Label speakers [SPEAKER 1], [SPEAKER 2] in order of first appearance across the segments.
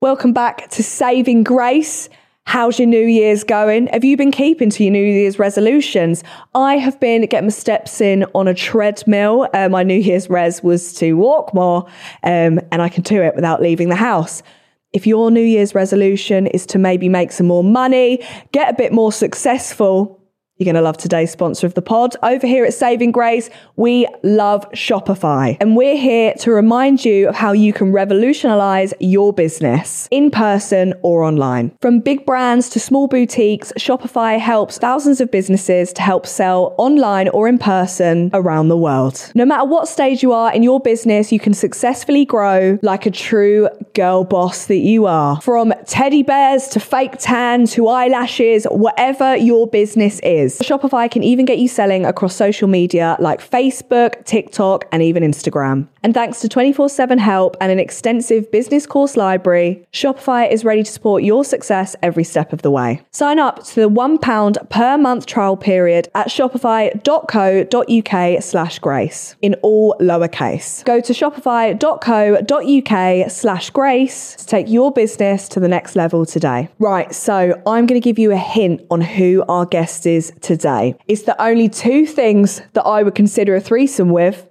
[SPEAKER 1] Welcome back to Saving Grace. How's your New Year's going? Have you been keeping to your New Year's resolutions? I have been getting my steps in on a treadmill. Uh, my New Year's res was to walk more, um, and I can do it without leaving the house. If your New Year's resolution is to maybe make some more money, get a bit more successful, you're going to love today's sponsor of the pod. Over here at Saving Grace, we love Shopify. And we're here to remind you of how you can revolutionize your business in person or online. From big brands to small boutiques, Shopify helps thousands of businesses to help sell online or in person around the world. No matter what stage you are in your business, you can successfully grow like a true girl boss that you are. From teddy bears to fake tan to eyelashes, whatever your business is. Shopify can even get you selling across social media like Facebook, TikTok, and even Instagram. And thanks to 24 7 help and an extensive business course library, Shopify is ready to support your success every step of the way. Sign up to the £1 per month trial period at shopify.co.uk slash grace in all lowercase. Go to shopify.co.uk slash grace to take your business to the next level today. Right, so I'm going to give you a hint on who our guest is today. It's the only two things that I would consider a threesome with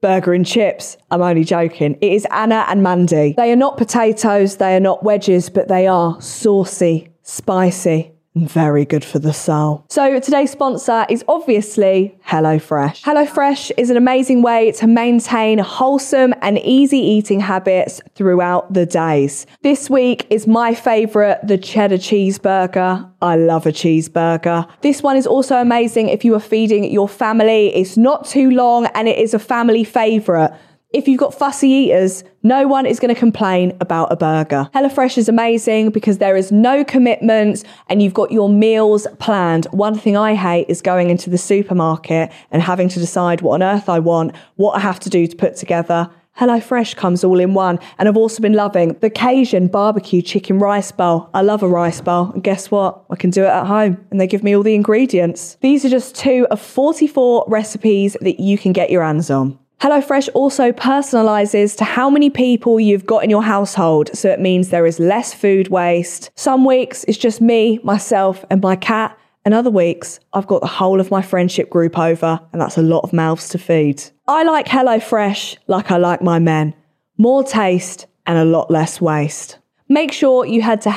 [SPEAKER 1] burger and chips. I'm only joking. It is Anna and Mandy. They are not potatoes, they are not wedges, but they are saucy, spicy, and very good for the soul. So today's sponsor is obviously HelloFresh. HelloFresh is an amazing way to maintain wholesome and easy eating habits throughout the days. This week is my favourite, the cheddar cheeseburger. I love a cheeseburger. This one is also amazing if you are feeding your family. It's not too long and it is a family favourite. If you've got fussy eaters, no one is going to complain about a burger. HelloFresh is amazing because there is no commitments and you've got your meals planned. One thing I hate is going into the supermarket and having to decide what on earth I want, what I have to do to put together. HelloFresh comes all in one. And I've also been loving the Cajun barbecue chicken rice bowl. I love a rice bowl. And guess what? I can do it at home and they give me all the ingredients. These are just two of 44 recipes that you can get your hands on. HelloFresh also personalizes to how many people you've got in your household, so it means there is less food waste. Some weeks it's just me, myself, and my cat, and other weeks I've got the whole of my friendship group over, and that's a lot of mouths to feed. I like HelloFresh like I like my men more taste and a lot less waste. Make sure you head to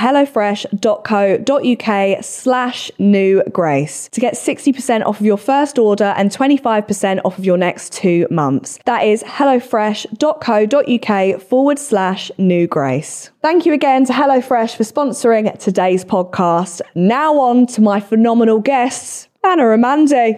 [SPEAKER 1] hellofresh.co.uk slash new grace to get 60% off of your first order and 25% off of your next two months. That is hellofresh.co.uk forward slash new grace. Thank you again to HelloFresh for sponsoring today's podcast. Now on to my phenomenal guests, Anna and Mandy.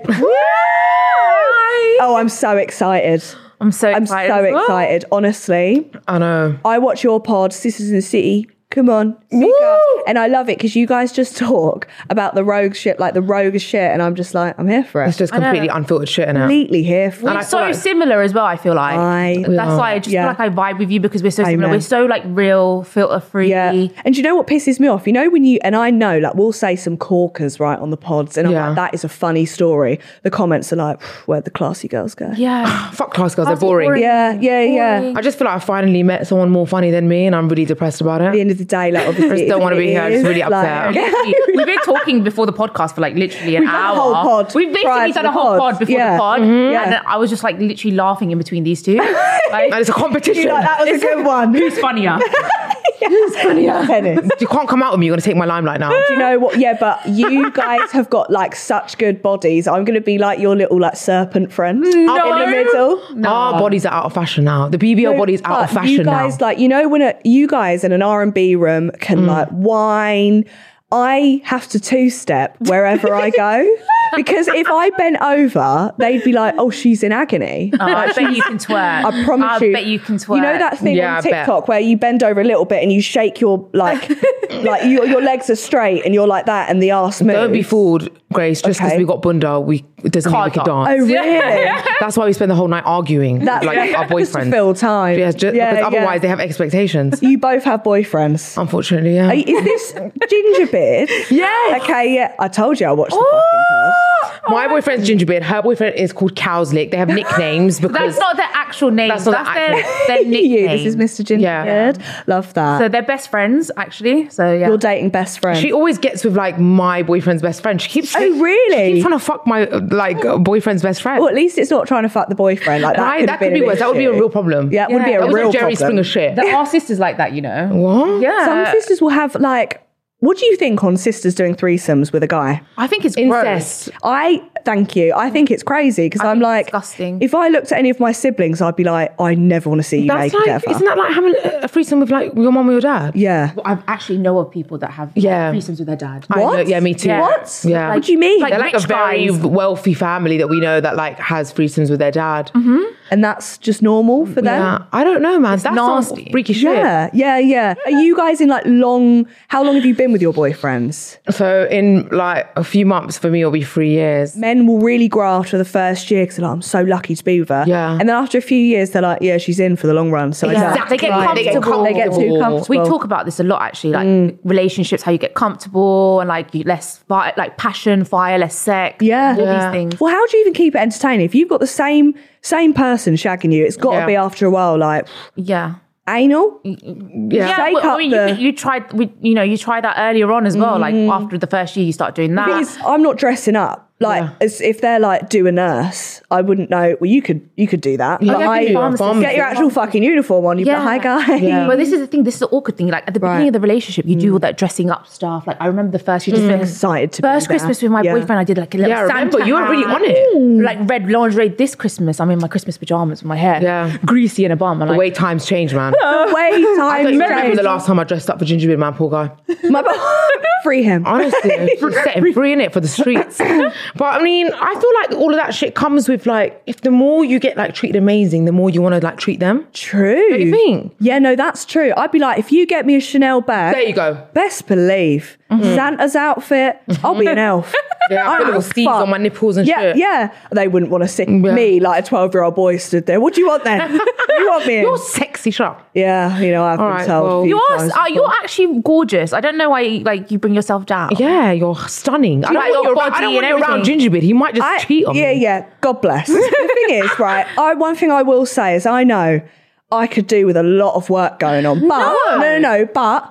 [SPEAKER 1] oh, I'm so excited.
[SPEAKER 2] I'm so
[SPEAKER 1] I'm
[SPEAKER 2] excited.
[SPEAKER 1] so
[SPEAKER 2] as well.
[SPEAKER 1] excited, honestly.
[SPEAKER 2] I know.
[SPEAKER 1] I watch your pod, Sisters in the City, Come on, speak up. And I love it because you guys just talk about the rogue shit, like the rogue shit, and I'm just like, I'm here for it.
[SPEAKER 2] It's just
[SPEAKER 3] know.
[SPEAKER 2] completely unfiltered shit in it.
[SPEAKER 1] completely here for
[SPEAKER 3] We're
[SPEAKER 1] it.
[SPEAKER 2] I
[SPEAKER 3] so
[SPEAKER 2] feel like-
[SPEAKER 3] similar as well. I feel like
[SPEAKER 1] I-
[SPEAKER 3] that's why I just
[SPEAKER 1] Yeah.
[SPEAKER 3] feel like I vibe with you because we're so similar.
[SPEAKER 1] Amen.
[SPEAKER 3] We're so like real, filter free.
[SPEAKER 1] Yeah. And do you know what pisses me off? You know, when you, and I know, like, we'll say some corkers, right, on the pods, and I'm
[SPEAKER 2] Yeah.
[SPEAKER 1] like, that is a funny story. The comments are like, where'd the classy girls go?
[SPEAKER 3] yeah.
[SPEAKER 2] Fuck class girls, they're
[SPEAKER 3] Class is
[SPEAKER 2] boring.
[SPEAKER 3] boring.
[SPEAKER 1] Yeah, yeah, yeah.
[SPEAKER 2] I just feel like I finally met someone more funny than me, and I'm really depressed about
[SPEAKER 1] At the
[SPEAKER 2] it.
[SPEAKER 1] end of the day, like, obviously.
[SPEAKER 2] I just
[SPEAKER 1] it
[SPEAKER 2] don't want to
[SPEAKER 1] is
[SPEAKER 2] be here.
[SPEAKER 1] what
[SPEAKER 2] I'm
[SPEAKER 1] it
[SPEAKER 2] just really
[SPEAKER 1] is. Like,
[SPEAKER 2] upset.
[SPEAKER 3] We've been talking before the podcast for like literally an
[SPEAKER 1] We've done a
[SPEAKER 3] hour.
[SPEAKER 1] whole pod
[SPEAKER 3] We've
[SPEAKER 1] prior
[SPEAKER 3] basically
[SPEAKER 1] to
[SPEAKER 3] done
[SPEAKER 1] the
[SPEAKER 3] a whole
[SPEAKER 1] pod.
[SPEAKER 3] pod before
[SPEAKER 1] Yeah. Mm-hmm.
[SPEAKER 3] the pod,
[SPEAKER 1] Yeah.
[SPEAKER 3] and then I was just like literally laughing in between these two. Like,
[SPEAKER 2] And it's a competition.
[SPEAKER 1] You're like, that was a good one.
[SPEAKER 3] who's funnier?
[SPEAKER 1] Tennis.
[SPEAKER 2] you can't come out with me. You're gonna take my limelight now.
[SPEAKER 1] Do you know what? Yeah, but you guys have got like such good bodies. I'm going to be like your little like serpent friend
[SPEAKER 2] No.
[SPEAKER 1] in the middle.
[SPEAKER 2] Our bodies are out of fashion now. The BBL body's out of
[SPEAKER 1] But
[SPEAKER 2] fashion
[SPEAKER 1] You guys,
[SPEAKER 2] now.
[SPEAKER 1] like you know, when a, you guys in an R and B room
[SPEAKER 2] Mm.
[SPEAKER 1] can like whine. I have to two step wherever I go because if I bent over, they'd be like, "Oh, she's in agony."
[SPEAKER 3] Oh, I bet you can twerk.
[SPEAKER 1] I promise
[SPEAKER 3] I
[SPEAKER 1] you.
[SPEAKER 3] bet you can twerk.
[SPEAKER 1] You know that thing
[SPEAKER 2] Yeah,
[SPEAKER 1] on
[SPEAKER 2] I bet.
[SPEAKER 1] TikTok where you bend over a little bit and you shake your like, like your, your legs are straight and you're like that, and the ass moves.
[SPEAKER 2] Don't be fooled, Grace. Just because
[SPEAKER 1] Okay.
[SPEAKER 2] we got bunda, we it doesn't mean we can
[SPEAKER 3] Can't
[SPEAKER 2] dance.
[SPEAKER 1] Oh really?
[SPEAKER 2] That's why we spend the whole night arguing.
[SPEAKER 1] That's
[SPEAKER 2] like
[SPEAKER 1] yeah.
[SPEAKER 2] our
[SPEAKER 1] Just to
[SPEAKER 2] boyfriends.
[SPEAKER 1] fill time.
[SPEAKER 2] Yeah, ju-
[SPEAKER 1] Yeah,
[SPEAKER 2] because otherwise
[SPEAKER 1] yeah.
[SPEAKER 2] they have expectations.
[SPEAKER 1] You both have boyfriends.
[SPEAKER 2] Unfortunately, yeah.
[SPEAKER 1] Are you- Is this Gingerbeard?
[SPEAKER 2] Yes. Oh,
[SPEAKER 1] Okay, yeah. I told you I watched the fucking pod.
[SPEAKER 2] My boyfriend's Gingerbeard. Her boyfriend is called Cow's Lick. They have nicknames because
[SPEAKER 3] That's not their actual name.
[SPEAKER 2] That's
[SPEAKER 3] That's,
[SPEAKER 2] not their
[SPEAKER 3] their, their
[SPEAKER 1] You,
[SPEAKER 3] nickname.
[SPEAKER 1] this is Mr.
[SPEAKER 2] Yeah.
[SPEAKER 1] Gingerbeard. Love that.
[SPEAKER 3] So they're best friends, actually. So yeah.
[SPEAKER 1] You're dating best friend.
[SPEAKER 2] she always gets with like my boyfriend's best friend. She keeps
[SPEAKER 1] Oh, really? Oh.
[SPEAKER 2] She keeps trying to fuck my like boyfriend's best friend.
[SPEAKER 1] well, at least it's not trying to fuck the boyfriend. Like that,
[SPEAKER 2] Right,
[SPEAKER 1] could,
[SPEAKER 2] that could be worse. That would be a real problem.
[SPEAKER 1] Yeah, it would be
[SPEAKER 3] Yeah.
[SPEAKER 1] a
[SPEAKER 2] that was
[SPEAKER 1] real
[SPEAKER 2] like Jerry
[SPEAKER 1] problem.
[SPEAKER 2] Springer shit.
[SPEAKER 3] there are sisters like that, you know.
[SPEAKER 2] what?
[SPEAKER 3] Yeah.
[SPEAKER 1] Some sisters will have like. What do you think on sisters doing threesomes with a guy?
[SPEAKER 3] I think it's
[SPEAKER 2] Incest.
[SPEAKER 3] gross.
[SPEAKER 1] I thank you. I think it's crazy because I'm
[SPEAKER 3] think it's
[SPEAKER 1] like,
[SPEAKER 3] disgusting.
[SPEAKER 1] if I looked at any of my siblings, I'd be like, I never want to see you
[SPEAKER 2] That's
[SPEAKER 1] naked
[SPEAKER 2] like,
[SPEAKER 1] ever.
[SPEAKER 2] isn't that like having a threesome with like your mum or your dad?
[SPEAKER 1] yeah.
[SPEAKER 3] I actually know of people that have
[SPEAKER 2] Yeah.
[SPEAKER 3] threesomes with their dad.
[SPEAKER 2] I know, yeah, me too.
[SPEAKER 3] Yeah.
[SPEAKER 1] What?
[SPEAKER 2] Yeah.
[SPEAKER 1] What do you mean?
[SPEAKER 3] Like-
[SPEAKER 2] They're like a
[SPEAKER 3] Rich
[SPEAKER 2] very
[SPEAKER 3] guys.
[SPEAKER 2] wealthy family that we know that like has threesomes with their dad.
[SPEAKER 3] Mm-hmm.
[SPEAKER 1] and that's just normal for them.
[SPEAKER 2] Yeah, I don't know, man. That's nasty.
[SPEAKER 3] nasty.
[SPEAKER 2] freaky shit.
[SPEAKER 1] Yeah, yeah, yeah. Are you guys in like long? How long have you been with your boyfriends?
[SPEAKER 2] So in like a few months for me, it'll be three years.
[SPEAKER 1] Men will really grow after the first year because like, I'm so lucky to be with her.
[SPEAKER 2] Yeah.
[SPEAKER 1] And then after a few years, they're like, yeah, she's in for the long run. So I
[SPEAKER 3] Yeah.
[SPEAKER 1] don't-
[SPEAKER 3] They get Mm.
[SPEAKER 2] Right, they get
[SPEAKER 3] comfortable.
[SPEAKER 1] They get too
[SPEAKER 2] comfortable.
[SPEAKER 3] We
[SPEAKER 1] comfortable.
[SPEAKER 3] talk about this a lot, actually, like relationships, how you get comfortable and like you less fi- like passion, fire, less sex.
[SPEAKER 1] Yeah.
[SPEAKER 3] all
[SPEAKER 2] Yeah.
[SPEAKER 3] these things.
[SPEAKER 1] Well, how do you even keep it entertaining if you've got the same same person shagging you? It's got to
[SPEAKER 2] Yeah.
[SPEAKER 1] be after a while, like
[SPEAKER 3] Yeah,
[SPEAKER 1] anal.
[SPEAKER 2] Yeah.
[SPEAKER 3] yeah.
[SPEAKER 1] Shake
[SPEAKER 3] well, I
[SPEAKER 1] up
[SPEAKER 3] mean,
[SPEAKER 1] the-
[SPEAKER 3] you, you tried, we, you know, you tried that earlier on as well. Like after Mm. the first year, you start doing that.
[SPEAKER 1] The thing is,
[SPEAKER 2] Ah.
[SPEAKER 1] I'm not dressing up. Like as if they're like do a nurse, I wouldn't know. Well, you could you could do that. But
[SPEAKER 2] Yeah, you could do
[SPEAKER 1] I,
[SPEAKER 2] that. Pharmacist.
[SPEAKER 1] get your actual fucking uniform on. You yeah.
[SPEAKER 3] Yeah. Mm.
[SPEAKER 1] like, hi guys.
[SPEAKER 3] But this is the thing. This is the awkward thing. Like at the beginning of the relationship, you do all that dressing up stuff. Like I remember the first Christmas,
[SPEAKER 1] excited to be
[SPEAKER 3] first
[SPEAKER 1] there.
[SPEAKER 3] Christmas with my
[SPEAKER 1] Yeah.
[SPEAKER 3] boyfriend, I did like a little
[SPEAKER 2] Yeah, I
[SPEAKER 3] Santa
[SPEAKER 2] remember. You were really
[SPEAKER 3] hat,
[SPEAKER 2] on it.
[SPEAKER 3] Like red lingerie. This Christmas, I'm in my Christmas pajamas with my hair
[SPEAKER 2] Yeah.
[SPEAKER 3] greasy and a bum. And
[SPEAKER 2] The
[SPEAKER 3] like,
[SPEAKER 2] way times change, man.
[SPEAKER 1] Way
[SPEAKER 2] I don't
[SPEAKER 1] time.
[SPEAKER 2] even remember the
[SPEAKER 1] change.
[SPEAKER 2] last time I dressed up for gingerbread man, poor guy.
[SPEAKER 1] My bo- free him.
[SPEAKER 2] Honestly, for setting free in it for the streets. But I mean, I feel like all of that shit comes with like, if the more you get like treated amazing, the more you want to like treat them.
[SPEAKER 1] True.
[SPEAKER 2] What do you think?
[SPEAKER 1] Yeah, no, that's true. I'd be like, if you get me a Chanel bag,
[SPEAKER 2] There you go. Mm-hmm.
[SPEAKER 1] Best believe Santa's outfit. I'll be an elf.
[SPEAKER 2] Yeah,
[SPEAKER 1] I don't
[SPEAKER 2] I put little
[SPEAKER 1] give a
[SPEAKER 2] C's
[SPEAKER 1] fuck.
[SPEAKER 2] on my nipples and
[SPEAKER 1] Yeah,
[SPEAKER 2] shit.
[SPEAKER 1] yeah. They wouldn't want to see me like a twelve-year-old boy stood there. What do you want then? you want me? in?
[SPEAKER 2] You're sexy, shut up.
[SPEAKER 1] Yeah, you know I've been
[SPEAKER 2] right,
[SPEAKER 1] told.
[SPEAKER 2] well-
[SPEAKER 1] a few
[SPEAKER 3] you are,
[SPEAKER 1] times
[SPEAKER 3] uh, you're actually gorgeous. I don't know why like you bring yourself down.
[SPEAKER 2] Yeah, you're stunning. I don't,
[SPEAKER 3] like
[SPEAKER 2] want
[SPEAKER 3] your
[SPEAKER 2] you around, I
[SPEAKER 3] body
[SPEAKER 2] don't want
[SPEAKER 3] and
[SPEAKER 2] you around
[SPEAKER 3] everything?
[SPEAKER 2] gingerbread. He might just
[SPEAKER 1] I-
[SPEAKER 2] cheat on
[SPEAKER 1] yeah,
[SPEAKER 2] me.
[SPEAKER 1] yeah. God bless. the thing is, right? I one thing I will say is I know I could do with a lot of work going on, but no, no, no. But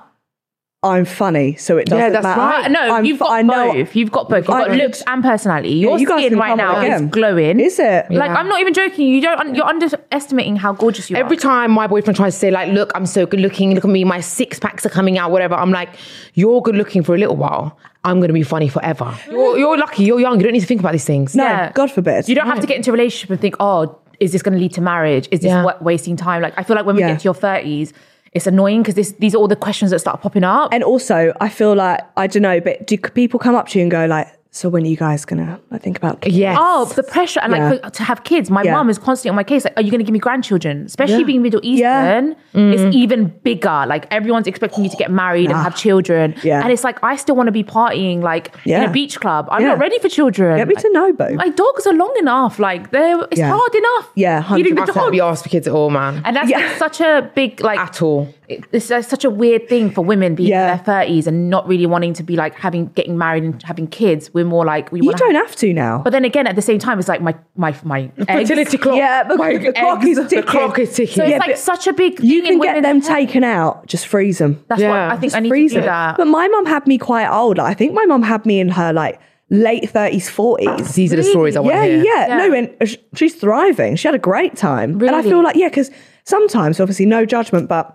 [SPEAKER 1] I'm funny, so it doesn't
[SPEAKER 2] Yeah, that's
[SPEAKER 1] matter.
[SPEAKER 2] right.
[SPEAKER 3] No,
[SPEAKER 1] I'm
[SPEAKER 3] you've
[SPEAKER 1] fu-
[SPEAKER 3] got
[SPEAKER 1] I know.
[SPEAKER 3] both. You've got both. You've
[SPEAKER 1] I
[SPEAKER 3] got
[SPEAKER 1] know.
[SPEAKER 3] looks and personality.
[SPEAKER 1] Yeah,
[SPEAKER 3] Your
[SPEAKER 1] you guys
[SPEAKER 3] skin
[SPEAKER 1] can
[SPEAKER 3] right
[SPEAKER 1] come
[SPEAKER 3] now
[SPEAKER 1] on
[SPEAKER 3] is
[SPEAKER 1] again.
[SPEAKER 3] glowing.
[SPEAKER 1] Is it?
[SPEAKER 3] Like
[SPEAKER 2] Yeah.
[SPEAKER 3] I'm not even joking. You don't. You're underestimating how gorgeous you are.
[SPEAKER 2] Every time my boyfriend tries to say, like, look, I'm so good looking, look at me, my six packs are coming out, whatever, I'm like, you're good looking for a little while. I'm gonna be funny forever. You're, you're lucky, you're young, you don't need to think about these things.
[SPEAKER 1] No,
[SPEAKER 3] Yeah.
[SPEAKER 1] God forbid.
[SPEAKER 3] You don't have to get into a relationship and think, oh, is this going to lead to marriage? Is this
[SPEAKER 2] Yeah.
[SPEAKER 3] wa- wasting time? Like, I feel like when we
[SPEAKER 1] Yeah.
[SPEAKER 3] get to your thirties, it's annoying because these are all the questions that start popping up.
[SPEAKER 1] And also, I feel like I don't know, but do people come up to you and go like, So when are you guys gonna like, think about?
[SPEAKER 2] Yes.
[SPEAKER 3] Oh, the pressure and
[SPEAKER 1] Yeah.
[SPEAKER 3] like for, to have kids. My
[SPEAKER 1] Yeah.
[SPEAKER 3] mum is constantly on my case. Like, are you going to give me grandchildren? Especially being Middle
[SPEAKER 1] Yeah. Mm-hmm.
[SPEAKER 3] Eastern, it's even bigger. Like everyone's expecting you to get married and have children.
[SPEAKER 1] Ah. Yeah.
[SPEAKER 3] And it's like I still want to be partying like
[SPEAKER 1] Yeah.
[SPEAKER 3] in a beach club. I'm
[SPEAKER 1] Yeah.
[SPEAKER 3] not ready for children.
[SPEAKER 1] Get me
[SPEAKER 3] Like,
[SPEAKER 1] to know, boo.
[SPEAKER 3] my dogs are long enough. Like they're it's
[SPEAKER 1] Yeah.
[SPEAKER 3] hard enough.
[SPEAKER 1] Yeah,
[SPEAKER 3] feeding the
[SPEAKER 2] I can't
[SPEAKER 3] dog.
[SPEAKER 2] be asked for kids at all, man.
[SPEAKER 3] And that's like, such a big like
[SPEAKER 2] At all.
[SPEAKER 3] it- It's like, such a weird thing for women being
[SPEAKER 1] Yeah.
[SPEAKER 3] in their thirties and not really wanting to be like having getting married and having kids. We're more like we
[SPEAKER 1] you
[SPEAKER 3] wanna
[SPEAKER 1] don't have to now.
[SPEAKER 3] but then again, at the same time, it's like my my my eggs.
[SPEAKER 2] Fertility clock.
[SPEAKER 1] yeah, the, the clock
[SPEAKER 2] eggs,
[SPEAKER 1] is
[SPEAKER 2] the
[SPEAKER 1] ticking.
[SPEAKER 2] clock is ticking.
[SPEAKER 3] So it's
[SPEAKER 1] Yeah,
[SPEAKER 3] like
[SPEAKER 1] but
[SPEAKER 3] such a big.
[SPEAKER 1] You
[SPEAKER 3] thing in
[SPEAKER 1] can get
[SPEAKER 3] women.
[SPEAKER 1] them taken out. Just freeze them.
[SPEAKER 3] That's
[SPEAKER 2] Yeah.
[SPEAKER 3] what I think. I need
[SPEAKER 1] freeze
[SPEAKER 3] to do
[SPEAKER 1] them.
[SPEAKER 3] that.
[SPEAKER 1] But my mum had me quite old. Like, I think my mum had me in her like late thirties, forties.
[SPEAKER 2] These are the stories I want
[SPEAKER 1] yeah,
[SPEAKER 2] to hear.
[SPEAKER 1] yeah,
[SPEAKER 3] Yeah.
[SPEAKER 1] No, and uh, sh- she's thriving. She had a great time. And I
[SPEAKER 3] Really?
[SPEAKER 1] feel like, yeah, because sometimes, obviously, no judgment, but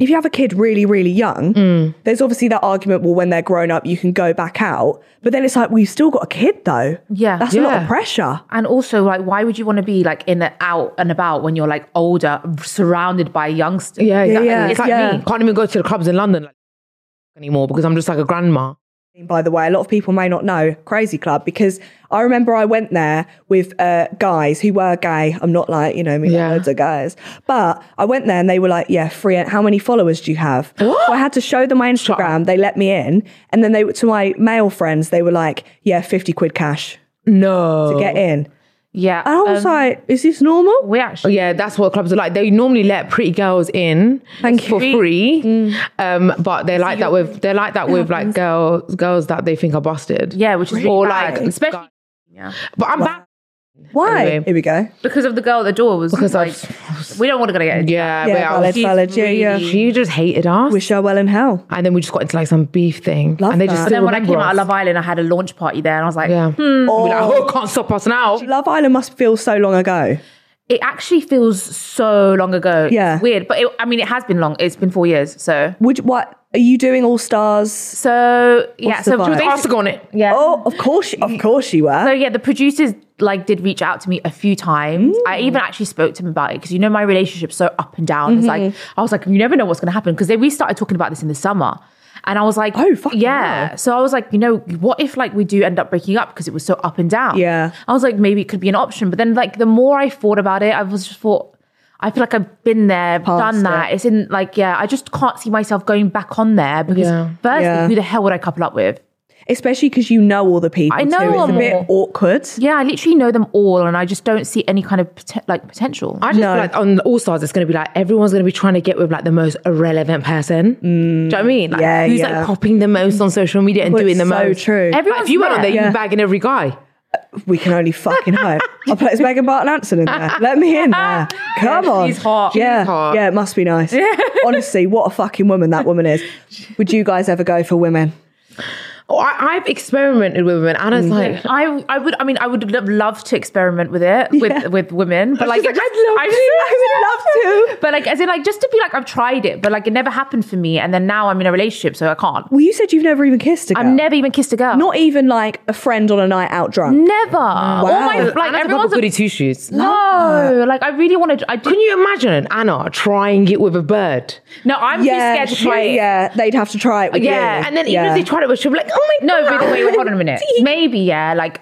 [SPEAKER 1] if you have a kid really, really young,
[SPEAKER 3] Mm.
[SPEAKER 1] there's obviously that argument, well, when they're grown up, you can go back out. But then it's like, well, you've still got a kid, though.
[SPEAKER 3] Yeah.
[SPEAKER 1] That's a lot of
[SPEAKER 2] Yeah.
[SPEAKER 1] pressure.
[SPEAKER 3] and also, like, why would you want to be like in and out and about when you're like older, surrounded by youngsters?
[SPEAKER 2] Yeah, exactly.
[SPEAKER 1] yeah,
[SPEAKER 2] It's like
[SPEAKER 1] yeah.
[SPEAKER 2] me. Can't even go to the clubs in London like, anymore because I'm just like a grandma.
[SPEAKER 1] By the way, a lot of people may not know Crazy Club because I remember I went there with uh, guys who were gay. I'm not like, you know, me like
[SPEAKER 2] Yeah.
[SPEAKER 1] loads of guys. But I went there and they were like, yeah, free. How many followers do you have? so I had to show them my Instagram. They let me in. And then they to my male friends, they were like, yeah, 50 quid cash
[SPEAKER 2] No.
[SPEAKER 1] to get in.
[SPEAKER 3] yeah.
[SPEAKER 1] And I was
[SPEAKER 3] Oh. um,
[SPEAKER 1] like, is this normal?
[SPEAKER 3] we actually.
[SPEAKER 2] Yeah, that's what clubs are like. They normally let pretty girls in
[SPEAKER 1] Thank you.
[SPEAKER 2] for free, um, but they like that with they like that with like girls girls that they think are busted.
[SPEAKER 3] Yeah, which is
[SPEAKER 2] or
[SPEAKER 3] really bad.
[SPEAKER 2] like
[SPEAKER 3] especially
[SPEAKER 2] But I'm back.
[SPEAKER 1] Why?
[SPEAKER 2] Anyway.
[SPEAKER 1] Here we go.
[SPEAKER 3] because of the girl at the door was
[SPEAKER 2] Because
[SPEAKER 3] like, we don't want to get in.
[SPEAKER 2] Yeah,
[SPEAKER 1] Yeah,
[SPEAKER 2] but I
[SPEAKER 1] valid,
[SPEAKER 2] was-
[SPEAKER 1] valid. Yeah, yeah.
[SPEAKER 2] she just hated us,
[SPEAKER 1] Wish her well in hell.
[SPEAKER 2] and then we just got into like some beef thing,
[SPEAKER 1] Love
[SPEAKER 2] and they
[SPEAKER 1] that.
[SPEAKER 2] just
[SPEAKER 1] And
[SPEAKER 3] And
[SPEAKER 2] still
[SPEAKER 3] then when I came
[SPEAKER 2] remember
[SPEAKER 3] out of
[SPEAKER 2] us.
[SPEAKER 3] Love Island, I had a launch party there, and I was like,
[SPEAKER 2] yeah, We're like, oh, can't stop us now.
[SPEAKER 1] Love Island must feel so long ago.
[SPEAKER 3] it actually feels so long ago. It's
[SPEAKER 1] Yeah.
[SPEAKER 3] weird, but it, I mean, it has been long. It's been four years, so
[SPEAKER 1] Would what are you doing? All stars?
[SPEAKER 3] so yeah. So
[SPEAKER 1] the vibe?
[SPEAKER 3] basically-
[SPEAKER 2] Asked to go on it.
[SPEAKER 3] yeah.
[SPEAKER 1] Oh, of course, you- of course you were.
[SPEAKER 3] So yeah, the producers like did reach out to me a few times. I even actually spoke to him about it because you know my relationship's so up and down. It's like
[SPEAKER 1] Mm-hmm.
[SPEAKER 3] I was like, you never know what's going to happen because we started talking about this in the summer. And I was like,
[SPEAKER 1] Oh, fucking
[SPEAKER 3] yeah. So I was like, you know, what if like we do end up breaking up because it was so up and down?
[SPEAKER 1] Yeah.
[SPEAKER 3] I was like, maybe it could be an option. But then like the more I thought about it, I was just thought, I feel like I've been there, done that. It's in like, yeah, I just can't see myself going back on there because
[SPEAKER 2] Yeah.
[SPEAKER 3] firstly,
[SPEAKER 1] Yeah.
[SPEAKER 3] who the hell would I couple up with?
[SPEAKER 1] especially because you know all the people.
[SPEAKER 3] I know
[SPEAKER 1] too. it's a
[SPEAKER 3] them
[SPEAKER 1] bit
[SPEAKER 3] all.
[SPEAKER 1] awkward.
[SPEAKER 3] Yeah, I literally know them all, and I just don't see any kind of pote- like potential.
[SPEAKER 2] I just feel like on All Stars, it's going to be like everyone's going to be trying to get with like the most irrelevant person. Do you know what I mean? Like,
[SPEAKER 1] Yeah,
[SPEAKER 2] who's
[SPEAKER 1] yeah.
[SPEAKER 2] like popping the most on social media and
[SPEAKER 1] Well,
[SPEAKER 2] doing the
[SPEAKER 1] it's so
[SPEAKER 2] most?
[SPEAKER 1] true.
[SPEAKER 2] Like, if
[SPEAKER 3] Everyone's
[SPEAKER 2] you went on
[SPEAKER 3] there.
[SPEAKER 2] there,
[SPEAKER 1] Yeah.
[SPEAKER 2] you bagging every guy.
[SPEAKER 1] We can only fucking hope. I'll put this Megan Barton Anson in there. Let me in there. Come on.
[SPEAKER 3] she's hot.
[SPEAKER 1] Yeah,
[SPEAKER 2] She's hot.
[SPEAKER 1] yeah. It must be nice. Honestly, what a fucking woman that woman is. Would you guys ever go for women?
[SPEAKER 2] Oh, I, I've experimented with women, and it's
[SPEAKER 1] Mm.
[SPEAKER 2] like.
[SPEAKER 3] I I would I mean I would have loved to experiment with it
[SPEAKER 1] Yeah.
[SPEAKER 3] with with women, but like,
[SPEAKER 1] She's
[SPEAKER 3] I
[SPEAKER 1] I'd love
[SPEAKER 3] I
[SPEAKER 1] to. I would love to.
[SPEAKER 3] But like as in like just to be like I've tried it, but like it never happened for me, and then now I'm in a relationship, so I can't.
[SPEAKER 1] Well, you said you've never even kissed a girl.
[SPEAKER 3] I've never even kissed a girl.
[SPEAKER 1] Not even like a friend on a night out drunk.
[SPEAKER 3] never. All my
[SPEAKER 1] Wow.
[SPEAKER 3] like
[SPEAKER 2] Anna's
[SPEAKER 3] everyone's
[SPEAKER 2] a
[SPEAKER 3] a,
[SPEAKER 2] goody two shoes.
[SPEAKER 3] no. Like I really want to. I do,
[SPEAKER 2] Can you imagine Anna trying it with a bird?
[SPEAKER 3] no. I'm
[SPEAKER 1] Yeah,
[SPEAKER 3] too scared to
[SPEAKER 1] yeah,
[SPEAKER 3] try it.
[SPEAKER 1] yeah. They'd have to try it. With
[SPEAKER 2] Yeah,
[SPEAKER 1] you.
[SPEAKER 2] and then even
[SPEAKER 1] Yeah.
[SPEAKER 2] if they tried it, she'll be like, "Oh my
[SPEAKER 3] No,
[SPEAKER 2] god!"
[SPEAKER 3] but wait, wait, hold on a minute. Maybe, yeah, like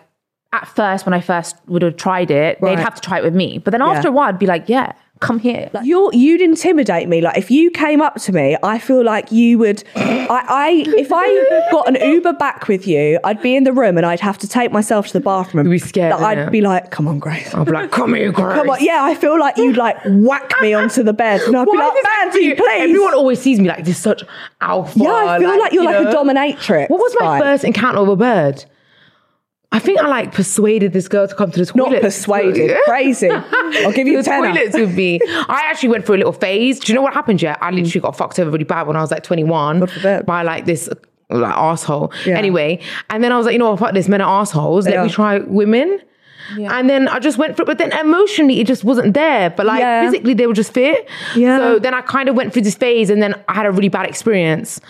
[SPEAKER 3] at first when I first would have tried it,
[SPEAKER 1] Right.
[SPEAKER 3] they'd have to try it with me. But then after a while, I'd be like, yeah, come here. Like,
[SPEAKER 1] You're, you'd intimidate me. Like if you came up to me, I feel like you would. I, I if I got an Uber back with you, I'd be in the room and I'd have to take myself to the bathroom.
[SPEAKER 2] You'd be scared,
[SPEAKER 1] That I'd
[SPEAKER 2] innit? Oh,
[SPEAKER 1] be like, "Come on, Grace."
[SPEAKER 2] I'll be like, "Come here, girl."
[SPEAKER 1] Come on. Yeah, I feel like you'd like whack me onto the bed, and I'd be like, "Mandy, please."
[SPEAKER 2] Everyone always sees me like this such alpha.
[SPEAKER 1] yeah, I feel like, you're
[SPEAKER 2] you
[SPEAKER 1] like
[SPEAKER 2] know.
[SPEAKER 1] a dominatrix.
[SPEAKER 2] What was my
[SPEAKER 1] vibe.
[SPEAKER 2] first encounter with a bird? I think I like persuaded this girl to come to the
[SPEAKER 1] Not
[SPEAKER 2] toilet.
[SPEAKER 1] persuaded. Crazy. I'll give you a
[SPEAKER 2] the
[SPEAKER 1] tenner.
[SPEAKER 2] toilets with me. I actually went through a little phase. Do you know what happened? Yeah, I literally got fucked over really bad when I was like 21
[SPEAKER 1] God forbid.
[SPEAKER 2] by like this like asshole.
[SPEAKER 1] Yeah.
[SPEAKER 2] Anyway, and then I was like, you know what, fuck this, men are assholes. Let me
[SPEAKER 1] are.
[SPEAKER 2] try women. And then I just went for it, but then emotionally it just wasn't there. But like
[SPEAKER 1] Yeah.
[SPEAKER 2] physically, they were just fit.
[SPEAKER 1] Yeah.
[SPEAKER 2] So then I kind of went through this phase, and then I had a really bad experience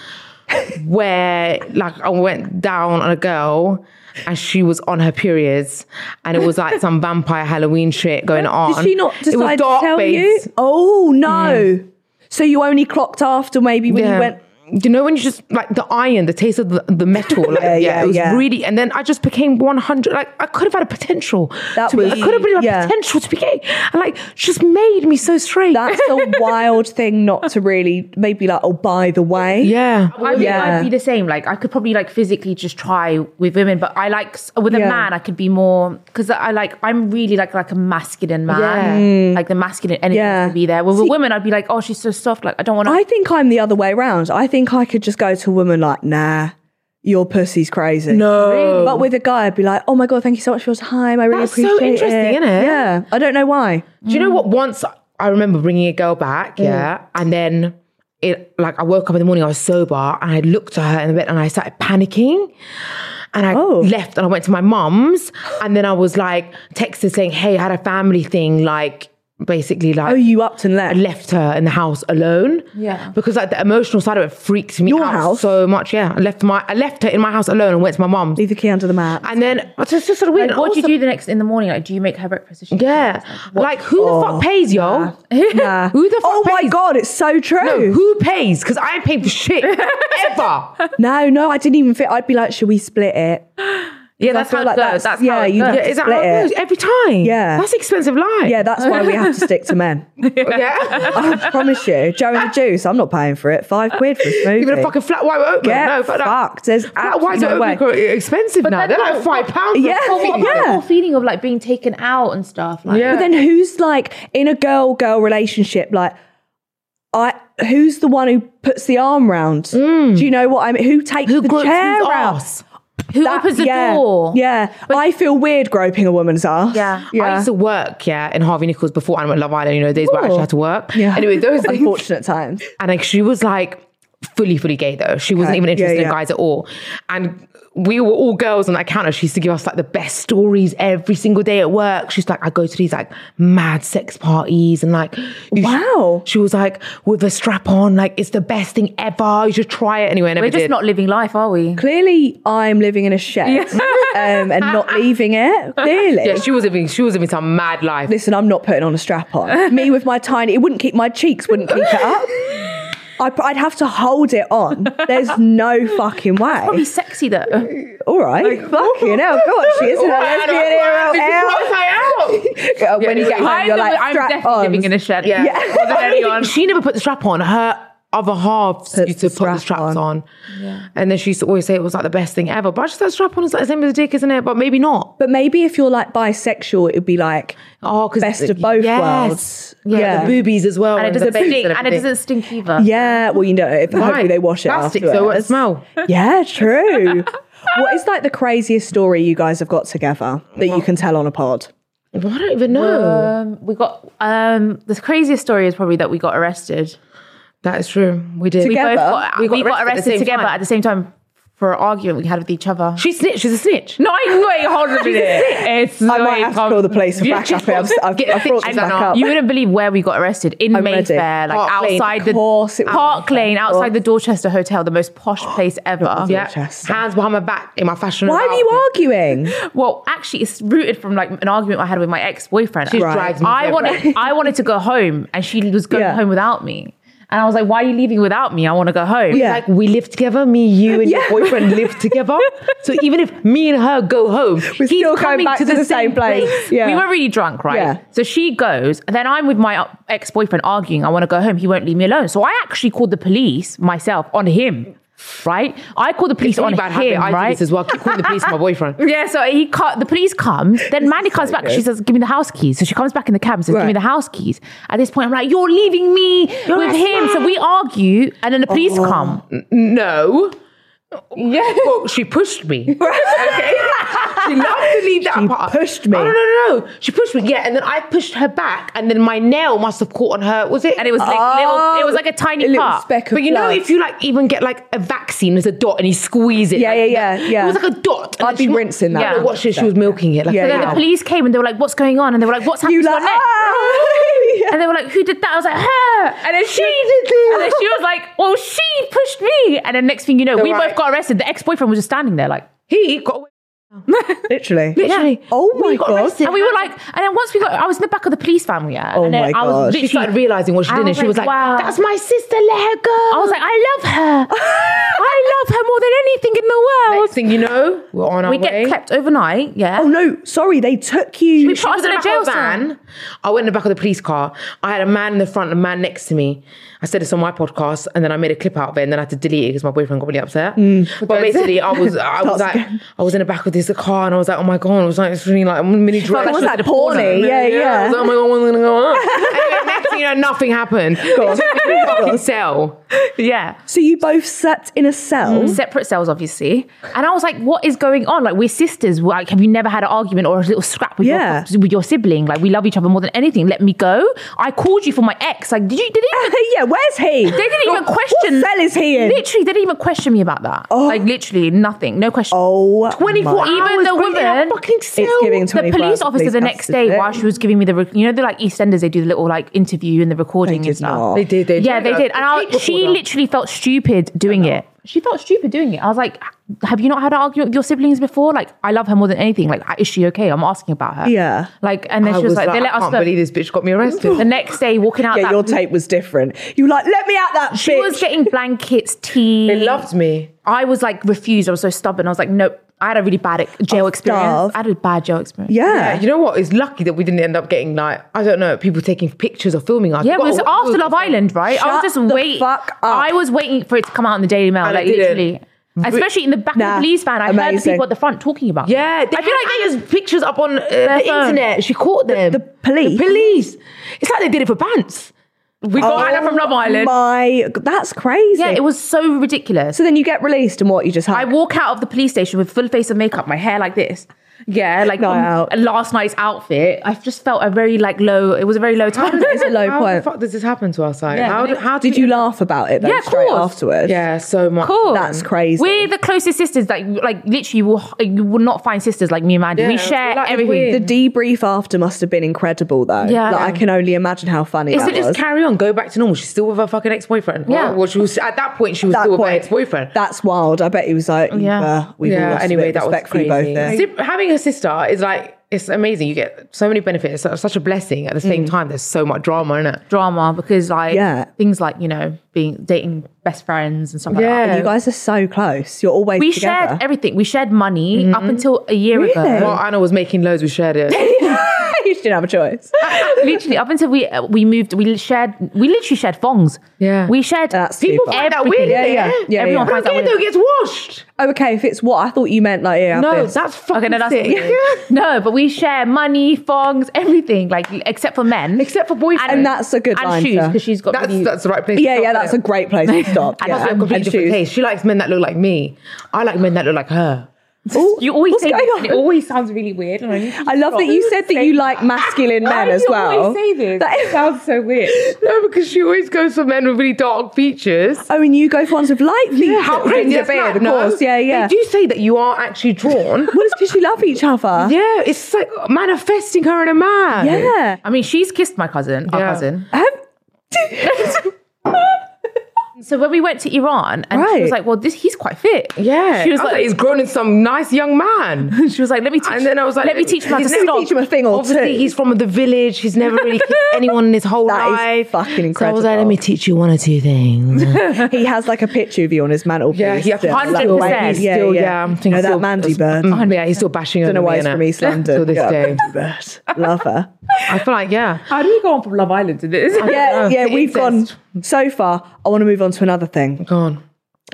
[SPEAKER 2] where like I went down on a girl and she was on her periods and it was like some vampire Halloween shit going on.
[SPEAKER 1] Did she not
[SPEAKER 2] it was
[SPEAKER 1] decide to
[SPEAKER 2] dark
[SPEAKER 1] tell
[SPEAKER 2] based.
[SPEAKER 1] you? Oh no! So you only clocked after maybe when you
[SPEAKER 2] Yeah.
[SPEAKER 1] went.
[SPEAKER 2] you know when you just like the iron, the taste of the, the metal, like yeah,
[SPEAKER 1] yeah,
[SPEAKER 2] it was
[SPEAKER 1] yeah.
[SPEAKER 2] really. And then I just became one hundred. Like I could have had a potential.
[SPEAKER 1] That
[SPEAKER 2] to be-
[SPEAKER 1] was-
[SPEAKER 2] I could have been a
[SPEAKER 1] yeah.
[SPEAKER 2] potential to be gay. And like just made me so straight.
[SPEAKER 1] That's a wild thing not to really, maybe like, oh, by the way.
[SPEAKER 2] yeah.
[SPEAKER 3] I think
[SPEAKER 1] Yeah.
[SPEAKER 3] I'd be the same. Like I could probably like physically just try with women, but I like s- with a
[SPEAKER 1] Yeah.
[SPEAKER 3] man I could be more because I like I'm really like like a masculine man. Like the masculine energy
[SPEAKER 1] Yeah.
[SPEAKER 3] needs to be there. With
[SPEAKER 1] See-
[SPEAKER 3] a woman, I'd be like, oh, she's so soft. Like I don't want to.
[SPEAKER 1] I think I'm the other way around. I think I could just go to a woman like, nah, your pussy's crazy. No. But with a guy, I'd be like, oh my God, thank you so much for your time. I really
[SPEAKER 2] That's so
[SPEAKER 1] appreciate it.
[SPEAKER 2] interesting, innit?
[SPEAKER 1] Yeah. I don't know why.
[SPEAKER 2] Do you know what? Once I remember bringing a girl back, yeah, and then it like I woke up in the morning, I was sober, and I looked at her in the bed, and I started panicking, and I
[SPEAKER 1] Oh.
[SPEAKER 2] left, and I went to my mum's, and then I was like texted saying, "Hey, I had a family thing," like basically like.
[SPEAKER 1] Oh, you upped and
[SPEAKER 2] I
[SPEAKER 1] left.
[SPEAKER 2] left her in the house alone.
[SPEAKER 3] Yeah.
[SPEAKER 2] Because like the emotional side of it freaked me
[SPEAKER 1] Your
[SPEAKER 2] out
[SPEAKER 1] house?
[SPEAKER 2] so much. Yeah. I left my I left her in my house alone and went to my mum's.
[SPEAKER 1] Leave the key under the mat.
[SPEAKER 2] And then it's just, just sort of weird.
[SPEAKER 3] Like,
[SPEAKER 2] And
[SPEAKER 3] what do you
[SPEAKER 2] also-
[SPEAKER 3] do the next in the morning? Like, do you make her breakfast? Is she-
[SPEAKER 2] Yeah. Like, who the fuck pays, yo?
[SPEAKER 1] Oh, Nah.
[SPEAKER 2] who the fuck
[SPEAKER 1] Oh my
[SPEAKER 2] pays?
[SPEAKER 1] God, it's so true.
[SPEAKER 2] No, who pays? Because I ain't paid for shit ever.
[SPEAKER 1] No, no, I didn't even fit. I'd be like, should we split it?
[SPEAKER 3] yeah,
[SPEAKER 1] I
[SPEAKER 3] that's
[SPEAKER 1] feel
[SPEAKER 3] how it
[SPEAKER 1] like
[SPEAKER 3] goes.
[SPEAKER 1] that's-
[SPEAKER 3] That's,
[SPEAKER 1] yeah,
[SPEAKER 3] how it
[SPEAKER 1] you-
[SPEAKER 3] goes.
[SPEAKER 2] Yeah, is that how
[SPEAKER 1] Split it.
[SPEAKER 2] it goes every time?
[SPEAKER 1] Yeah.
[SPEAKER 2] that's expensive life.
[SPEAKER 1] Yeah, that's why we have to stick to men.
[SPEAKER 2] yeah.
[SPEAKER 1] I promise you, Joe and the Juice, I'm not paying for it. Five quid for a smoothie.
[SPEAKER 2] Even a fucking flat white open.
[SPEAKER 1] Get
[SPEAKER 2] no, fuck that.
[SPEAKER 1] fucked. There's
[SPEAKER 2] flat white
[SPEAKER 1] absolutely no
[SPEAKER 2] open are expensive now.
[SPEAKER 3] then
[SPEAKER 2] They're like
[SPEAKER 3] what-
[SPEAKER 2] five pounds.
[SPEAKER 1] Yeah.
[SPEAKER 2] for a
[SPEAKER 3] What
[SPEAKER 2] fucking-
[SPEAKER 3] about the
[SPEAKER 1] Yeah.
[SPEAKER 3] whole feeling of like being taken out and stuff? Like,
[SPEAKER 2] Yeah.
[SPEAKER 1] But then who's like in a girl girl relationship? Like, I who's the one who puts the arm round? Do you know what I mean? Who takes
[SPEAKER 2] Mm. Who
[SPEAKER 1] the
[SPEAKER 2] gropes
[SPEAKER 1] chair
[SPEAKER 2] whose
[SPEAKER 1] round?
[SPEAKER 2] ass?
[SPEAKER 3] who
[SPEAKER 1] That-
[SPEAKER 3] opens the
[SPEAKER 1] yeah,
[SPEAKER 3] door?
[SPEAKER 1] Yeah, I feel weird groping a woman's ass.
[SPEAKER 3] Yeah.
[SPEAKER 2] I
[SPEAKER 1] yeah.
[SPEAKER 2] used to work, yeah, in Harvey Nichols before I'm at Love Island, you know, days where I actually had to work.
[SPEAKER 1] Yeah.
[SPEAKER 2] Anyway, those days,
[SPEAKER 1] unfortunate times.
[SPEAKER 2] and like she was like fully fully gay though she wasn't
[SPEAKER 1] Okay.
[SPEAKER 2] even
[SPEAKER 1] Yeah,
[SPEAKER 2] interested
[SPEAKER 1] yeah.
[SPEAKER 2] in guys at all and we were all girls on that counter she used to give us like the best stories every single day at work she's like i go to these like mad sex parties and like you sh-
[SPEAKER 1] Wow.
[SPEAKER 2] she was like with a strap on like it's the best thing ever you should try it anyway and
[SPEAKER 3] We're just not living life, are we?
[SPEAKER 1] Clearly, I'm living in a shed um, and not leaving it. Clearly.
[SPEAKER 2] yeah she was living she was living some mad life
[SPEAKER 1] Listen, I'm not putting on a strap on. Me with my tiny, it wouldn't keep my cheeks, wouldn't keep it up. I, I'd have to hold it on. There's no fucking way.
[SPEAKER 3] Probably sexy though.
[SPEAKER 1] All right, fucking hell, God, she is in her lesbian era. hell. Uh, When you get home,
[SPEAKER 3] I'm
[SPEAKER 1] you're
[SPEAKER 3] the-
[SPEAKER 1] like
[SPEAKER 3] I'm
[SPEAKER 1] strap
[SPEAKER 3] definitely
[SPEAKER 1] on.
[SPEAKER 3] living in a shed. Yeah.
[SPEAKER 1] Yeah.
[SPEAKER 3] More than anyone.
[SPEAKER 2] She never put the strap on. Her other half used
[SPEAKER 1] the
[SPEAKER 2] to put the
[SPEAKER 1] strap on.
[SPEAKER 2] straps on. And then she used to always say it was like the best thing ever. But I just that strap on is like the same as a dick, isn't it? But maybe not.
[SPEAKER 1] But maybe if you're like bisexual, it would be like
[SPEAKER 2] Oh, because
[SPEAKER 1] best of both worlds.
[SPEAKER 2] Yeah. the boobies as well.
[SPEAKER 3] and it doesn't
[SPEAKER 2] the boobs
[SPEAKER 3] stink. And it
[SPEAKER 2] everything.
[SPEAKER 3] doesn't stink either.
[SPEAKER 1] Yeah, well, you know, if, hopefully
[SPEAKER 2] Right.
[SPEAKER 1] they wash it
[SPEAKER 2] Plastic,
[SPEAKER 1] afterwards.
[SPEAKER 2] so it won't smell.
[SPEAKER 1] Yeah, true. what is like the craziest story you guys have got together that you can tell on a pod?
[SPEAKER 2] Well, I don't even know.
[SPEAKER 3] Um, we got um, the craziest story is probably that we got arrested.
[SPEAKER 2] that is true. We did.
[SPEAKER 1] Together?
[SPEAKER 3] Both got,
[SPEAKER 2] We
[SPEAKER 3] we
[SPEAKER 2] got
[SPEAKER 3] got,
[SPEAKER 2] arrested at the
[SPEAKER 3] arrested
[SPEAKER 2] same
[SPEAKER 3] together
[SPEAKER 2] time.
[SPEAKER 3] at the same time for an argument we had with each other.
[SPEAKER 2] she snitched. She's a snitch.
[SPEAKER 3] no, I wait, hold on a minute. It's
[SPEAKER 1] I might have to call the police and back up here. I've, I've,
[SPEAKER 2] Get
[SPEAKER 1] I've brought
[SPEAKER 2] the
[SPEAKER 1] them
[SPEAKER 2] bitches
[SPEAKER 1] back
[SPEAKER 2] out.
[SPEAKER 1] up.
[SPEAKER 3] You wouldn't believe where we got arrested in
[SPEAKER 1] I'm ready.
[SPEAKER 3] Mayfair, like
[SPEAKER 2] Park Lane.
[SPEAKER 3] outside
[SPEAKER 1] Of course
[SPEAKER 3] the
[SPEAKER 1] it was
[SPEAKER 3] Park
[SPEAKER 1] Mayfair.
[SPEAKER 3] Lane, outside
[SPEAKER 1] Of
[SPEAKER 3] the Dorchester Hotel, the most posh place ever.
[SPEAKER 2] Yeah.
[SPEAKER 1] Chester.
[SPEAKER 2] Hands behind my back in my fashion.
[SPEAKER 1] Why were you arguing?
[SPEAKER 3] Well, actually, it's rooted from like an argument I had with my ex boyfriend.
[SPEAKER 2] She Right. dragged me
[SPEAKER 3] I
[SPEAKER 2] to
[SPEAKER 3] wanted, I wanted to go home, and she was going
[SPEAKER 1] Yeah.
[SPEAKER 3] home without me. And I was like, "Why are you leaving without me? I want to go home."
[SPEAKER 1] Yeah.
[SPEAKER 2] Like we live together, me, you, and
[SPEAKER 1] Yeah.
[SPEAKER 2] your boyfriend live together. So even if me and her go home,
[SPEAKER 1] We're
[SPEAKER 2] he's
[SPEAKER 1] still going
[SPEAKER 2] coming
[SPEAKER 1] back
[SPEAKER 2] to, the, same place.
[SPEAKER 1] Yeah.
[SPEAKER 3] We were really drunk, right?
[SPEAKER 1] Yeah.
[SPEAKER 3] So she goes, and then I'm with my ex boyfriend arguing, I want to go home. He won't leave me alone. So I actually called the police myself on him, right? I called the police
[SPEAKER 2] It's
[SPEAKER 3] on
[SPEAKER 2] only bad
[SPEAKER 3] him,
[SPEAKER 2] habit. I do
[SPEAKER 3] right?
[SPEAKER 2] this as well. Keep calling the police on my boyfriend.
[SPEAKER 3] Yeah, so he cut, the police comes. Then Mandy comes back. She says, "Give me the house keys." So she comes back in the cab and says,
[SPEAKER 1] Right.
[SPEAKER 3] "Give me the house keys." At this point, I'm like, "You're leaving me with him." So we argue, and then the police
[SPEAKER 2] Oh.
[SPEAKER 3] come.
[SPEAKER 2] No. Yeah. Well, she pushed me. okay. She loved to leave that
[SPEAKER 1] She
[SPEAKER 2] part.
[SPEAKER 1] pushed me.
[SPEAKER 2] Oh, no, no, no, no. She pushed me. Yeah, and then I pushed her back, and then my nail must have caught on her. Was it?
[SPEAKER 3] And it was like little, it was like a tiny
[SPEAKER 1] a little
[SPEAKER 3] cut.
[SPEAKER 1] speck of
[SPEAKER 2] But you know,
[SPEAKER 1] blood.
[SPEAKER 2] if you like even get like a vaccine, there's a dot, and you squeeze it.
[SPEAKER 1] Yeah,
[SPEAKER 2] like,
[SPEAKER 1] yeah, yeah,
[SPEAKER 2] It
[SPEAKER 1] yeah.
[SPEAKER 2] was like a dot. and
[SPEAKER 1] I'd
[SPEAKER 2] then she
[SPEAKER 1] be
[SPEAKER 2] wa-
[SPEAKER 1] rinsing that.
[SPEAKER 2] I don't know what she, she was milking it. Like,
[SPEAKER 1] Yeah,
[SPEAKER 2] yeah,
[SPEAKER 1] yeah.
[SPEAKER 3] the police came and they were like, "What's going on?" And they were like, "What's happening
[SPEAKER 1] You
[SPEAKER 3] to
[SPEAKER 1] like,
[SPEAKER 3] your neck?"
[SPEAKER 1] "Ah!" Yeah.
[SPEAKER 3] And they were like, "Who did that?" I was like, "Her." And then she
[SPEAKER 1] did this.
[SPEAKER 3] And then she was like, "Well, she pushed me." And then next thing you know, we
[SPEAKER 2] right.
[SPEAKER 3] both got arrested. The ex boyfriend was just standing there like.
[SPEAKER 2] he got away.
[SPEAKER 1] Literally.
[SPEAKER 2] Literally.
[SPEAKER 1] Oh my
[SPEAKER 2] got
[SPEAKER 1] God.
[SPEAKER 2] arrested.
[SPEAKER 3] And we were like, and then once we got, I was in the back of the police van, yeah.
[SPEAKER 1] Oh
[SPEAKER 3] and then
[SPEAKER 1] my
[SPEAKER 3] I
[SPEAKER 1] gosh.
[SPEAKER 3] was
[SPEAKER 2] She
[SPEAKER 3] literally
[SPEAKER 2] started realizing what she
[SPEAKER 3] I
[SPEAKER 2] did, and
[SPEAKER 3] was
[SPEAKER 2] she was like,
[SPEAKER 3] like, wow.
[SPEAKER 2] "That's my sister. Let her go."
[SPEAKER 3] I was like, I love her.
[SPEAKER 2] anything in the world.
[SPEAKER 3] Next thing you know, we're on our
[SPEAKER 2] we
[SPEAKER 3] way.
[SPEAKER 2] get kept overnight. Yeah.
[SPEAKER 1] Oh no, sorry, they took you.
[SPEAKER 2] She was
[SPEAKER 3] I was in the back
[SPEAKER 2] back
[SPEAKER 3] jail
[SPEAKER 2] of a van.
[SPEAKER 3] van. I went in the back of the police car. I had a man in the front, and a man next to me. I said this on my podcast, and then I made a clip out of it, and then I had to delete it because my boyfriend got really upset. But basically, I was, I was
[SPEAKER 1] That's
[SPEAKER 3] like,
[SPEAKER 1] good.
[SPEAKER 3] I was in the back of this car, and I was like, oh my god, I was like, it's really like mini
[SPEAKER 1] like
[SPEAKER 3] dress.
[SPEAKER 1] she was porny. Yeah, yeah.
[SPEAKER 3] I was like, oh my god, what's gonna go on? anyway, next thing you know, nothing happened. Go
[SPEAKER 1] on.
[SPEAKER 3] fucking cell.
[SPEAKER 2] Yeah.
[SPEAKER 1] So you both sat in a cell.
[SPEAKER 2] Separate cells, obviously. And I was like, what is going on? Like, we're sisters. Like, have you never had an argument or a little scrap with,
[SPEAKER 1] Yeah.
[SPEAKER 2] your, with your sibling? Like, we love each other more than anything. Let me go. I called you for my ex. Like, did you, did it?
[SPEAKER 1] yeah, where's he?
[SPEAKER 2] They didn't even question.
[SPEAKER 1] What cell is he in?
[SPEAKER 2] Literally, they didn't even question me about that. Like, literally, nothing. No question.
[SPEAKER 1] Oh,
[SPEAKER 2] 24
[SPEAKER 1] my-
[SPEAKER 2] Oh. even
[SPEAKER 3] hours
[SPEAKER 2] the
[SPEAKER 3] within a
[SPEAKER 2] women
[SPEAKER 3] fucking It's cell.
[SPEAKER 1] giving
[SPEAKER 2] the
[SPEAKER 1] 24 hours
[SPEAKER 2] police
[SPEAKER 1] of
[SPEAKER 2] officer the
[SPEAKER 1] police
[SPEAKER 2] next
[SPEAKER 1] custody.
[SPEAKER 2] day while she was giving me the rec- you know the like EastEnders they do the little like interview and the recording
[SPEAKER 1] did
[SPEAKER 2] and stuff
[SPEAKER 1] not. They
[SPEAKER 3] did, they
[SPEAKER 2] yeah
[SPEAKER 3] did.
[SPEAKER 2] they did and I,
[SPEAKER 3] Tape
[SPEAKER 2] she
[SPEAKER 3] recorder.
[SPEAKER 2] literally felt stupid doing it she felt stupid doing it I was like have you not had an argument with your siblings before like I love her more than anything like is she okay I'm asking about her
[SPEAKER 1] Yeah.
[SPEAKER 2] like and then
[SPEAKER 3] I
[SPEAKER 2] she was, like, they
[SPEAKER 3] I
[SPEAKER 2] let us
[SPEAKER 3] can't
[SPEAKER 2] know
[SPEAKER 3] believe this bitch got me arrested.
[SPEAKER 2] the next day walking out
[SPEAKER 1] yeah,
[SPEAKER 2] that
[SPEAKER 1] your tape was different. You were like, let me out that
[SPEAKER 2] she
[SPEAKER 1] bitch.
[SPEAKER 2] was getting blankets tea
[SPEAKER 3] they loved me.
[SPEAKER 2] I was like refused I was so stubborn I was like nope I had a really bad jail experience
[SPEAKER 1] starved.
[SPEAKER 2] I had a bad jail experience
[SPEAKER 1] yeah.
[SPEAKER 3] Yeah, you know what? It's lucky that we didn't end up getting like I don't know people taking pictures or filming us.
[SPEAKER 2] Yeah,
[SPEAKER 3] We
[SPEAKER 2] it
[SPEAKER 3] got
[SPEAKER 2] was
[SPEAKER 3] a-
[SPEAKER 2] after Love Island, right? I
[SPEAKER 1] Shut
[SPEAKER 2] was just
[SPEAKER 1] the
[SPEAKER 2] waiting.
[SPEAKER 1] fuck up.
[SPEAKER 2] I was waiting for it to come out in the Daily Mail,
[SPEAKER 3] And it
[SPEAKER 2] like
[SPEAKER 3] didn't.
[SPEAKER 2] literally. Especially in the back
[SPEAKER 1] Nah,
[SPEAKER 2] of the police van, I heard the
[SPEAKER 1] amazing.
[SPEAKER 2] people at the front talking about. it.
[SPEAKER 3] Yeah, they- I feel like they just pictures up on uh, the
[SPEAKER 2] phone.
[SPEAKER 3] internet. She caught them.
[SPEAKER 1] the police?
[SPEAKER 3] The police. It's like they did it for pants. We got Hannah from Love Island.
[SPEAKER 1] My, that's crazy.
[SPEAKER 2] yeah, it was so ridiculous.
[SPEAKER 1] So then you get released, and what you just had?
[SPEAKER 2] I walk out of the police station with full face of makeup, my hair like this. Yeah, like
[SPEAKER 1] Night out.
[SPEAKER 2] last night's outfit. I just felt a very like low. It was a very low time.
[SPEAKER 1] It's a low
[SPEAKER 3] How the
[SPEAKER 2] Uh,
[SPEAKER 1] point.
[SPEAKER 3] fuck does this happen to us? Like,
[SPEAKER 2] Yeah.
[SPEAKER 3] how, did, how
[SPEAKER 1] Did you laugh about it? Though,
[SPEAKER 2] Yeah, of
[SPEAKER 1] straight
[SPEAKER 2] course.
[SPEAKER 1] Afterwards,
[SPEAKER 3] Yeah, so much.
[SPEAKER 2] Cool.
[SPEAKER 1] That's crazy.
[SPEAKER 2] We're the closest sisters. Like, like literally, you will, you will not find sisters like me and Mandy. we
[SPEAKER 3] Yeah,
[SPEAKER 2] share
[SPEAKER 3] like,
[SPEAKER 2] everything.
[SPEAKER 3] weird.
[SPEAKER 1] The debrief after must have been incredible, though.
[SPEAKER 2] Yeah.
[SPEAKER 1] like, I can only imagine how funny
[SPEAKER 3] Is
[SPEAKER 1] that
[SPEAKER 3] it just
[SPEAKER 1] was.
[SPEAKER 3] carry on, go back to normal? She's still with her fucking ex boyfriend.
[SPEAKER 2] Yeah.
[SPEAKER 3] well, she was at that point. She was
[SPEAKER 1] That
[SPEAKER 3] still with her
[SPEAKER 1] point.
[SPEAKER 3] ex boyfriend.
[SPEAKER 1] That's wild. I bet he was like, yeah,
[SPEAKER 2] Yeah.
[SPEAKER 1] we've all lost anyway, a bit of respect for you both there.
[SPEAKER 3] Sib- Having a sister is like it's amazing. You get so many benefits. It's such a blessing. At the
[SPEAKER 1] Mm.
[SPEAKER 3] same time, there's so much drama in it.
[SPEAKER 2] drama because like
[SPEAKER 1] Yeah.
[SPEAKER 2] things like you know being dating best friends and stuff like
[SPEAKER 3] Yeah.
[SPEAKER 2] that.
[SPEAKER 1] You guys are so close. You're always
[SPEAKER 2] We
[SPEAKER 1] together.
[SPEAKER 2] shared everything. We shared money up until a year ago.
[SPEAKER 3] While Anna was making loads, we shared it.
[SPEAKER 1] you didn't have a choice.
[SPEAKER 2] literally up until we uh, we moved. We shared. We literally shared fongs.
[SPEAKER 3] Yeah.
[SPEAKER 2] we shared.
[SPEAKER 1] That's
[SPEAKER 2] people
[SPEAKER 1] super.
[SPEAKER 2] find
[SPEAKER 3] Find out
[SPEAKER 2] out weird.
[SPEAKER 3] weird,
[SPEAKER 1] yeah, yeah, yeah,
[SPEAKER 2] Everyone
[SPEAKER 1] yeah.
[SPEAKER 2] finds out
[SPEAKER 3] Again,
[SPEAKER 2] weird.
[SPEAKER 3] though, it gets washed.
[SPEAKER 1] Oh, okay, if it's what I thought you meant, like, yeah,
[SPEAKER 3] No,
[SPEAKER 1] this.
[SPEAKER 3] that's fucking
[SPEAKER 2] Okay, no, that's
[SPEAKER 3] sick.
[SPEAKER 2] no, but we share money, fongs, everything, like except for men,
[SPEAKER 3] Except for boyfriend.
[SPEAKER 1] And that's a good
[SPEAKER 2] and
[SPEAKER 1] line,
[SPEAKER 2] shoes
[SPEAKER 1] yeah.
[SPEAKER 2] because she's got
[SPEAKER 3] That's
[SPEAKER 2] really-
[SPEAKER 3] that's the right place. to
[SPEAKER 1] yeah,
[SPEAKER 3] stop,
[SPEAKER 1] yeah,
[SPEAKER 3] isn't
[SPEAKER 1] that's
[SPEAKER 3] it?
[SPEAKER 1] a great place to stop.
[SPEAKER 2] And
[SPEAKER 1] yeah.
[SPEAKER 2] also
[SPEAKER 3] That's
[SPEAKER 2] a
[SPEAKER 3] a completely
[SPEAKER 1] And
[SPEAKER 3] different
[SPEAKER 1] shoes.
[SPEAKER 3] taste. She likes men that look like me. I like men that look like her.
[SPEAKER 1] Ooh,
[SPEAKER 2] You always
[SPEAKER 1] what's
[SPEAKER 2] say
[SPEAKER 1] going
[SPEAKER 2] this,
[SPEAKER 1] on?
[SPEAKER 2] and it always sounds really weird. and I, need to
[SPEAKER 1] I love
[SPEAKER 2] stop.
[SPEAKER 1] that you said that you like masculine
[SPEAKER 2] Why
[SPEAKER 1] men
[SPEAKER 2] do
[SPEAKER 1] as
[SPEAKER 2] you
[SPEAKER 1] well.
[SPEAKER 2] always say this? It sounds so weird.
[SPEAKER 3] No, because she always goes for men with really dark features.
[SPEAKER 1] oh, and you go for ones with light features.
[SPEAKER 3] How
[SPEAKER 1] and
[SPEAKER 3] crazy
[SPEAKER 1] your
[SPEAKER 3] is that?
[SPEAKER 1] beard, of
[SPEAKER 3] No.
[SPEAKER 1] course. Yeah, yeah.
[SPEAKER 3] They do say that you are actually drawn.
[SPEAKER 1] Well, it's because you love each other.
[SPEAKER 3] yeah, it's like manifesting her in a man.
[SPEAKER 1] Yeah.
[SPEAKER 2] I mean, she's kissed my cousin, our
[SPEAKER 3] Yeah.
[SPEAKER 2] cousin.
[SPEAKER 1] Have-
[SPEAKER 2] So when we went to Iran, and she
[SPEAKER 1] Right.
[SPEAKER 2] was like, "Well, this he's quite fit."
[SPEAKER 3] Yeah.
[SPEAKER 2] she was like,
[SPEAKER 3] he's grown in some nice young man.
[SPEAKER 2] she was like, "Let me teach."
[SPEAKER 3] And then I was like,
[SPEAKER 2] "Let me teach him how to
[SPEAKER 1] let me
[SPEAKER 2] stop."
[SPEAKER 1] teach him a thing or
[SPEAKER 3] Obviously,
[SPEAKER 1] two.
[SPEAKER 3] he's from the village. He's never really kissed anyone in his whole
[SPEAKER 1] That is
[SPEAKER 3] life.
[SPEAKER 1] fucking
[SPEAKER 3] So I was like,
[SPEAKER 1] incredible.
[SPEAKER 3] let me teach you one or two things.
[SPEAKER 1] he has like a picture of you on his mantelpiece.
[SPEAKER 3] Yeah, he-
[SPEAKER 1] still, like,
[SPEAKER 2] 100%.
[SPEAKER 1] like,
[SPEAKER 2] He's
[SPEAKER 1] Yeah,
[SPEAKER 3] still-
[SPEAKER 1] yeah.
[SPEAKER 3] yeah, I'm thinking
[SPEAKER 1] you know that
[SPEAKER 3] still-
[SPEAKER 1] Mandy bird.
[SPEAKER 3] Mm. yeah, he's still bashing
[SPEAKER 1] Don't
[SPEAKER 3] over
[SPEAKER 1] know why
[SPEAKER 3] me,
[SPEAKER 1] he's
[SPEAKER 3] innit?
[SPEAKER 1] from East London.
[SPEAKER 3] Till this
[SPEAKER 1] yeah,
[SPEAKER 3] day.
[SPEAKER 1] Mandy bird. Love her.
[SPEAKER 3] I feel like, yeah.
[SPEAKER 2] How do we go on from Love Island to this?
[SPEAKER 1] Yeah, yeah. We've gone so far. I want to move on to another thing.
[SPEAKER 3] Go on.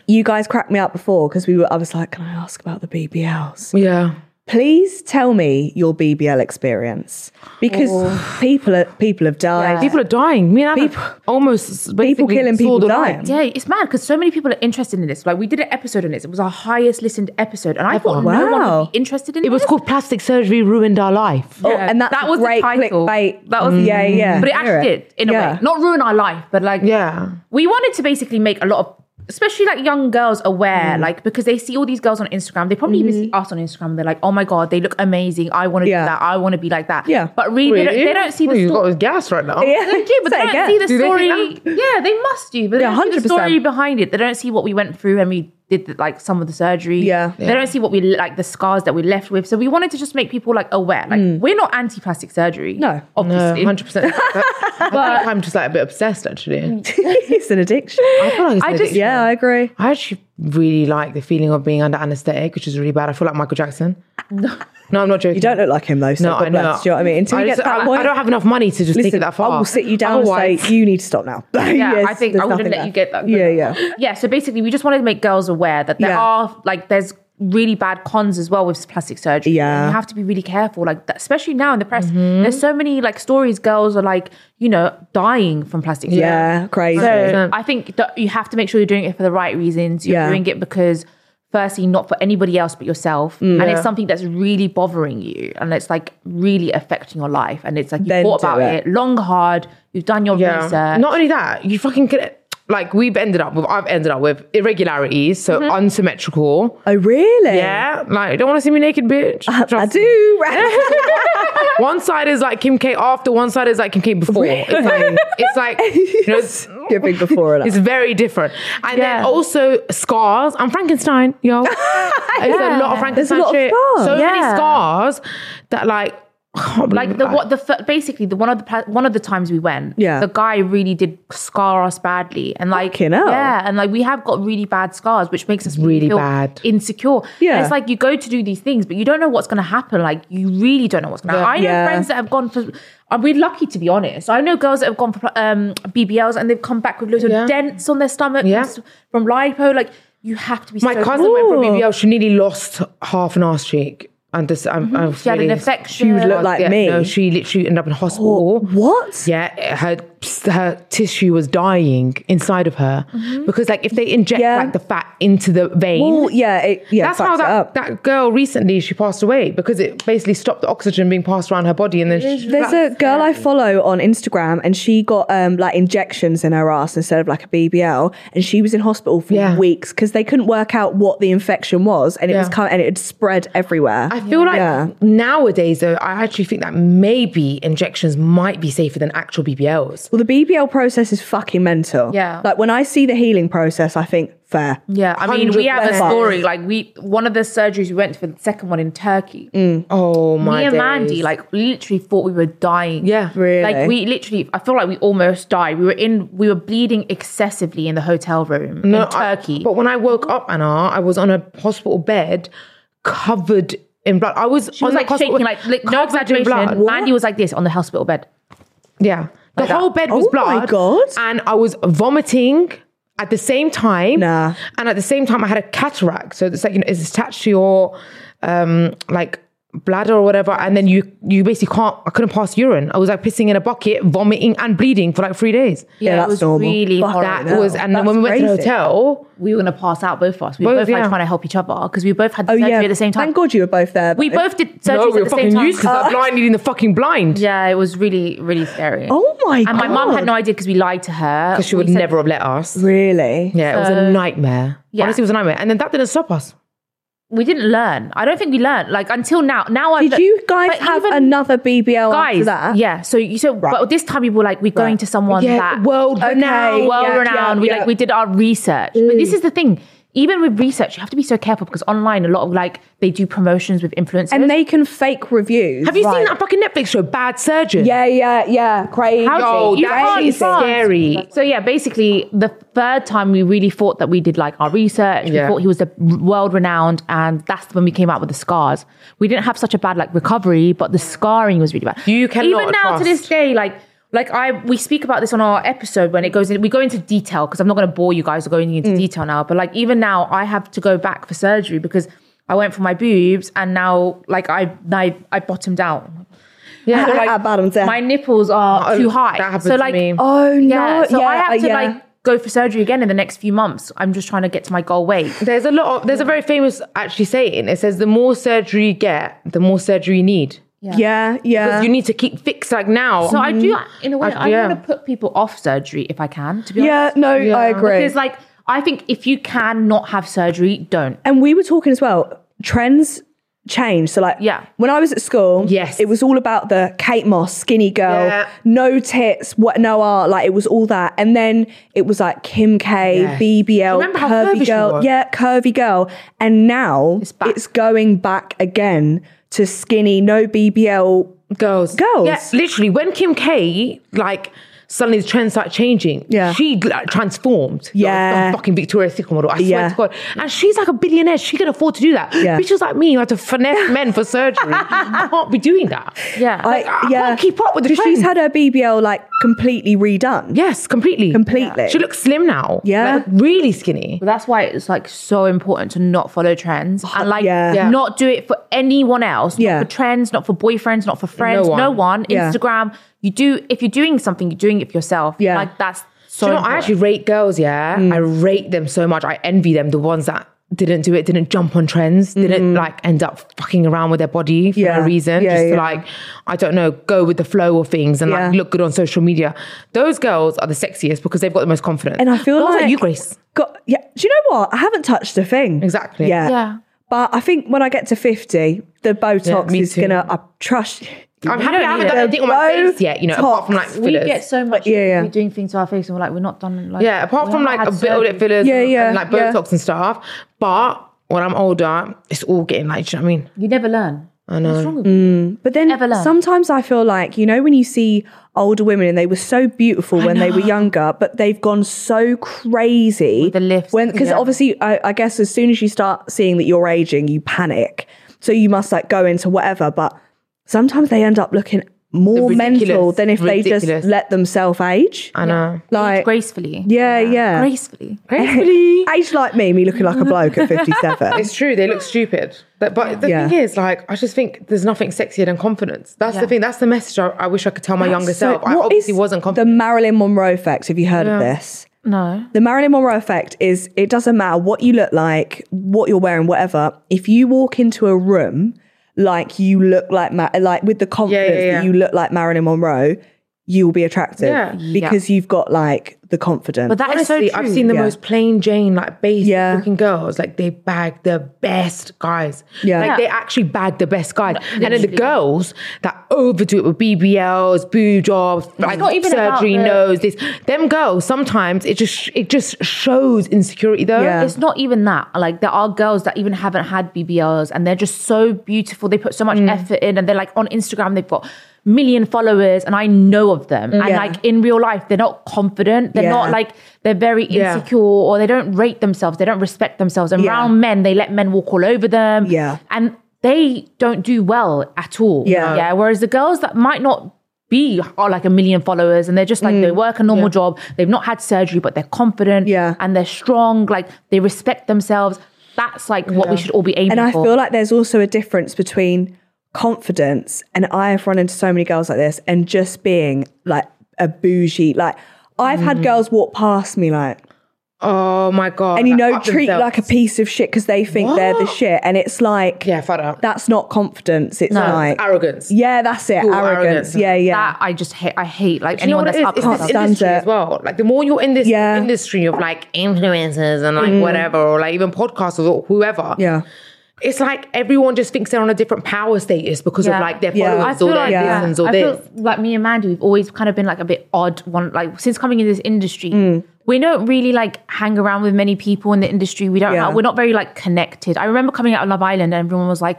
[SPEAKER 1] You guys cracked me up before because we were. I was like, can I ask about the BBLs?
[SPEAKER 3] Yeah.
[SPEAKER 1] please tell me your BBL experience because
[SPEAKER 2] Oh.
[SPEAKER 1] people are, people have died.
[SPEAKER 3] People are dying. Me and Anna
[SPEAKER 1] People-
[SPEAKER 3] almost
[SPEAKER 1] People
[SPEAKER 3] basically
[SPEAKER 1] killing
[SPEAKER 3] saw
[SPEAKER 1] people
[SPEAKER 3] the
[SPEAKER 1] dying.
[SPEAKER 3] light.
[SPEAKER 2] Yeah, it's mad because so many people are interested in this. Like we did an episode on this; it was our highest listened episode, and I thought no one
[SPEAKER 1] Wow.
[SPEAKER 2] would be interested in
[SPEAKER 3] It was
[SPEAKER 2] this.
[SPEAKER 3] called plastic surgery ruined our life.
[SPEAKER 1] Oh, and that's
[SPEAKER 2] that
[SPEAKER 1] a
[SPEAKER 2] was the
[SPEAKER 1] great
[SPEAKER 2] title.
[SPEAKER 1] clickbait. Mm.
[SPEAKER 2] That was
[SPEAKER 1] yeah, yeah.
[SPEAKER 2] But it
[SPEAKER 1] Hear
[SPEAKER 2] actually did in
[SPEAKER 1] Yeah.
[SPEAKER 2] a way, not ruin our life, but like
[SPEAKER 3] Yeah.
[SPEAKER 2] we wanted to basically make a lot of especially like young girls
[SPEAKER 1] Mm.
[SPEAKER 2] aware like because they see all these girls on instagram they probably even see us on instagram and they're like oh my god they look amazing i want to
[SPEAKER 1] Mm-hmm. Yeah.
[SPEAKER 2] do that i want to be like that
[SPEAKER 1] Yeah.
[SPEAKER 2] but really, They, don't, they don't see the
[SPEAKER 3] You've got
[SPEAKER 2] story
[SPEAKER 3] his gas right now.
[SPEAKER 1] Yeah.
[SPEAKER 2] they do, but
[SPEAKER 1] Say
[SPEAKER 2] they don't
[SPEAKER 1] again.
[SPEAKER 2] see the
[SPEAKER 1] Do they
[SPEAKER 2] story.
[SPEAKER 1] think
[SPEAKER 2] yeah, they must do, but they
[SPEAKER 1] Yeah,
[SPEAKER 2] don't see the
[SPEAKER 1] 100%.
[SPEAKER 2] story behind it. They don't see what we went through and we did the, like some of the surgery.
[SPEAKER 1] Yeah.
[SPEAKER 2] they don't see what we like the scars that we left with. So we wanted to just make people like aware. Like we're not anti plastic surgery.
[SPEAKER 1] Mm. No.
[SPEAKER 3] No,
[SPEAKER 2] obviously.
[SPEAKER 3] 100%. That- I think I'm just like a bit obsessed actually.
[SPEAKER 1] it's an addiction.
[SPEAKER 3] I feel like it's
[SPEAKER 2] I
[SPEAKER 3] an
[SPEAKER 2] just-
[SPEAKER 3] addiction.
[SPEAKER 1] Yeah, I agree.
[SPEAKER 3] I actually
[SPEAKER 2] really like the feeling of being under anesthetic, which is really bad. I feel like Michael Jackson. No, I'm not joking.
[SPEAKER 1] You don't look like him though. So
[SPEAKER 2] no,
[SPEAKER 1] God
[SPEAKER 2] I know.
[SPEAKER 1] Bless, do you know what I mean? Until
[SPEAKER 2] I
[SPEAKER 1] you get
[SPEAKER 2] just-
[SPEAKER 1] to that
[SPEAKER 2] I-
[SPEAKER 1] point,
[SPEAKER 2] I don't have enough money to just take it
[SPEAKER 1] listen,
[SPEAKER 2] that far.
[SPEAKER 1] I will sit you down and
[SPEAKER 2] Otherwise-
[SPEAKER 1] say you need to stop now. yeah,
[SPEAKER 2] I think I wouldn't let you get that-
[SPEAKER 1] Yeah, yeah.
[SPEAKER 3] Yeah, so basically, we just wanted to make girls aware that there
[SPEAKER 1] Yeah.
[SPEAKER 3] are like there's really bad cons as well with plastic surgery.
[SPEAKER 1] Yeah.
[SPEAKER 3] you have to be really careful, like that, especially now in the press. There's so many like stories. Girls are like you know dying from plastic surgery.
[SPEAKER 1] Yeah, crazy.
[SPEAKER 3] So I think that you have to make sure you're doing it for the right reasons. You're
[SPEAKER 1] Yeah.
[SPEAKER 3] doing it because, firstly, not for anybody else but yourself,
[SPEAKER 1] Mm.
[SPEAKER 3] and it's something that's really bothering you, and it's like really affecting your life, and it's like you
[SPEAKER 1] Then
[SPEAKER 3] thought
[SPEAKER 1] do
[SPEAKER 3] about
[SPEAKER 1] it.
[SPEAKER 3] it. long, hard. You've done your
[SPEAKER 2] Yeah.
[SPEAKER 3] research.
[SPEAKER 2] Not only that, you fucking get like we've ended up with. I've ended up with irregularities,
[SPEAKER 1] Mm-hmm.
[SPEAKER 2] so unsymmetrical.
[SPEAKER 1] oh, really?
[SPEAKER 2] Yeah, like don't want to see me naked, bitch.
[SPEAKER 1] I
[SPEAKER 2] Trust-
[SPEAKER 1] do. Right?
[SPEAKER 2] One side is like Kim K after, one side is like Kim K before. It's like, it's like you know, it's,
[SPEAKER 1] You're big before and
[SPEAKER 2] it's very different. And then
[SPEAKER 3] Yeah.
[SPEAKER 2] also scars. I'm Frankenstein, yo. It's a lot of
[SPEAKER 1] There's a
[SPEAKER 2] Frankenstein
[SPEAKER 1] lot of
[SPEAKER 2] shit.
[SPEAKER 1] scars.
[SPEAKER 2] So many
[SPEAKER 3] Yeah.
[SPEAKER 2] scars that like,
[SPEAKER 3] like the what the fir- basically the one of the pla- one of the times we went,
[SPEAKER 1] Yeah.
[SPEAKER 3] the guy really did scar us badly, and like
[SPEAKER 1] Fucking hell.
[SPEAKER 3] yeah, and like we have got really bad scars, which makes us
[SPEAKER 2] Really
[SPEAKER 3] feel
[SPEAKER 2] bad.
[SPEAKER 3] insecure. And
[SPEAKER 1] Yeah.
[SPEAKER 3] it's like you go to do these things, but you don't know what's going to happen. Like you really don't know what's going to. happen. I know
[SPEAKER 1] Yeah.
[SPEAKER 3] friends that have gone for. uh, We're lucky to be honest. I know girls that have gone for um, BBLs and they've come back with loads
[SPEAKER 2] Yeah.
[SPEAKER 3] of dents on their stomach
[SPEAKER 2] Yeah.
[SPEAKER 3] from lipo. Like you have to be.
[SPEAKER 2] my
[SPEAKER 3] so
[SPEAKER 2] cousin went for
[SPEAKER 1] Ooh.
[SPEAKER 2] BBL. She nearly lost half an ass cheek. And this, I'm,
[SPEAKER 3] Mm-hmm.
[SPEAKER 2] I'm
[SPEAKER 3] She had an
[SPEAKER 2] feeling-
[SPEAKER 3] infection. Oh.
[SPEAKER 2] She would look
[SPEAKER 1] Oh,
[SPEAKER 2] like
[SPEAKER 1] yeah.
[SPEAKER 2] me. No,
[SPEAKER 1] me.
[SPEAKER 2] she literally ended up in hospital.
[SPEAKER 1] What?
[SPEAKER 2] Yeah, her her tissue was dying inside of her
[SPEAKER 3] Mm-hmm.
[SPEAKER 2] because like if they inject
[SPEAKER 1] Yeah.
[SPEAKER 2] like the fat into the vein.
[SPEAKER 1] Well, yeah, it, yeah.
[SPEAKER 2] that's how
[SPEAKER 1] fucks it
[SPEAKER 2] that,
[SPEAKER 1] up.
[SPEAKER 2] Uh, that girl recently she passed away because it basically stopped the oxygen being passed around her body and then she,
[SPEAKER 1] There's a girl I follow on Instagram, and she got um, like injections in her ass instead of like a BBL, and she was in hospital for
[SPEAKER 2] Yeah.
[SPEAKER 1] weeks because they couldn't work out what the infection was, and it was
[SPEAKER 2] Yeah.
[SPEAKER 1] coming and it had spread everywhere.
[SPEAKER 2] I feel like
[SPEAKER 1] Yeah.
[SPEAKER 2] nowadays though I actually think that maybe injections might be safer than actual BBLs.
[SPEAKER 1] well, the BBL process is fucking mental.
[SPEAKER 3] Yeah.
[SPEAKER 1] Like when I see the healing process, I think fair. Oh,
[SPEAKER 3] Yeah, I mean, we have a
[SPEAKER 1] 100%.
[SPEAKER 3] story. Like, we one of the surgeries we went for, the second one in Turkey.
[SPEAKER 2] Oh my
[SPEAKER 3] me and
[SPEAKER 2] days.
[SPEAKER 3] Mandy, like, literally thought we were dying.
[SPEAKER 2] Yeah.
[SPEAKER 1] Really?
[SPEAKER 3] Like, we literally, I feel like we almost died. We were in, we were bleeding excessively in the hotel room in
[SPEAKER 2] I-
[SPEAKER 3] Turkey.
[SPEAKER 2] but when I woke up, Anna, I was on a hospital bed covered in blood. I was
[SPEAKER 3] she was
[SPEAKER 2] on
[SPEAKER 3] like
[SPEAKER 2] the hospital
[SPEAKER 3] shaking, like, li- no
[SPEAKER 2] covered in
[SPEAKER 3] exaggeration.
[SPEAKER 2] blood.
[SPEAKER 3] Mandy was like this on the hospital bed.
[SPEAKER 2] Yeah. The whole bed was
[SPEAKER 1] Oh my
[SPEAKER 2] blood.
[SPEAKER 1] God.
[SPEAKER 2] And I was vomiting at the same time.
[SPEAKER 1] Nah.
[SPEAKER 2] And at the same time, I had a cataract. So it's like, you know, it's attached to your, um, like, bladder or whatever and then you you basically can't I couldn't pass urine I was like pissing in a bucket vomiting and bleeding for like three days
[SPEAKER 1] Yeah,
[SPEAKER 3] it
[SPEAKER 1] that's
[SPEAKER 3] was
[SPEAKER 1] normal.
[SPEAKER 3] Really
[SPEAKER 1] Fuck
[SPEAKER 3] horrible.
[SPEAKER 2] that
[SPEAKER 1] hell.
[SPEAKER 2] was and then
[SPEAKER 1] That's
[SPEAKER 2] when we went to the
[SPEAKER 1] crazy.
[SPEAKER 2] hotel
[SPEAKER 3] We were gonna pass out, both of us. We
[SPEAKER 2] Both,
[SPEAKER 3] were both like
[SPEAKER 2] yeah.
[SPEAKER 3] trying to help each other because we both had
[SPEAKER 1] Oh
[SPEAKER 3] surgery
[SPEAKER 1] yeah.
[SPEAKER 3] at the same time.
[SPEAKER 1] Thank God you were both there.
[SPEAKER 3] we
[SPEAKER 1] though.
[SPEAKER 3] both did surgeries
[SPEAKER 2] no we
[SPEAKER 3] at
[SPEAKER 2] were
[SPEAKER 3] the same
[SPEAKER 2] fucking
[SPEAKER 3] time.
[SPEAKER 2] used to that blind leading the fucking blind
[SPEAKER 3] Yeah, it was really, really scary.
[SPEAKER 1] Oh my
[SPEAKER 3] And my mum
[SPEAKER 1] God.
[SPEAKER 3] had no idea because we lied to her.
[SPEAKER 2] because she would
[SPEAKER 3] We said-
[SPEAKER 2] never have let us
[SPEAKER 1] Really?
[SPEAKER 2] yeah it was a nightmare
[SPEAKER 3] Yeah.
[SPEAKER 2] honestly it was a nightmare and then that didn't stop us
[SPEAKER 3] We didn't learn. I don't think we learned. Like until now. Now I
[SPEAKER 1] Did you guys have another BBL after
[SPEAKER 3] guys?
[SPEAKER 1] that?
[SPEAKER 3] Yeah. So you said, but this time we were like, we're going to someone
[SPEAKER 2] yeah
[SPEAKER 3] that
[SPEAKER 2] world
[SPEAKER 1] Okay.
[SPEAKER 2] renowned
[SPEAKER 3] world
[SPEAKER 1] yeah,
[SPEAKER 3] renowned.
[SPEAKER 1] yeah,
[SPEAKER 3] we
[SPEAKER 1] yeah.
[SPEAKER 3] like we did our research. But this is the thing. Even with research, you have to be so careful because online a lot of like they do promotions with influencers.
[SPEAKER 1] And they can fake reviews.
[SPEAKER 2] Have you
[SPEAKER 1] Right.
[SPEAKER 2] seen that fucking Netflix show, Bad Surgeon?
[SPEAKER 1] Yeah, yeah, yeah. Crazy.
[SPEAKER 3] How
[SPEAKER 2] Yo,
[SPEAKER 3] you
[SPEAKER 2] that
[SPEAKER 3] can't
[SPEAKER 2] shit is
[SPEAKER 3] fast.
[SPEAKER 2] scary.
[SPEAKER 3] So yeah, basically the third time we really thought that we did like our research.
[SPEAKER 2] Yeah.
[SPEAKER 3] We thought he was the world renowned, and that's when we came out with the scars. We didn't have such a bad like recovery, but the scarring was really bad.
[SPEAKER 2] You cannot
[SPEAKER 3] even now to this
[SPEAKER 2] trust.
[SPEAKER 3] day like. Like I, we speak about this on our episode when it goes in. We go into detail because I'm not going to bore you guys or going
[SPEAKER 2] Mm.
[SPEAKER 3] into detail now. But like even now, I have to go back for surgery because I went for my boobs and now like I, I, I bottomed out. Yeah,
[SPEAKER 1] I- I bottomed out.
[SPEAKER 3] My nipples are
[SPEAKER 2] Oh,
[SPEAKER 3] too high.
[SPEAKER 2] That happened
[SPEAKER 3] so
[SPEAKER 2] to
[SPEAKER 3] like,
[SPEAKER 2] me.
[SPEAKER 1] Oh no!
[SPEAKER 3] yeah, so I have
[SPEAKER 1] uh,
[SPEAKER 3] to like go for surgery again in the next few months. I'm just trying to get to my goal weight.
[SPEAKER 2] There's a lot of, there's a very famous actually saying. It says the more surgery you get, the more surgery you need.
[SPEAKER 1] yeah, yeah.
[SPEAKER 2] Because you need to keep fixed like now.
[SPEAKER 3] So I do, in a way,
[SPEAKER 2] I-
[SPEAKER 3] I,
[SPEAKER 2] yeah.
[SPEAKER 3] want to put people off surgery if I can. To be
[SPEAKER 1] yeah,
[SPEAKER 3] honest,
[SPEAKER 1] no, I agree.
[SPEAKER 3] because like I think if you can not have surgery,
[SPEAKER 2] Mm-hmm.
[SPEAKER 3] don't.
[SPEAKER 1] and we were talking as well. Trends change. So like,
[SPEAKER 3] Yeah.
[SPEAKER 1] When I was at school,
[SPEAKER 2] Yes.
[SPEAKER 1] it was all about the Kate Moss skinny girl,
[SPEAKER 2] Yeah.
[SPEAKER 1] no tits, what no art. Like it was all that. And then it was like Kim K,
[SPEAKER 2] Yes.
[SPEAKER 1] BBL,
[SPEAKER 2] Remember how curvy
[SPEAKER 1] curvy
[SPEAKER 2] she
[SPEAKER 1] girl,
[SPEAKER 2] was?
[SPEAKER 1] yeah, curvy girl. And now it's,
[SPEAKER 3] back.
[SPEAKER 1] going back again to skinny, no BBL.
[SPEAKER 2] girls,
[SPEAKER 1] Girls.
[SPEAKER 2] Yeah, literally. When Kim K like suddenly the trends start changing.
[SPEAKER 1] Yeah.
[SPEAKER 2] She like, transformed.
[SPEAKER 1] Yeah.
[SPEAKER 2] Like, the fucking Victoria's Secret model. I
[SPEAKER 1] Yeah.
[SPEAKER 2] swear to God. And she's like a billionaire. She can afford to do that.
[SPEAKER 1] Yeah.
[SPEAKER 2] Bitches like me who had to finesse men for surgery can't be doing that.
[SPEAKER 3] Yeah.
[SPEAKER 2] Like, I can't keep up with the
[SPEAKER 1] 'Cause
[SPEAKER 2] trend.
[SPEAKER 1] She's had her BBL like completely redone.
[SPEAKER 2] Yes, completely.
[SPEAKER 1] Completely.
[SPEAKER 2] She looks slim now.
[SPEAKER 1] Yeah.
[SPEAKER 2] Like, really skinny.
[SPEAKER 3] But that's why it's like so important to not follow trends and like
[SPEAKER 1] yeah. Yeah.
[SPEAKER 3] not do it for anyone else.
[SPEAKER 1] Yeah.
[SPEAKER 3] Not for trends, not for boyfriends, not for friends,
[SPEAKER 2] No
[SPEAKER 3] no
[SPEAKER 2] one.
[SPEAKER 3] one.
[SPEAKER 1] Yeah.
[SPEAKER 3] Instagram. You do if you're doing something, you're doing it for yourself.
[SPEAKER 1] Yeah.
[SPEAKER 3] Like that's so
[SPEAKER 2] So you know, I
[SPEAKER 3] important.
[SPEAKER 2] actually rate girls, yeah.
[SPEAKER 1] Mm.
[SPEAKER 2] I rate them so much. I envy them, the ones that didn't do it, didn't jump on trends, didn't like end up fucking around with their body for
[SPEAKER 1] Mm-hmm. Yeah.
[SPEAKER 2] no reason.
[SPEAKER 1] Yeah,
[SPEAKER 2] just
[SPEAKER 1] yeah.
[SPEAKER 2] to like, I don't know, go with the flow of things and like
[SPEAKER 1] Yeah.
[SPEAKER 2] look good on social media. Those girls are the sexiest because they've got the most confidence.
[SPEAKER 1] And I feel
[SPEAKER 2] girls
[SPEAKER 1] like
[SPEAKER 2] you, Grace.
[SPEAKER 1] Got yeah. Do you know what? I haven't touched a thing.
[SPEAKER 2] Exactly.
[SPEAKER 1] Yeah.
[SPEAKER 3] Yeah.
[SPEAKER 1] But I think when I get to fifty, the Botox
[SPEAKER 2] me
[SPEAKER 1] is
[SPEAKER 2] too.
[SPEAKER 1] gonna. I trust.
[SPEAKER 2] I'm happy I haven't
[SPEAKER 1] need
[SPEAKER 2] done
[SPEAKER 1] it.
[SPEAKER 2] anything on my
[SPEAKER 1] Low
[SPEAKER 2] face yet, you know, apart from like
[SPEAKER 1] tops.
[SPEAKER 3] we
[SPEAKER 2] fillers.
[SPEAKER 3] get so much
[SPEAKER 1] Yeah, yeah.
[SPEAKER 3] we're doing things to our face and we're like, we're not done like
[SPEAKER 2] Yeah, apart
[SPEAKER 3] we
[SPEAKER 2] from
[SPEAKER 3] haven't
[SPEAKER 2] like
[SPEAKER 3] had
[SPEAKER 2] a bit of lip
[SPEAKER 3] surgery.
[SPEAKER 2] fillers
[SPEAKER 1] Yeah,
[SPEAKER 2] and-
[SPEAKER 1] yeah,
[SPEAKER 2] and like
[SPEAKER 1] yeah.
[SPEAKER 2] Botox and stuff. But when I'm older, it's all getting like, do you know what I mean?
[SPEAKER 3] You never learn. I know. What's wrong
[SPEAKER 1] Mm.
[SPEAKER 3] with you?
[SPEAKER 1] But then
[SPEAKER 3] Ever learn.
[SPEAKER 1] sometimes I feel like you know when you see older women and they were so beautiful when they were younger, but they've gone so crazy
[SPEAKER 3] With the lifts,
[SPEAKER 1] When because
[SPEAKER 3] yeah.
[SPEAKER 1] obviously I, I guess as soon as you start seeing that you're aging, you panic. So you must like go into whatever. But sometimes they end up looking more
[SPEAKER 2] Ridiculous.
[SPEAKER 1] mental than if they
[SPEAKER 2] Ridiculous.
[SPEAKER 1] just let themselves age.
[SPEAKER 2] I know.
[SPEAKER 1] Like
[SPEAKER 3] gracefully.
[SPEAKER 1] yeah, yeah.
[SPEAKER 3] Gracefully.
[SPEAKER 2] Gracefully.
[SPEAKER 1] Age like me, me looking like a bloke at fifty-seven.
[SPEAKER 2] It's true. They look stupid. But, but the
[SPEAKER 1] Yeah.
[SPEAKER 2] thing is, like, I just think there's nothing sexier than confidence. That's the
[SPEAKER 3] Yeah.
[SPEAKER 2] thing. That's the message I, I wish I could tell my younger
[SPEAKER 1] So
[SPEAKER 2] self. I
[SPEAKER 1] what
[SPEAKER 2] obviously
[SPEAKER 1] is
[SPEAKER 2] wasn't
[SPEAKER 1] the
[SPEAKER 2] confident.
[SPEAKER 1] Marilyn Monroe effect. Have you heard of this?
[SPEAKER 3] No.
[SPEAKER 1] The Marilyn Monroe effect is it doesn't matter what you look like, what you're wearing, whatever. If you walk into a room like you look like Ma- like with the confidence
[SPEAKER 2] yeah.
[SPEAKER 1] that you look like Marilyn Monroe, you will be attractive
[SPEAKER 2] Yeah.
[SPEAKER 1] because you've got like the confidence.
[SPEAKER 3] But that is
[SPEAKER 2] Honestly,
[SPEAKER 3] so true.
[SPEAKER 2] I've seen the
[SPEAKER 1] Yeah.
[SPEAKER 2] most plain Jane, like basic
[SPEAKER 1] Yeah.
[SPEAKER 2] looking girls. Like they bag the best guys.
[SPEAKER 1] Yeah.
[SPEAKER 2] Like
[SPEAKER 1] Yeah.
[SPEAKER 2] they actually bag the best guys. and then the girls that overdo it with BBLs, boob jobs, like
[SPEAKER 3] not even about
[SPEAKER 2] surgery,
[SPEAKER 3] the-
[SPEAKER 2] nose, this. Them girls, sometimes it just it just shows insecurity though.
[SPEAKER 1] Yeah.
[SPEAKER 3] It's not even that. Like there are girls that even haven't had BBLs and they're just so beautiful. They put so much
[SPEAKER 1] Mm.
[SPEAKER 3] effort in and they're like on Instagram they've got million followers and I know of them. And
[SPEAKER 1] Yeah.
[SPEAKER 3] like in real life they're not confident. They're not
[SPEAKER 1] Yeah.
[SPEAKER 3] like they're very
[SPEAKER 2] Yeah.
[SPEAKER 3] insecure or they don't rate themselves. They don't respect themselves. And
[SPEAKER 1] Yeah.
[SPEAKER 3] around men they let men walk all over them.
[SPEAKER 1] Yeah.
[SPEAKER 3] And they don't do well at all.
[SPEAKER 1] Yeah.
[SPEAKER 3] Yeah. Whereas the girls that might not be are like a million followers and they're just like they
[SPEAKER 2] Mm.
[SPEAKER 3] work a normal job. They've not had surgery, but they're confident
[SPEAKER 1] Yeah.
[SPEAKER 3] and they're strong. Like they respect themselves. That's like what we should all be aiming
[SPEAKER 1] and I
[SPEAKER 3] for.
[SPEAKER 1] feel like there's also a difference between confidence and I have run into so many girls like this and just being like a bougie like I've
[SPEAKER 3] Mm.
[SPEAKER 1] had girls walk past me like
[SPEAKER 2] Oh my god.
[SPEAKER 1] and you
[SPEAKER 2] like,
[SPEAKER 1] know
[SPEAKER 2] up
[SPEAKER 1] treat
[SPEAKER 2] themselves.
[SPEAKER 1] like a piece of shit because they think they're the shit and it's like
[SPEAKER 2] Yeah, fed up.
[SPEAKER 1] that's not confidence it's like
[SPEAKER 2] Arrogance.
[SPEAKER 1] yeah that's it
[SPEAKER 2] Pure
[SPEAKER 1] arrogance
[SPEAKER 2] arrogance.
[SPEAKER 1] yeah yeah
[SPEAKER 3] that I just hate. I hate like
[SPEAKER 2] Do you know
[SPEAKER 3] anyone
[SPEAKER 2] what
[SPEAKER 3] that's
[SPEAKER 2] it is?
[SPEAKER 3] up
[SPEAKER 2] It's
[SPEAKER 3] for
[SPEAKER 2] this
[SPEAKER 1] can't stand
[SPEAKER 2] industry
[SPEAKER 1] it.
[SPEAKER 2] as well. Like the more you're in this
[SPEAKER 1] Yeah. Mm.
[SPEAKER 2] industry of like influencers and like whatever, or like even podcasters or whoever,
[SPEAKER 1] yeah
[SPEAKER 2] it's like everyone just thinks they're on a different power status because
[SPEAKER 3] Yeah.
[SPEAKER 2] of like their
[SPEAKER 1] Yeah.
[SPEAKER 3] I
[SPEAKER 2] followers
[SPEAKER 3] feel
[SPEAKER 2] or their
[SPEAKER 3] like,
[SPEAKER 1] yeah.
[SPEAKER 2] listens or
[SPEAKER 3] I
[SPEAKER 2] this.
[SPEAKER 3] feel like me and Mandy, we've always kind of been like a bit odd one. Like since coming in this industry,
[SPEAKER 1] Mm.
[SPEAKER 3] we don't really like hang around with many people in the industry. We don't.
[SPEAKER 1] Yeah.
[SPEAKER 3] We're not very like connected. I remember coming out of Love Island, and everyone was like.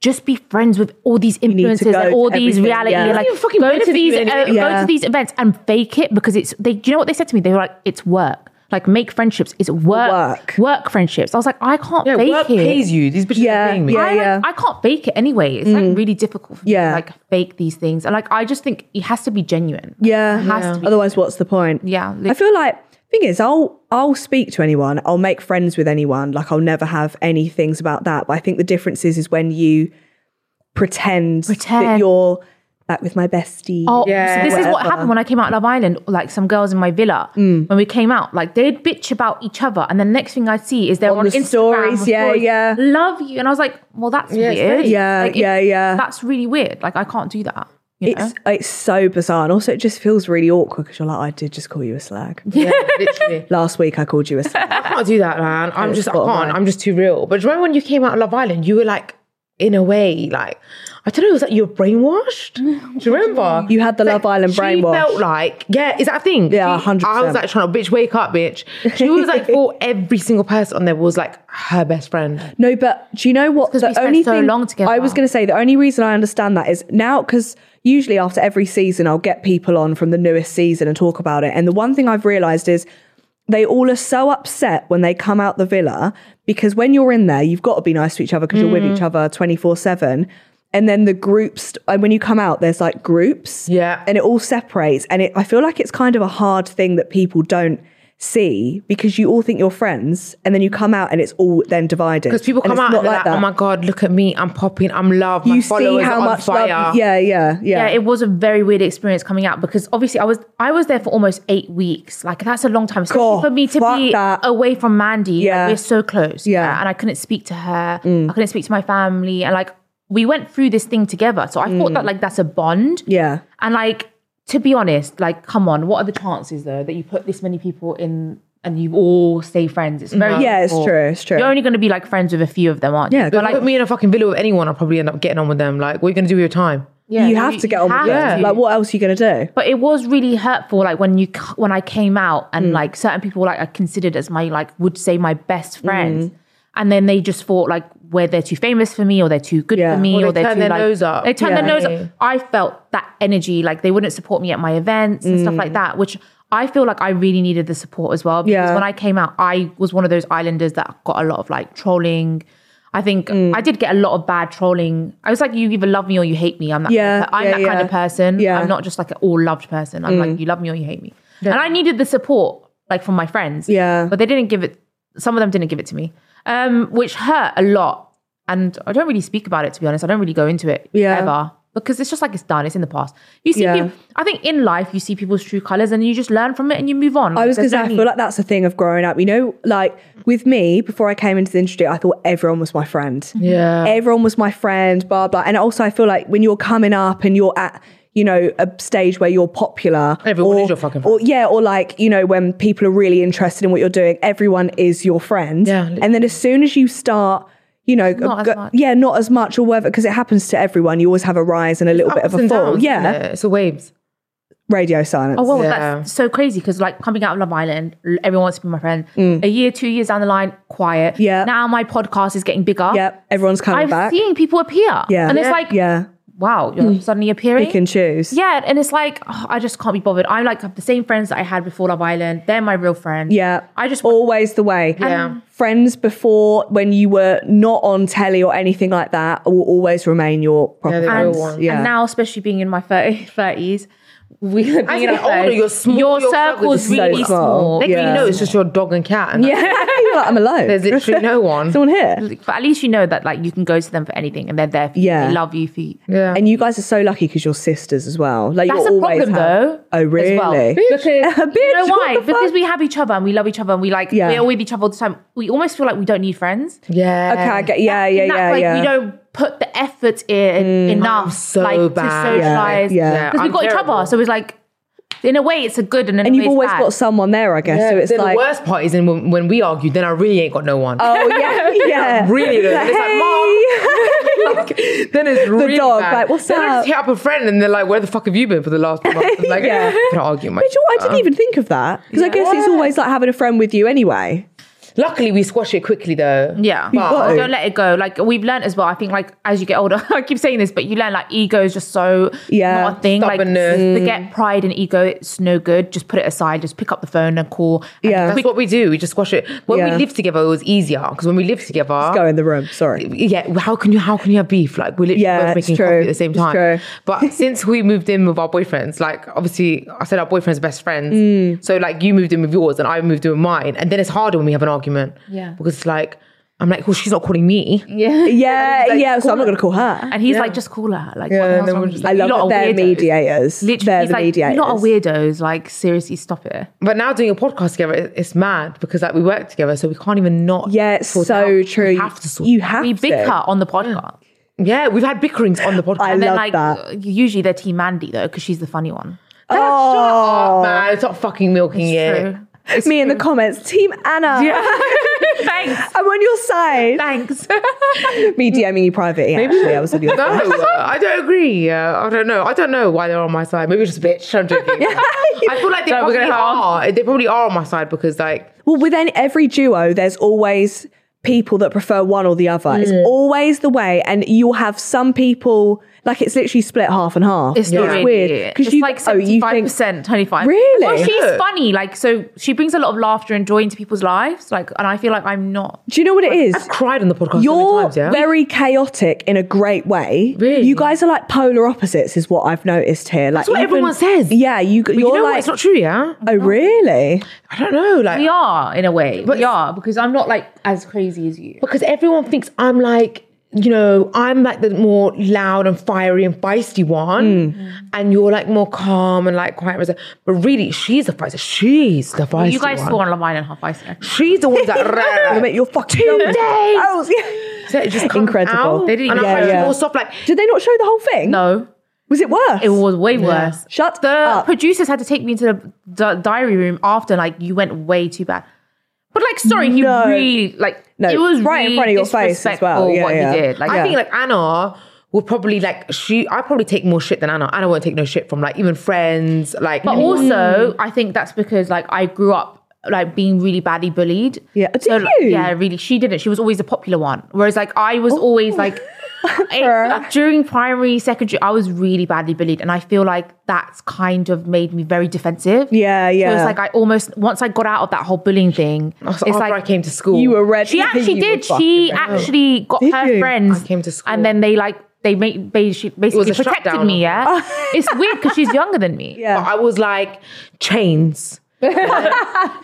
[SPEAKER 3] Just be friends with all these
[SPEAKER 1] need to
[SPEAKER 3] influencers
[SPEAKER 1] go
[SPEAKER 3] and
[SPEAKER 1] to
[SPEAKER 3] all these
[SPEAKER 1] everything,
[SPEAKER 3] reality,
[SPEAKER 1] yeah.
[SPEAKER 3] like
[SPEAKER 2] Doesn't even fucking
[SPEAKER 3] go to
[SPEAKER 2] benefit
[SPEAKER 3] these
[SPEAKER 2] you
[SPEAKER 3] uh,
[SPEAKER 2] in
[SPEAKER 3] go
[SPEAKER 2] anything.
[SPEAKER 1] Yeah.
[SPEAKER 3] to these events and fake it because it's they. Do you know what they said to me? They were like, "It's work. Like make friendships. It's
[SPEAKER 1] Work.
[SPEAKER 3] work. Work, friendships." I was like, "I can't
[SPEAKER 2] yeah,
[SPEAKER 3] fake
[SPEAKER 2] work
[SPEAKER 3] it."
[SPEAKER 2] pays you. These bitches
[SPEAKER 1] Yeah,
[SPEAKER 2] are paying me.
[SPEAKER 1] yeah. Mm.
[SPEAKER 3] I, like, I can't fake it anyway. It's like really difficult for me
[SPEAKER 1] Yeah.
[SPEAKER 3] to like fake these things. And like I just think it has to be genuine.
[SPEAKER 1] yeah,
[SPEAKER 3] It has to be.
[SPEAKER 1] otherwise what's the point
[SPEAKER 3] Yeah,
[SPEAKER 1] I feel like thing is I'll I'll speak to anyone I'll make friends with anyone like I'll never have any things about that but I think the difference is is when you pretend, that
[SPEAKER 3] Pretend.
[SPEAKER 1] you're back with my bestie
[SPEAKER 3] Oh,
[SPEAKER 2] Yeah.
[SPEAKER 3] so this is what
[SPEAKER 1] Whatever. Mm.
[SPEAKER 3] happened when I came out of Love Island. Like some girls in my villa, when we came out, like they'd bitch about each other, and the next thing I'd see is they're
[SPEAKER 1] On
[SPEAKER 3] on,
[SPEAKER 1] the
[SPEAKER 3] Instagram
[SPEAKER 1] stories,
[SPEAKER 3] with
[SPEAKER 1] yeah, yeah.
[SPEAKER 3] love you, and I was like, well, that's
[SPEAKER 2] it's
[SPEAKER 3] weird.
[SPEAKER 2] fake.
[SPEAKER 1] Yeah,
[SPEAKER 3] Like, it-
[SPEAKER 1] yeah, yeah.
[SPEAKER 3] That's really weird. Like I can't do that. You
[SPEAKER 1] it's
[SPEAKER 3] know?
[SPEAKER 1] it's so bizarre and also it just feels really awkward because you're like I did just call you a slag
[SPEAKER 2] Yeah, literally.
[SPEAKER 1] last week I called you a slag
[SPEAKER 2] I can't do that, man. I'm just, I
[SPEAKER 1] bottom
[SPEAKER 2] can't.
[SPEAKER 1] line.
[SPEAKER 2] I'm just too real. But do you remember when you came out of Love Island, you were like, in a way, like, I don't know, it was like you were brainwashed. Do you remember?
[SPEAKER 1] You had the Love Island
[SPEAKER 2] she
[SPEAKER 1] brainwash.
[SPEAKER 2] felt like, yeah, is that a thing?
[SPEAKER 1] Yeah,
[SPEAKER 2] She-
[SPEAKER 1] 100%.
[SPEAKER 2] I was like trying to, bitch, wake up, bitch. She was like, for every single person on there was like her best friend.
[SPEAKER 1] No, but do you know what?
[SPEAKER 3] It's 'cause we spent so long together.
[SPEAKER 1] I was going to say the only reason I understand that is now because usually after every season, I'll get people on from the newest season and talk about it. And the one thing I've realized is they all are so upset when they come out the villa because when you're in there, you've got to be nice to each other because you're
[SPEAKER 3] Mm.
[SPEAKER 1] with each other 24 7. And then the groups, and when you come out, there's like groups.
[SPEAKER 2] Yeah.
[SPEAKER 1] And it all separates. And it, I feel like it's kind of a hard thing that people don't see because you all think you're friends and then you come out and it's all then divided.
[SPEAKER 2] Because people
[SPEAKER 1] And
[SPEAKER 2] come
[SPEAKER 1] it's
[SPEAKER 2] out
[SPEAKER 1] not
[SPEAKER 2] and they're
[SPEAKER 1] like
[SPEAKER 2] like, oh
[SPEAKER 1] that.
[SPEAKER 2] my God, look at me. I'm popping. I'm love. My
[SPEAKER 1] you see
[SPEAKER 2] followers
[SPEAKER 1] how
[SPEAKER 2] are on
[SPEAKER 1] much
[SPEAKER 2] fire.
[SPEAKER 1] love. Yeah, yeah, yeah.
[SPEAKER 3] yeah, it was a very weird experience coming out because obviously I was I was there for almost eight weeks. Like that's a long time, especially
[SPEAKER 1] God,
[SPEAKER 3] for me to
[SPEAKER 1] fuck
[SPEAKER 3] be
[SPEAKER 1] that.
[SPEAKER 3] away from Mandy. like,
[SPEAKER 1] Yeah.
[SPEAKER 3] we're so close.
[SPEAKER 1] Yeah.
[SPEAKER 3] uh, and I couldn't speak to her. I couldn't speak to my family, and like we went through this thing together. So I thought that like that's a bond.
[SPEAKER 1] yeah.
[SPEAKER 3] And like, to be honest, like, come on, what are the chances though that you put this many people in and you all stay friends? It's very
[SPEAKER 1] Yeah, it's
[SPEAKER 2] Oh,
[SPEAKER 3] difficult.
[SPEAKER 1] true, it's true.
[SPEAKER 3] You're only going to be like friends with a few of them, aren't
[SPEAKER 1] Yeah,
[SPEAKER 3] you?
[SPEAKER 1] good
[SPEAKER 3] But
[SPEAKER 2] Like,
[SPEAKER 3] like,
[SPEAKER 2] put me in a fucking villa with anyone, I'll probably end up getting on with them. Like, what are you going to do with your time?
[SPEAKER 3] yeah,
[SPEAKER 1] you have to get on with
[SPEAKER 3] have
[SPEAKER 1] it.
[SPEAKER 3] to.
[SPEAKER 1] Like, what else are you going to do?
[SPEAKER 3] but it was really hurtful, like when you c- when I came out
[SPEAKER 1] Mm.
[SPEAKER 3] and like certain people like I considered as my like would say my best
[SPEAKER 1] Mm.
[SPEAKER 3] friends, and then they just thought like where they're too famous for me or they're too good
[SPEAKER 1] Yeah.
[SPEAKER 3] for me
[SPEAKER 2] Or
[SPEAKER 3] or,
[SPEAKER 2] they
[SPEAKER 3] they're
[SPEAKER 2] turn
[SPEAKER 3] too
[SPEAKER 2] their
[SPEAKER 3] like
[SPEAKER 2] nose up.
[SPEAKER 3] they turn
[SPEAKER 2] Yeah.
[SPEAKER 3] their nose up. I felt that energy like they wouldn't support me at my events and stuff like that, which I feel like I really needed the support as well because
[SPEAKER 1] Mm. Yeah.
[SPEAKER 3] when I came out, I was one of those islanders that got a lot of like trolling. I think
[SPEAKER 1] Mm.
[SPEAKER 3] I did get a lot of bad trolling. I was like, you either love me or you hate me. I'm that.
[SPEAKER 1] Yeah,
[SPEAKER 3] kind of per- I'm
[SPEAKER 1] yeah,
[SPEAKER 3] that kind
[SPEAKER 1] yeah.
[SPEAKER 3] of person.
[SPEAKER 1] Yeah. Mm.
[SPEAKER 3] I'm not just like an all loved person. I'm like, you love me or you hate me. And I needed the support, like from my friends.
[SPEAKER 1] Yeah.
[SPEAKER 3] But they didn't give it, some of them didn't give it to me, um, which hurt a lot. And I don't really speak about it, to be honest. I don't really go into it
[SPEAKER 1] Yeah.
[SPEAKER 3] ever because it's just like it's done, it's in the past. You see,
[SPEAKER 1] Yeah.
[SPEAKER 3] peop- I think in life, you see people's true colors and you just learn from it and you move on.
[SPEAKER 1] I was going to
[SPEAKER 3] There's
[SPEAKER 1] say,
[SPEAKER 3] no
[SPEAKER 1] I
[SPEAKER 3] need-
[SPEAKER 1] feel like that's a thing of growing up. You know, like with me, before I came into the industry, I thought everyone was my friend.
[SPEAKER 2] Yeah.
[SPEAKER 1] Everyone was my friend, blah, blah. And also, I feel like when you're coming up and you're at, you know, a stage where you're popular.
[SPEAKER 2] Everyone
[SPEAKER 1] or,
[SPEAKER 2] is your fucking
[SPEAKER 1] Or, yeah, or like, you know, when people are really interested in what you're doing, everyone is your friend.
[SPEAKER 2] Yeah.
[SPEAKER 1] And then as soon as you start, you know,
[SPEAKER 3] Not as much.
[SPEAKER 1] yeah, not as much or whether, because it happens to everyone. You always have a rise and a little bit of
[SPEAKER 2] Ups
[SPEAKER 1] a
[SPEAKER 2] and
[SPEAKER 1] fall.
[SPEAKER 2] downs,
[SPEAKER 1] yeah.
[SPEAKER 2] isn't it? It's the waves.
[SPEAKER 1] Radio silence.
[SPEAKER 3] Oh wow,
[SPEAKER 2] Yeah.
[SPEAKER 3] Oh, that's so crazy because like coming out of Love Island, l- everyone wants to be my friend. A year, two years down the line, quiet.
[SPEAKER 1] Mm. Yeah.
[SPEAKER 3] Now my podcast is getting bigger.
[SPEAKER 1] Yep, everyone's coming
[SPEAKER 3] I've
[SPEAKER 1] back.
[SPEAKER 3] seen people appear.
[SPEAKER 1] yeah,
[SPEAKER 3] And it's like,
[SPEAKER 1] yeah, Hmm.
[SPEAKER 3] wow, you're suddenly appearing.
[SPEAKER 1] pick and choose.
[SPEAKER 3] yeah, and it's like oh, I just can't be bothered. I like have the same friends that I had before Love Island. They're my real friend.
[SPEAKER 1] yeah. Oh,
[SPEAKER 3] I just
[SPEAKER 1] always the way.
[SPEAKER 2] Yeah.
[SPEAKER 1] friends before when you were not on telly or anything like that will always remain your proper
[SPEAKER 2] they're
[SPEAKER 1] friends.
[SPEAKER 2] real ones.
[SPEAKER 1] Yeah,
[SPEAKER 3] And now, especially being in my thirties, we being
[SPEAKER 2] As
[SPEAKER 3] in
[SPEAKER 2] you
[SPEAKER 3] our
[SPEAKER 2] get older,
[SPEAKER 3] 30s,
[SPEAKER 2] you're small,
[SPEAKER 3] Your,
[SPEAKER 2] your
[SPEAKER 3] circle's
[SPEAKER 2] circle's so
[SPEAKER 3] really
[SPEAKER 1] small.
[SPEAKER 3] small.
[SPEAKER 1] They
[SPEAKER 2] Next thing
[SPEAKER 1] Yeah.
[SPEAKER 2] you know, it's just your dog and cat. And
[SPEAKER 1] yeah, you're like I'm alone.
[SPEAKER 2] There's literally no one.
[SPEAKER 1] Someone here.
[SPEAKER 3] But at least you know that like you can go to them for anything, and they're there for you.
[SPEAKER 1] Yeah.
[SPEAKER 3] They love you for you.
[SPEAKER 2] Yeah.
[SPEAKER 1] And you guys are so lucky because you're sisters as well. Like
[SPEAKER 3] That's
[SPEAKER 1] you're
[SPEAKER 3] a
[SPEAKER 1] always
[SPEAKER 3] problem
[SPEAKER 1] have-
[SPEAKER 3] though.
[SPEAKER 1] Oh really?
[SPEAKER 3] As well. Because you know
[SPEAKER 1] Bitch, what
[SPEAKER 3] why?
[SPEAKER 1] the fuck?
[SPEAKER 3] Because we have each other and we love each other and we like
[SPEAKER 1] Yeah.
[SPEAKER 3] we're with each other all the time. We almost feel like we don't need friends.
[SPEAKER 2] yeah.
[SPEAKER 1] Okay, I get, yeah, Uh, yeah,
[SPEAKER 3] And that's
[SPEAKER 1] yeah,
[SPEAKER 3] like
[SPEAKER 1] yeah. Mm.
[SPEAKER 3] we don't put the effort in enough
[SPEAKER 2] so
[SPEAKER 3] like
[SPEAKER 2] bad.
[SPEAKER 3] to socialize.
[SPEAKER 1] Yeah, yeah.
[SPEAKER 3] Because
[SPEAKER 2] I'm
[SPEAKER 3] we've got
[SPEAKER 2] terrible.
[SPEAKER 3] each other. So it's like in a way it's a good and in
[SPEAKER 1] and
[SPEAKER 3] a
[SPEAKER 1] you've
[SPEAKER 3] way it's
[SPEAKER 1] always
[SPEAKER 3] bad.
[SPEAKER 1] got someone there, I guess. so it's
[SPEAKER 2] then
[SPEAKER 1] like,
[SPEAKER 2] the worst part is in when, when we argue, then I really ain't got no one.
[SPEAKER 1] oh yeah, yeah,
[SPEAKER 2] really good. It's like,
[SPEAKER 1] Hey.
[SPEAKER 2] Like, then it's really
[SPEAKER 1] dog,
[SPEAKER 2] bad.
[SPEAKER 1] like, what's
[SPEAKER 2] then I
[SPEAKER 1] up?
[SPEAKER 2] just hit up a friend and they're like, "Where the fuck have you been for the last month?" I'm like,
[SPEAKER 1] Yeah.
[SPEAKER 2] yeah, can I argue, my
[SPEAKER 1] But you know what? I didn't even think of that because I guess it's
[SPEAKER 2] Yeah.
[SPEAKER 1] always like having a friend with you anyway.
[SPEAKER 2] Luckily, we squash it quickly though.
[SPEAKER 3] yeah,
[SPEAKER 1] got to.
[SPEAKER 3] don't let it go. Like we've learned as well. I think like as you get older, I keep saying this, but you learn like ego is just so
[SPEAKER 1] Yeah.
[SPEAKER 3] not a thing. Like
[SPEAKER 2] Stubbornness.
[SPEAKER 3] forget pride and ego. It's no good. Just put it aside. Just pick up the phone and call. And
[SPEAKER 1] Yeah.
[SPEAKER 2] That's what we do. We just squash it. When
[SPEAKER 1] Yeah.
[SPEAKER 2] we lived together, it was easier because when we lived together,
[SPEAKER 1] Go in the room. Sorry.
[SPEAKER 2] yeah, well, how can you how can you have beef? Like we're literally
[SPEAKER 1] Yeah,
[SPEAKER 2] both
[SPEAKER 1] it's
[SPEAKER 2] making
[SPEAKER 1] true.
[SPEAKER 2] coffee at the same
[SPEAKER 1] It's
[SPEAKER 2] time.
[SPEAKER 1] true.
[SPEAKER 2] But since we moved in with our boyfriends, like obviously I said our boyfriend's best friends.
[SPEAKER 1] Mm.
[SPEAKER 2] So like you moved in with yours and I moved in with mine. And then it's harder when we have an argument.
[SPEAKER 3] Yeah.
[SPEAKER 2] Because it's like I'm like, well, she's not calling me.
[SPEAKER 3] Yeah.
[SPEAKER 1] Yeah, yeah. So I'm not going to call her.
[SPEAKER 3] And he's like, just call her. Like,
[SPEAKER 2] Yeah,
[SPEAKER 3] what the hell's
[SPEAKER 2] and then
[SPEAKER 3] wrong
[SPEAKER 2] we're
[SPEAKER 3] with
[SPEAKER 2] just
[SPEAKER 3] you?
[SPEAKER 1] I
[SPEAKER 2] You
[SPEAKER 1] love
[SPEAKER 3] lot
[SPEAKER 1] that
[SPEAKER 3] are
[SPEAKER 1] they're
[SPEAKER 3] weirdos.
[SPEAKER 1] mediators.
[SPEAKER 3] Literally,
[SPEAKER 1] they're
[SPEAKER 3] he's
[SPEAKER 1] the
[SPEAKER 3] like,
[SPEAKER 1] mediators.
[SPEAKER 3] you lot are weirdos. Like, seriously, stop it.
[SPEAKER 2] But now doing a podcast together, it- it's mad because like we work together, so we can't even not.
[SPEAKER 1] Yeah, it's
[SPEAKER 2] sort it
[SPEAKER 1] so
[SPEAKER 2] out.
[SPEAKER 1] true.
[SPEAKER 2] We have to sort.
[SPEAKER 1] You
[SPEAKER 2] it out.
[SPEAKER 1] have
[SPEAKER 3] We bicker
[SPEAKER 1] to.
[SPEAKER 3] on the podcast.
[SPEAKER 2] Yeah, we've had bickerings on the podcast.
[SPEAKER 1] I
[SPEAKER 3] And then,
[SPEAKER 1] Mm. love
[SPEAKER 3] like,
[SPEAKER 1] that.
[SPEAKER 3] uh, usually they're Team Mandy, though, because she's the funny one.
[SPEAKER 2] Shut
[SPEAKER 1] Oh,
[SPEAKER 2] up, man! Stop fucking milking it.
[SPEAKER 3] True.
[SPEAKER 1] me in the comments, Team Anna.
[SPEAKER 3] Thanks.
[SPEAKER 1] I'm on your side.
[SPEAKER 3] Thanks.
[SPEAKER 1] Me DMing you privately. Actually, I was on your
[SPEAKER 2] No,
[SPEAKER 1] side.
[SPEAKER 2] uh, I don't agree. Uh, I don't know. I don't know why they're on my side. Maybe just a bitch. I'm joking. I feel like they
[SPEAKER 3] Don't, we're
[SPEAKER 2] probably
[SPEAKER 3] gonna
[SPEAKER 2] are. They probably are on my side because like
[SPEAKER 1] Well, within every duo, there's always
[SPEAKER 2] Mm.
[SPEAKER 1] people that prefer one or the other. It's always the way. And you'll have some people, Like it's literally split half and half.
[SPEAKER 3] It's not really.
[SPEAKER 1] weird
[SPEAKER 3] It's
[SPEAKER 1] you
[SPEAKER 3] like
[SPEAKER 1] oh, you
[SPEAKER 3] seventy-five
[SPEAKER 1] think-
[SPEAKER 3] percent, twenty-five.
[SPEAKER 1] Really?
[SPEAKER 3] Well, she's
[SPEAKER 1] Yeah.
[SPEAKER 3] funny. Like, so she brings a lot of laughter and joy into people's lives. Like, and I feel like I'm not.
[SPEAKER 1] Do you know what it is?
[SPEAKER 2] Cried on the podcast. so many
[SPEAKER 1] You're
[SPEAKER 2] times, yeah?
[SPEAKER 1] very chaotic in a great way.
[SPEAKER 2] Really?
[SPEAKER 1] You guys are like polar opposites, is what I've noticed here. Like
[SPEAKER 2] That's what everyone says.
[SPEAKER 1] Yeah, you, you're
[SPEAKER 2] But you know
[SPEAKER 1] like.
[SPEAKER 2] what? It's not true. Yeah.
[SPEAKER 1] Oh, really?
[SPEAKER 2] I don't know. Like
[SPEAKER 3] We are in a way. we are because I'm not like as crazy as you.
[SPEAKER 2] because everyone thinks I'm like, you know, I'm like the more loud and fiery and feisty one,
[SPEAKER 3] Hmm.
[SPEAKER 2] and you're like more calm and like quiet. and reserved. But really, she's the feisty. She's the feisty.
[SPEAKER 3] you guys
[SPEAKER 2] one.
[SPEAKER 3] saw on Love Island how feisty. I can-
[SPEAKER 2] She's the one that
[SPEAKER 1] I
[SPEAKER 2] ran.
[SPEAKER 1] mean, you're fucking
[SPEAKER 2] Two
[SPEAKER 1] numbers.
[SPEAKER 2] days.
[SPEAKER 1] Oh, yeah.
[SPEAKER 2] So it just comes
[SPEAKER 1] Incredible.
[SPEAKER 2] Out,
[SPEAKER 1] They
[SPEAKER 3] didn't
[SPEAKER 2] and
[SPEAKER 3] even
[SPEAKER 2] I'm
[SPEAKER 3] show
[SPEAKER 2] like
[SPEAKER 1] it.
[SPEAKER 2] more soft. Like
[SPEAKER 1] Did they not show the whole thing?
[SPEAKER 3] No,
[SPEAKER 1] Was it worse?
[SPEAKER 3] it was way worse.
[SPEAKER 1] Shut
[SPEAKER 3] the
[SPEAKER 1] up.
[SPEAKER 3] producers had to take me into the di- diary room after. Like, you went way too bad. But like, sorry, he
[SPEAKER 1] No.
[SPEAKER 3] really like
[SPEAKER 1] No,
[SPEAKER 3] it was
[SPEAKER 1] right in
[SPEAKER 3] really
[SPEAKER 1] front of your face as well.
[SPEAKER 3] disrespectful
[SPEAKER 1] Yeah,
[SPEAKER 3] what
[SPEAKER 1] yeah.
[SPEAKER 3] he did. Like,
[SPEAKER 1] Yeah.
[SPEAKER 2] I think like Anna will probably like she. I probably take more shit than Anna. Anna won't take no shit from like even friends. Like
[SPEAKER 3] But also, I think that's because like I grew up like being really badly bullied.
[SPEAKER 1] Yeah. Did
[SPEAKER 3] like,
[SPEAKER 1] you? Oh.
[SPEAKER 3] yeah, really. She didn't. She was always the popular one. Whereas like I was always like it- like, during primary, secondary, I was really badly bullied, and I feel like that's kind of made me very defensive.
[SPEAKER 1] Yeah,
[SPEAKER 3] So
[SPEAKER 1] yeah.
[SPEAKER 3] it's like I almost once I got out of that whole bullying thing. It's
[SPEAKER 2] after I
[SPEAKER 3] like
[SPEAKER 2] came to school,
[SPEAKER 1] You were ready.
[SPEAKER 3] she actually
[SPEAKER 1] You were
[SPEAKER 3] did.
[SPEAKER 1] fucking
[SPEAKER 3] She
[SPEAKER 1] ready.
[SPEAKER 3] actually got
[SPEAKER 1] Did
[SPEAKER 3] her
[SPEAKER 1] you?
[SPEAKER 3] friends.
[SPEAKER 2] I came to school.
[SPEAKER 3] and then they like they made basically
[SPEAKER 2] a
[SPEAKER 3] protected
[SPEAKER 2] shutdown.
[SPEAKER 3] me. Yeah, it's weird because she's younger than me.
[SPEAKER 1] Yeah.
[SPEAKER 2] But I was like chains.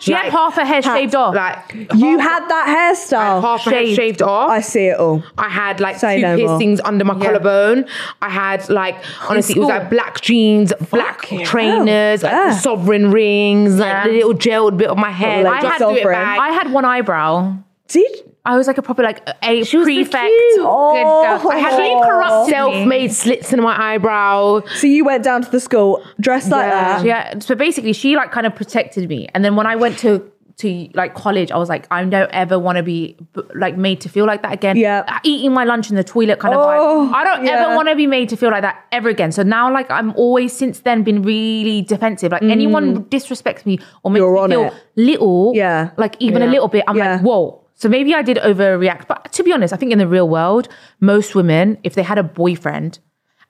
[SPEAKER 3] She had half her hair shaved off.
[SPEAKER 2] Like
[SPEAKER 1] You
[SPEAKER 2] half-
[SPEAKER 1] had that
[SPEAKER 2] I had
[SPEAKER 1] hairstyle.
[SPEAKER 2] half my head
[SPEAKER 3] Shaved.
[SPEAKER 2] shaved off.
[SPEAKER 1] I see it all.
[SPEAKER 2] I had like
[SPEAKER 1] Say
[SPEAKER 2] two
[SPEAKER 1] no more.
[SPEAKER 2] piercings under my collarbone. I had like honestly, it
[SPEAKER 3] school?
[SPEAKER 2] was like black jeans, black trainers, like
[SPEAKER 1] Yeah.
[SPEAKER 2] sovereign rings, like the
[SPEAKER 3] Yeah.
[SPEAKER 2] little gelled bit of my hair.
[SPEAKER 1] Little
[SPEAKER 2] Like, I had to do it
[SPEAKER 1] sovereign.
[SPEAKER 2] back.
[SPEAKER 3] I had one eyebrow.
[SPEAKER 1] Did
[SPEAKER 3] I was like a proper like a
[SPEAKER 2] was so
[SPEAKER 3] prefect.
[SPEAKER 2] cute.
[SPEAKER 3] Good
[SPEAKER 1] Oh.
[SPEAKER 3] girl. I had
[SPEAKER 1] She
[SPEAKER 3] corrupted me.
[SPEAKER 2] self-made slits in my eyebrow.
[SPEAKER 1] so you went down to the school dressed like that?
[SPEAKER 3] Yeah. So basically, she like kind of protected me. And then when I went to to like college, I was like, I don't ever want to be b- like made to feel like that again.
[SPEAKER 1] Yeah.
[SPEAKER 3] Eating my lunch in the toilet kind of
[SPEAKER 1] Oh,
[SPEAKER 3] vibe. I don't
[SPEAKER 1] yeah.
[SPEAKER 3] ever want to be made to feel like that ever again. So now, like, I'm always since then been really defensive. Like anyone who disrespects me or makes
[SPEAKER 1] Mm. You're
[SPEAKER 3] me
[SPEAKER 1] on
[SPEAKER 3] feel
[SPEAKER 1] it.
[SPEAKER 3] little,
[SPEAKER 1] Yeah.
[SPEAKER 3] like even a little bit, I'm
[SPEAKER 1] Yeah.
[SPEAKER 3] like, whoa. So maybe I did overreact. But to be honest, I think in the real world, most women, if they had a boyfriend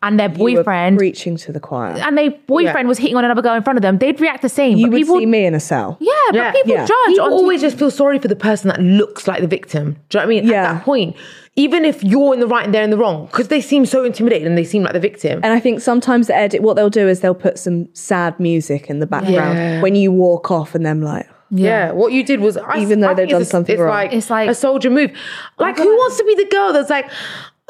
[SPEAKER 3] and their
[SPEAKER 1] You were
[SPEAKER 3] boyfriend
[SPEAKER 1] preaching to the choir.
[SPEAKER 3] and their boyfriend
[SPEAKER 2] Yeah.
[SPEAKER 3] was hitting on another girl in front of them, they'd react the same.
[SPEAKER 1] You
[SPEAKER 3] but
[SPEAKER 1] would
[SPEAKER 3] people,
[SPEAKER 1] see me in a cell.
[SPEAKER 3] yeah,
[SPEAKER 2] Yeah.
[SPEAKER 3] but people
[SPEAKER 1] Yeah.
[SPEAKER 3] judge.
[SPEAKER 2] You
[SPEAKER 3] on
[SPEAKER 2] always
[SPEAKER 3] TV.
[SPEAKER 2] just feel sorry for the person that looks like the victim. Do you know what I mean?
[SPEAKER 1] Yeah.
[SPEAKER 2] At that point, even if you're in the right and they're in the wrong, because they seem so intimidated and they seem like the victim.
[SPEAKER 1] And I think sometimes the edit, what they'll do is they'll put some sad music in the background
[SPEAKER 2] Yeah.
[SPEAKER 1] when you walk off, and them like,
[SPEAKER 2] Yeah. what you did was I,
[SPEAKER 1] Even though
[SPEAKER 2] I
[SPEAKER 1] they've
[SPEAKER 2] think
[SPEAKER 1] done
[SPEAKER 2] it's a-
[SPEAKER 1] something
[SPEAKER 2] it's
[SPEAKER 1] wrong.
[SPEAKER 2] Like,
[SPEAKER 3] It's like-
[SPEAKER 2] a soldier move.
[SPEAKER 1] oh
[SPEAKER 2] Like who wants to be the girl that's like,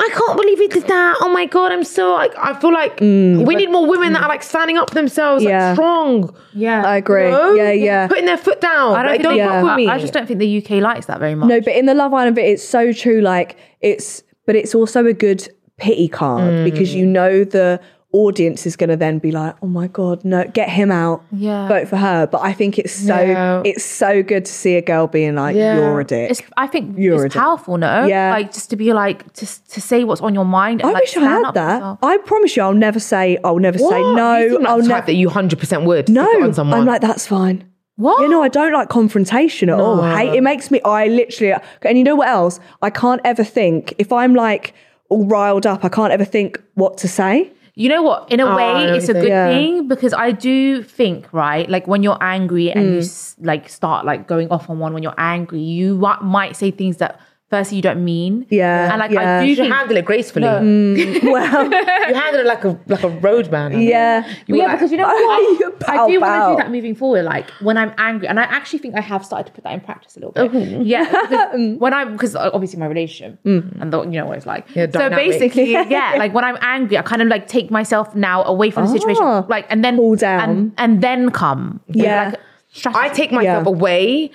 [SPEAKER 2] I can't believe he did that. Oh my god, I'm so like I feel like we need more women that are like standing up for themselves,
[SPEAKER 1] Mm, Yeah.
[SPEAKER 2] like strong.
[SPEAKER 3] yeah.
[SPEAKER 1] I agree.
[SPEAKER 2] No?
[SPEAKER 1] Yeah, yeah.
[SPEAKER 2] Putting their foot down.
[SPEAKER 3] I don't,
[SPEAKER 2] like,
[SPEAKER 3] think,
[SPEAKER 2] don't
[SPEAKER 1] Yeah.
[SPEAKER 2] fuck with me.
[SPEAKER 3] I, I just don't think the UK likes that very much.
[SPEAKER 1] No, but in the Love Island bit, it's so true. Like it's, but it's also a good pity card
[SPEAKER 2] Mm.
[SPEAKER 1] because you know the audience is going to then be like, oh my god, no, get him out,
[SPEAKER 3] Yeah.
[SPEAKER 1] vote for her. But I think it's so,
[SPEAKER 2] Yeah.
[SPEAKER 1] it's so good to see a girl being like,
[SPEAKER 2] Yeah.
[SPEAKER 1] you're a dick.
[SPEAKER 3] It's, I think
[SPEAKER 1] You're a
[SPEAKER 3] it's
[SPEAKER 1] dick.
[SPEAKER 3] powerful, no?
[SPEAKER 1] Yeah.
[SPEAKER 3] Like just to be like to to say what's on your mind. And
[SPEAKER 1] I
[SPEAKER 3] like,
[SPEAKER 1] wish I
[SPEAKER 3] stand
[SPEAKER 1] had
[SPEAKER 3] up for
[SPEAKER 1] that.
[SPEAKER 3] yourself.
[SPEAKER 1] I promise you, I'll never say, I'll never say
[SPEAKER 2] What? You
[SPEAKER 1] no.
[SPEAKER 2] seem like
[SPEAKER 1] I'll
[SPEAKER 2] the type
[SPEAKER 1] never.
[SPEAKER 2] that you hundred percent would. stick it
[SPEAKER 1] No,
[SPEAKER 2] on someone.
[SPEAKER 1] I'm like that's fine.
[SPEAKER 3] What?
[SPEAKER 1] You know, I
[SPEAKER 2] Oh.
[SPEAKER 1] don't like confrontation at all. Hate it makes me. I literally, and you know what else? I can't ever think if I'm like all riled up. I can't ever think what to say.
[SPEAKER 3] You know what? In a
[SPEAKER 2] I
[SPEAKER 3] way,
[SPEAKER 2] know
[SPEAKER 3] it's a
[SPEAKER 2] what
[SPEAKER 1] think.
[SPEAKER 3] good
[SPEAKER 2] you
[SPEAKER 1] Yeah.
[SPEAKER 3] thing because I do think, right? Like when you're angry and
[SPEAKER 1] Mm.
[SPEAKER 3] you s- like start like going off on one when you're angry, you wa- might say things that firstly you don't mean.
[SPEAKER 1] Yeah,
[SPEAKER 3] And like
[SPEAKER 1] yeah.
[SPEAKER 3] I
[SPEAKER 2] you
[SPEAKER 3] do
[SPEAKER 2] should
[SPEAKER 3] think Mm.
[SPEAKER 2] handle it gracefully.
[SPEAKER 1] Well,
[SPEAKER 2] You handle it like a like a road man. I mean.
[SPEAKER 1] yeah,
[SPEAKER 2] You were
[SPEAKER 3] yeah,
[SPEAKER 2] like-
[SPEAKER 3] because you know
[SPEAKER 1] Why
[SPEAKER 3] what?
[SPEAKER 1] you
[SPEAKER 3] I, I
[SPEAKER 1] bow,
[SPEAKER 3] do want to
[SPEAKER 1] bow?
[SPEAKER 3] do that moving forward. Like when I'm angry, and I actually think I have started to put that in practice a little bit. Yeah, because when I'm because obviously my relationship
[SPEAKER 1] Mm.
[SPEAKER 3] and the, you know what it's like. so
[SPEAKER 2] dynamic.
[SPEAKER 3] basically, yeah, like when I'm angry, I kind of like take myself now away from the situation,
[SPEAKER 1] Ah.
[SPEAKER 3] like and then
[SPEAKER 1] Cool down.
[SPEAKER 3] and, and then come. with,
[SPEAKER 1] Yeah.
[SPEAKER 3] like,
[SPEAKER 2] I
[SPEAKER 3] strategy.
[SPEAKER 2] take myself
[SPEAKER 1] Yeah.
[SPEAKER 2] away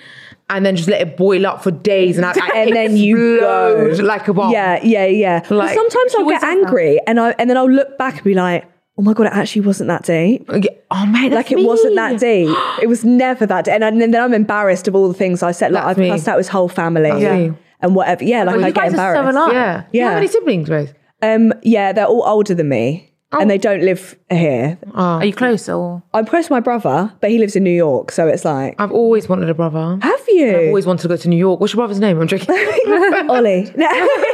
[SPEAKER 2] and then just let it boil up for days and I, I
[SPEAKER 1] and then you go
[SPEAKER 2] explode like a bomb.
[SPEAKER 1] Yeah, yeah, yeah. But
[SPEAKER 2] Like-
[SPEAKER 1] sometimes
[SPEAKER 2] She
[SPEAKER 1] I'll get
[SPEAKER 2] wasn't
[SPEAKER 1] angry, and I and then I'll look back and be like, "Oh my god, it actually wasn't that deep."
[SPEAKER 2] Yeah. Oh man,
[SPEAKER 1] Like it wasn't that deep. It was never that deep. And, I, and then I'm embarrassed of all the things I said. Like
[SPEAKER 2] That's
[SPEAKER 1] I've
[SPEAKER 2] me.
[SPEAKER 1] cussed out his whole family
[SPEAKER 2] me.
[SPEAKER 1] and whatever. Yeah, like I
[SPEAKER 3] you
[SPEAKER 1] get
[SPEAKER 3] guys are so
[SPEAKER 1] embarrassed.
[SPEAKER 3] alike.
[SPEAKER 2] Yeah.
[SPEAKER 1] Yeah.
[SPEAKER 2] How many siblings, Rose?
[SPEAKER 1] Um, yeah, they're all older than me,
[SPEAKER 2] Oh.
[SPEAKER 1] and they don't live here.
[SPEAKER 3] Are you close or?
[SPEAKER 1] I'm close to my brother, but he lives in New York, so it's like,
[SPEAKER 2] I've always wanted a brother.
[SPEAKER 1] have
[SPEAKER 2] I've
[SPEAKER 1] you,
[SPEAKER 2] always wanted to go to New York. What's your brother's name? I'm joking.
[SPEAKER 1] Ollie? No.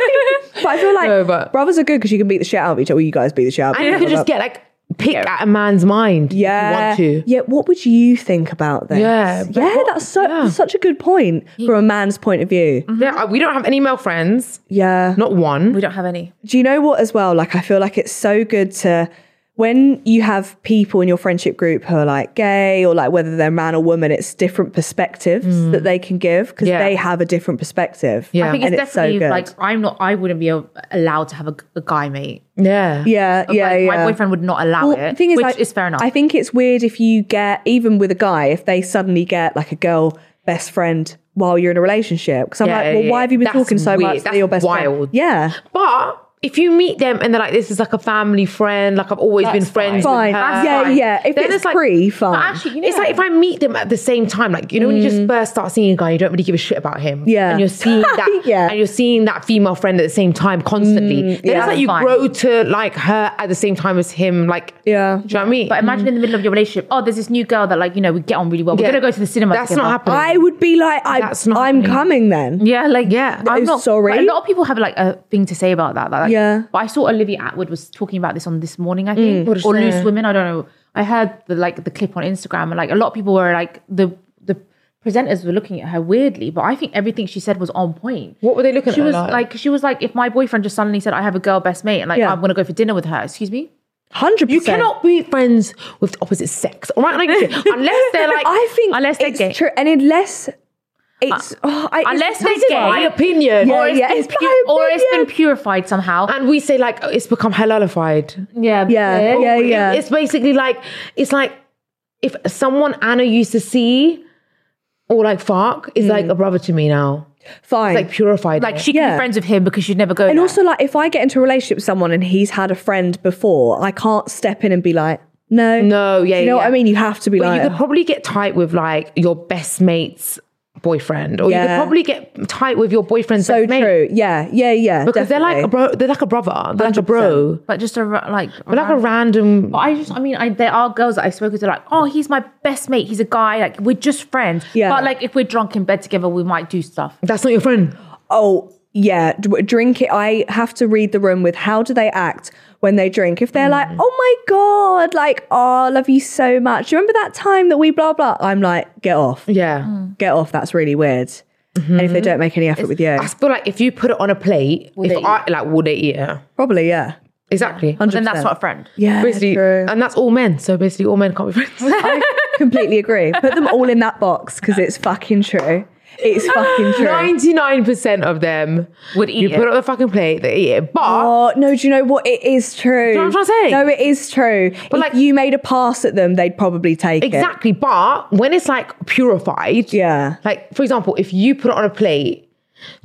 [SPEAKER 1] But I feel like
[SPEAKER 2] No, but-
[SPEAKER 1] brothers are good because you can beat the shit out of each other. Well, you guys beat the shit out of
[SPEAKER 2] And
[SPEAKER 1] each
[SPEAKER 2] you
[SPEAKER 1] other.
[SPEAKER 2] could just get like pick at a man's mind. if you
[SPEAKER 1] yeah.
[SPEAKER 2] want to.
[SPEAKER 1] Yeah. What would you think about this?
[SPEAKER 2] Yeah, but
[SPEAKER 1] Yeah.
[SPEAKER 2] what-
[SPEAKER 1] that's so,
[SPEAKER 2] yeah. Mm.
[SPEAKER 1] such a good point from a man's point of view.
[SPEAKER 2] Yeah, I- we don't have any male friends.
[SPEAKER 1] Yeah.
[SPEAKER 2] Not one.
[SPEAKER 3] We don't have any.
[SPEAKER 1] do you know what as well like i feel like it's so good to when you have people in your friendship group who are like gay or like whether they're man or woman it's different perspectives that they can give because
[SPEAKER 2] Yeah.
[SPEAKER 1] they have a different perspective
[SPEAKER 2] Yeah.
[SPEAKER 3] I think it's
[SPEAKER 1] and it's so
[SPEAKER 3] definitely
[SPEAKER 1] good.
[SPEAKER 3] like I'm not. I wouldn't be a, allowed to have a, a guy mate.
[SPEAKER 2] Yeah.
[SPEAKER 1] yeah yeah
[SPEAKER 3] Like,
[SPEAKER 1] yeah
[SPEAKER 3] My boyfriend would not allow
[SPEAKER 1] Well,
[SPEAKER 3] it.
[SPEAKER 1] the thing is,
[SPEAKER 3] which
[SPEAKER 1] I-
[SPEAKER 3] is fair enough.
[SPEAKER 1] I think it's weird if you get even with a guy if they suddenly get like a girl best friend while you're in a relationship because I'm
[SPEAKER 2] Yeah,
[SPEAKER 1] like,
[SPEAKER 2] yeah,
[SPEAKER 1] well, why
[SPEAKER 2] yeah.
[SPEAKER 1] have you been
[SPEAKER 2] That's
[SPEAKER 1] talking so
[SPEAKER 2] weird.
[SPEAKER 1] much to
[SPEAKER 2] That's
[SPEAKER 1] your best friend?
[SPEAKER 2] wild.
[SPEAKER 1] Yeah,
[SPEAKER 2] But if you meet them and they're like, this is like a family friend, like I've always been friends
[SPEAKER 1] fine.
[SPEAKER 2] with her.
[SPEAKER 1] That's Yeah, fine. yeah. If
[SPEAKER 2] Then
[SPEAKER 1] it's free, fine.
[SPEAKER 2] But actually, you know, it's like if I meet them at the same time, like, you know, when you just first start seeing a guy, you don't really give a shit about him.
[SPEAKER 1] Yeah.
[SPEAKER 2] And you're seeing that,
[SPEAKER 1] Yeah.
[SPEAKER 2] and you're seeing that female friend at the same time constantly. then it's like you
[SPEAKER 3] Fine.
[SPEAKER 2] grow to like her at the same time as him. Like,
[SPEAKER 1] Yeah.
[SPEAKER 2] Do you know what I mean?
[SPEAKER 3] but imagine in the middle of your relationship, oh, there's this new girl that like you know we get on really well. We're
[SPEAKER 2] Mm. Yeah.
[SPEAKER 3] gonna go to the cinema.
[SPEAKER 2] That's
[SPEAKER 3] together.
[SPEAKER 2] not happening.
[SPEAKER 1] I would be like, I,
[SPEAKER 2] That's not
[SPEAKER 1] I'm
[SPEAKER 2] me.
[SPEAKER 1] coming then.
[SPEAKER 3] Yeah, like
[SPEAKER 2] Yeah.
[SPEAKER 3] I'm
[SPEAKER 1] Oh,
[SPEAKER 3] not
[SPEAKER 1] sorry.
[SPEAKER 3] A lot of people have like a thing to say about that. Like,
[SPEAKER 1] Yeah.
[SPEAKER 3] but I saw Olivia Atwood was talking about this on this morning, I think,
[SPEAKER 2] Mm. What did she
[SPEAKER 3] or
[SPEAKER 2] say?
[SPEAKER 3] Loose Women. I don't know. I heard the like the clip on Instagram, and like a lot of people were like the the presenters were looking at her weirdly, but I think everything she said was on point.
[SPEAKER 2] What were they looking
[SPEAKER 3] She
[SPEAKER 2] at her
[SPEAKER 3] was
[SPEAKER 2] like?
[SPEAKER 3] like, she was like, if my boyfriend just suddenly said I have a girl best mate, and like
[SPEAKER 1] Yeah.
[SPEAKER 3] I'm gonna go for dinner with her. Excuse me.
[SPEAKER 1] Hundred percent.
[SPEAKER 2] you cannot be friends with the opposite sex, all right? Like, unless Uh, they're like,
[SPEAKER 1] I think
[SPEAKER 3] unless they're
[SPEAKER 1] it's
[SPEAKER 3] gay.
[SPEAKER 1] true, and unless it's oh, I,
[SPEAKER 3] Unless
[SPEAKER 1] it's-
[SPEAKER 3] they're
[SPEAKER 1] this is
[SPEAKER 3] gay.
[SPEAKER 1] my
[SPEAKER 2] my
[SPEAKER 1] opinion.
[SPEAKER 2] opinion.
[SPEAKER 1] Yeah,
[SPEAKER 2] or
[SPEAKER 3] It's
[SPEAKER 1] yeah,
[SPEAKER 3] been
[SPEAKER 1] it's my
[SPEAKER 3] pu- or it's been
[SPEAKER 1] opinion.
[SPEAKER 3] purified somehow.
[SPEAKER 2] and we say like oh, it's become halalified.
[SPEAKER 3] yeah,
[SPEAKER 1] Yeah, yeah, yeah.
[SPEAKER 2] Oh, It's basically like it's like if someone Anna used to see or like fuck is like
[SPEAKER 1] Mm.
[SPEAKER 2] a brother to me now.
[SPEAKER 1] fine.
[SPEAKER 2] Like purified.
[SPEAKER 3] Like
[SPEAKER 2] it.
[SPEAKER 3] she can
[SPEAKER 1] Yeah.
[SPEAKER 3] be friends with him because she'd never go.
[SPEAKER 1] and
[SPEAKER 3] there.
[SPEAKER 1] also, like, if I get into a relationship with someone and he's had a friend before, I can't step in and be like, no,
[SPEAKER 2] No, yeah,
[SPEAKER 1] Do you know
[SPEAKER 2] yeah,
[SPEAKER 1] what I
[SPEAKER 2] yeah.
[SPEAKER 1] mean? You have to be
[SPEAKER 2] but
[SPEAKER 1] like, "Oh,
[SPEAKER 2] you could probably get tight with like your best mate's boyfriend, or you
[SPEAKER 1] Yeah.
[SPEAKER 2] could probably get tight with your boyfriend's
[SPEAKER 1] so
[SPEAKER 2] best mate
[SPEAKER 1] true. Yeah, yeah, yeah.
[SPEAKER 2] because they're like a
[SPEAKER 1] definitely.
[SPEAKER 2] bro. They're like a brother. They're like a bro.
[SPEAKER 3] but just a ra- like
[SPEAKER 2] But like a random.
[SPEAKER 3] But I just, I mean, I, there are girls that I've spoken to, like, oh, he's my best mate. He's a guy. Like, we're just friends.
[SPEAKER 1] Yeah.
[SPEAKER 3] But like, if we're drunk in bed together, we might do stuff.
[SPEAKER 2] That's not your friend.
[SPEAKER 1] oh yeah, d- drink it. I have to read the room with how do they act when they drink. If they're like,
[SPEAKER 2] Mm.
[SPEAKER 1] oh my god, like, oh, I love you so much. Do you remember that time that we blah blah? I'm like, get off.
[SPEAKER 2] Yeah.
[SPEAKER 1] get off. That's really weird. And
[SPEAKER 2] Mm-hmm.
[SPEAKER 1] if they don't make any effort with you,
[SPEAKER 2] I feel like if you put it on a plate, if I like, would they eat it?
[SPEAKER 1] probably yeah.
[SPEAKER 2] Exactly.
[SPEAKER 3] But then that's not a friend.
[SPEAKER 1] Yeah,
[SPEAKER 2] Basically,
[SPEAKER 1] true.
[SPEAKER 2] and that's all men. So basically, all men can't be friends.
[SPEAKER 1] completely agree. Put them all in that box because it's fucking true. It's fucking true.
[SPEAKER 2] Ninety-nine percent of them
[SPEAKER 3] Would eat
[SPEAKER 2] You
[SPEAKER 3] it.
[SPEAKER 2] put it on the fucking plate, they eat it. But
[SPEAKER 1] Oh no! Do you know what? It is true.
[SPEAKER 2] you know what I'm trying to say?
[SPEAKER 1] No, it is true. But
[SPEAKER 2] like-
[SPEAKER 1] like you made a pass at them, they'd probably take it.
[SPEAKER 2] exactly, but when it's like purified,
[SPEAKER 1] Yeah.
[SPEAKER 2] Like for example, if you put it on a plate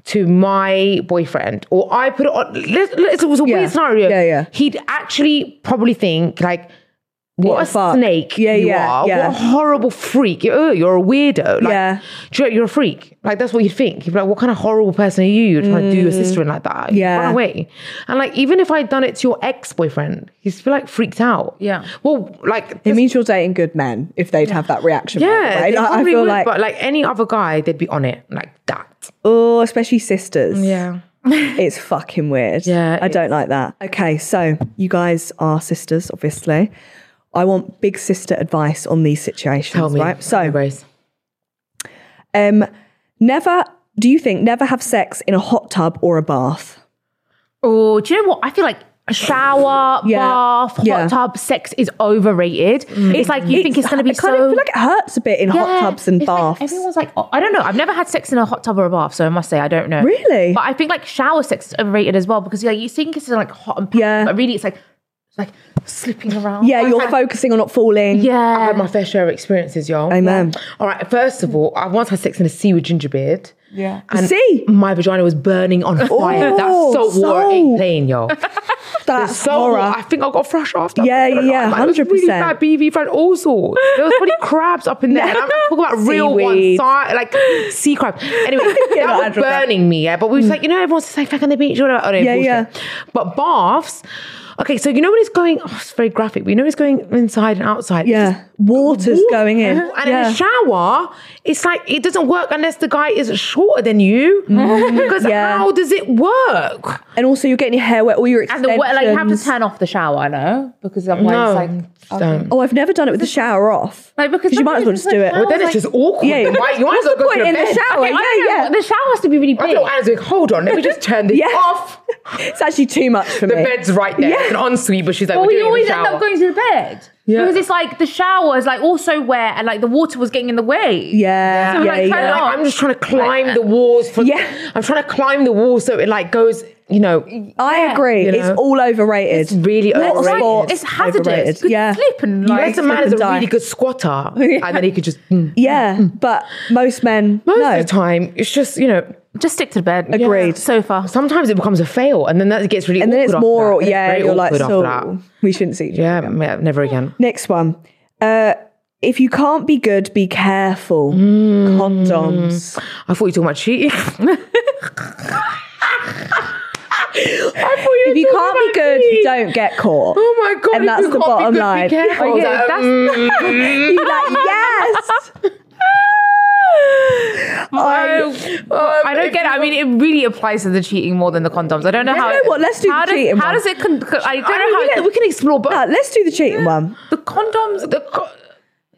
[SPEAKER 2] to my boyfriend, or I put it on, let's, let's, it was a
[SPEAKER 1] Yeah.
[SPEAKER 2] weird scenario.
[SPEAKER 1] Yeah, yeah.
[SPEAKER 2] He'd actually probably think like. What,
[SPEAKER 1] What
[SPEAKER 2] a
[SPEAKER 1] the fuck?
[SPEAKER 2] snake
[SPEAKER 1] Yeah,
[SPEAKER 2] you
[SPEAKER 1] yeah,
[SPEAKER 2] are.
[SPEAKER 1] yeah.
[SPEAKER 2] What a horrible freak. You're, oh, you're a weirdo. Like,
[SPEAKER 1] Yeah.
[SPEAKER 2] do you know, you're a freak. Like, that's what you'd think. You'd be like, what kind of horrible person are you? You're trying to do your sister in like that.
[SPEAKER 1] Mm. Yeah.
[SPEAKER 2] Run away. And like, even if I'd done it to your ex-boyfriend, he'd feel like freaked out.
[SPEAKER 3] Yeah.
[SPEAKER 2] Well, like...
[SPEAKER 1] It means you're dating good men if they'd have that reaction. by the
[SPEAKER 2] yeah.
[SPEAKER 1] way.
[SPEAKER 2] they
[SPEAKER 1] Like, I
[SPEAKER 2] probably
[SPEAKER 1] feel
[SPEAKER 2] would,
[SPEAKER 1] like
[SPEAKER 2] But like any other guy, they'd be on it. Like that.
[SPEAKER 1] oh, especially sisters.
[SPEAKER 2] Yeah.
[SPEAKER 1] It's fucking weird.
[SPEAKER 2] Yeah,
[SPEAKER 1] I don't like that. Okay, so you guys are sisters, obviously. I want big sister advice on these situations,
[SPEAKER 2] Tell me.
[SPEAKER 1] right? So,
[SPEAKER 2] Grace.
[SPEAKER 1] um, never. Do you think never have sex in a hot tub or a bath?
[SPEAKER 3] Oh, do you know what? I feel like a shower,
[SPEAKER 1] Yeah.
[SPEAKER 3] bath, hot
[SPEAKER 1] Yeah.
[SPEAKER 3] tub, sex is overrated. Mm. It's like you think it's going to be
[SPEAKER 1] I
[SPEAKER 3] so.
[SPEAKER 1] kind of feel like it hurts a bit in hot
[SPEAKER 3] Yeah.
[SPEAKER 1] tubs and
[SPEAKER 3] It's like
[SPEAKER 1] baths.
[SPEAKER 3] everyone's like, oh, I don't know. I've never had sex in a hot tub or a bath, so I must say I don't know.
[SPEAKER 1] Really?
[SPEAKER 3] But I think like shower sex is overrated as well because like you think it's like hot and
[SPEAKER 1] Yeah.
[SPEAKER 3] but really it's like it's like slipping around. Oh,
[SPEAKER 1] yeah, you're focusing on not falling.
[SPEAKER 2] I
[SPEAKER 3] Yeah.
[SPEAKER 2] had my fair share of experiences, y'all.
[SPEAKER 1] Amen.
[SPEAKER 2] All right. First of all, I once had sex in a sea with gingerbeard. Yeah.
[SPEAKER 1] See,
[SPEAKER 2] My vagina was burning on fire. that salt water
[SPEAKER 1] salt.
[SPEAKER 2] ain't playing, y'all.
[SPEAKER 1] That's
[SPEAKER 2] so
[SPEAKER 1] horror.
[SPEAKER 2] I think I got fresh after.
[SPEAKER 1] Yeah, yeah, yeah,
[SPEAKER 2] Like, it was Really
[SPEAKER 1] 100%.
[SPEAKER 2] bad BV fried all sorts. There was probably crabs up in there. And I'm not talking about real
[SPEAKER 1] Seaweed.
[SPEAKER 2] ones, si- like sea crabs. Anyway,
[SPEAKER 1] You're not
[SPEAKER 2] that was
[SPEAKER 1] Andrew Crab.
[SPEAKER 2] burning me. Yeah, but we was like, you know, everyone's just like back on the beach. You know, oh, no,
[SPEAKER 1] Mm. Yeah,
[SPEAKER 2] bullshit.
[SPEAKER 1] yeah.
[SPEAKER 2] But baths. Okay, so you know when it's going. Oh, it's very graphic. But you know when it's going inside and outside. It's
[SPEAKER 1] Yeah. Water's
[SPEAKER 2] Water.
[SPEAKER 1] going in.
[SPEAKER 2] And in
[SPEAKER 1] yeah.
[SPEAKER 2] the shower, it's like it doesn't work unless the guy is shorter than you. Because
[SPEAKER 1] Mm. Yeah.
[SPEAKER 2] how does it work?
[SPEAKER 1] and also you're getting your hair wet, all your
[SPEAKER 3] And
[SPEAKER 1] extensions.
[SPEAKER 3] the wet, like you have to turn off the shower, no? Because otherwise it's like,
[SPEAKER 2] don't.
[SPEAKER 1] Oh, I've never done it with the shower off.
[SPEAKER 3] Like, because
[SPEAKER 1] you might as well
[SPEAKER 3] sometimes
[SPEAKER 1] just do
[SPEAKER 3] it's
[SPEAKER 1] it.
[SPEAKER 3] like-
[SPEAKER 2] But then it's just awkward.
[SPEAKER 1] Yeah.
[SPEAKER 2] Yeah, right? You might as
[SPEAKER 1] What's the
[SPEAKER 2] well go to
[SPEAKER 1] point
[SPEAKER 2] the
[SPEAKER 1] in the
[SPEAKER 2] bed.
[SPEAKER 1] shower?
[SPEAKER 3] Okay, I don't
[SPEAKER 1] yeah,
[SPEAKER 3] know.
[SPEAKER 1] yeah.
[SPEAKER 3] The shower has to be really
[SPEAKER 2] I
[SPEAKER 3] big.
[SPEAKER 2] don't Anna's like, hold on, let me just turn this
[SPEAKER 1] Yeah.
[SPEAKER 2] off.
[SPEAKER 1] It's actually too much for
[SPEAKER 2] The
[SPEAKER 1] me.
[SPEAKER 2] bed's right there. It's an ensuite, but she's like,
[SPEAKER 3] Well,
[SPEAKER 2] we're
[SPEAKER 3] we
[SPEAKER 2] doing it in
[SPEAKER 3] always
[SPEAKER 2] the
[SPEAKER 3] end
[SPEAKER 2] shower.
[SPEAKER 3] up going to the bed
[SPEAKER 2] Yeah.
[SPEAKER 3] because it's like the shower is like also wet and like the water was getting in the way.
[SPEAKER 1] Yeah,
[SPEAKER 3] So,
[SPEAKER 1] yeah,
[SPEAKER 3] like,
[SPEAKER 1] yeah.
[SPEAKER 3] turn it
[SPEAKER 2] Like,
[SPEAKER 3] off.
[SPEAKER 2] I'm just trying to climb the walls. For,
[SPEAKER 1] Yeah.
[SPEAKER 2] I'm trying to climb the wall so it like goes, you know,
[SPEAKER 1] I agree.
[SPEAKER 2] You know?
[SPEAKER 1] it's all overrated.
[SPEAKER 2] It's really
[SPEAKER 1] Water
[SPEAKER 2] overrated.
[SPEAKER 3] Right,
[SPEAKER 1] sports,
[SPEAKER 3] it's hazardous.
[SPEAKER 1] overrated.
[SPEAKER 3] Could
[SPEAKER 1] Yeah.
[SPEAKER 3] slip and like
[SPEAKER 2] unless a man is a
[SPEAKER 1] and die.
[SPEAKER 2] really good squatter, and then he could just mm.
[SPEAKER 1] Yeah, but most men
[SPEAKER 2] most
[SPEAKER 1] no.
[SPEAKER 2] of the time it's just you know
[SPEAKER 3] just stick to the bed.
[SPEAKER 1] Agreed.
[SPEAKER 3] Sofa.
[SPEAKER 2] sometimes it becomes a fail, and then that gets really
[SPEAKER 1] and then it's
[SPEAKER 2] awkward after
[SPEAKER 1] more.
[SPEAKER 2] that. It's
[SPEAKER 1] Yeah,
[SPEAKER 2] very
[SPEAKER 1] you're like,
[SPEAKER 2] awkward after
[SPEAKER 1] so we shouldn't see. each
[SPEAKER 2] that. yeah, yeah, never again.
[SPEAKER 1] Next one. Uh, if you can't be good, be careful. Condoms.
[SPEAKER 2] Mm. I thought you were talking about cheating.
[SPEAKER 1] If you can't be good, don't get caught.
[SPEAKER 2] Oh my god!
[SPEAKER 1] And
[SPEAKER 2] if
[SPEAKER 1] that's
[SPEAKER 2] you
[SPEAKER 1] the
[SPEAKER 2] can't be
[SPEAKER 1] bottom
[SPEAKER 2] good, be
[SPEAKER 1] line. Oh,
[SPEAKER 2] careful. I was
[SPEAKER 3] Okay,
[SPEAKER 2] like,
[SPEAKER 3] that's-
[SPEAKER 2] mm.
[SPEAKER 1] You're like, yes. Um,
[SPEAKER 3] I, Um,
[SPEAKER 2] um,
[SPEAKER 3] I don't get it. I mean, it really applies to the cheating more than the condoms. I don't know
[SPEAKER 1] Yeah,
[SPEAKER 3] how.
[SPEAKER 1] you know
[SPEAKER 3] it-
[SPEAKER 1] what? Let's do
[SPEAKER 3] how
[SPEAKER 1] the cheating
[SPEAKER 3] How
[SPEAKER 1] one.
[SPEAKER 3] does it? Con- co- I don't know
[SPEAKER 2] I
[SPEAKER 3] how.
[SPEAKER 2] don't know.
[SPEAKER 3] it-
[SPEAKER 2] We can explore, but
[SPEAKER 1] Uh, let's do the cheating one.
[SPEAKER 2] the condoms, the. Co-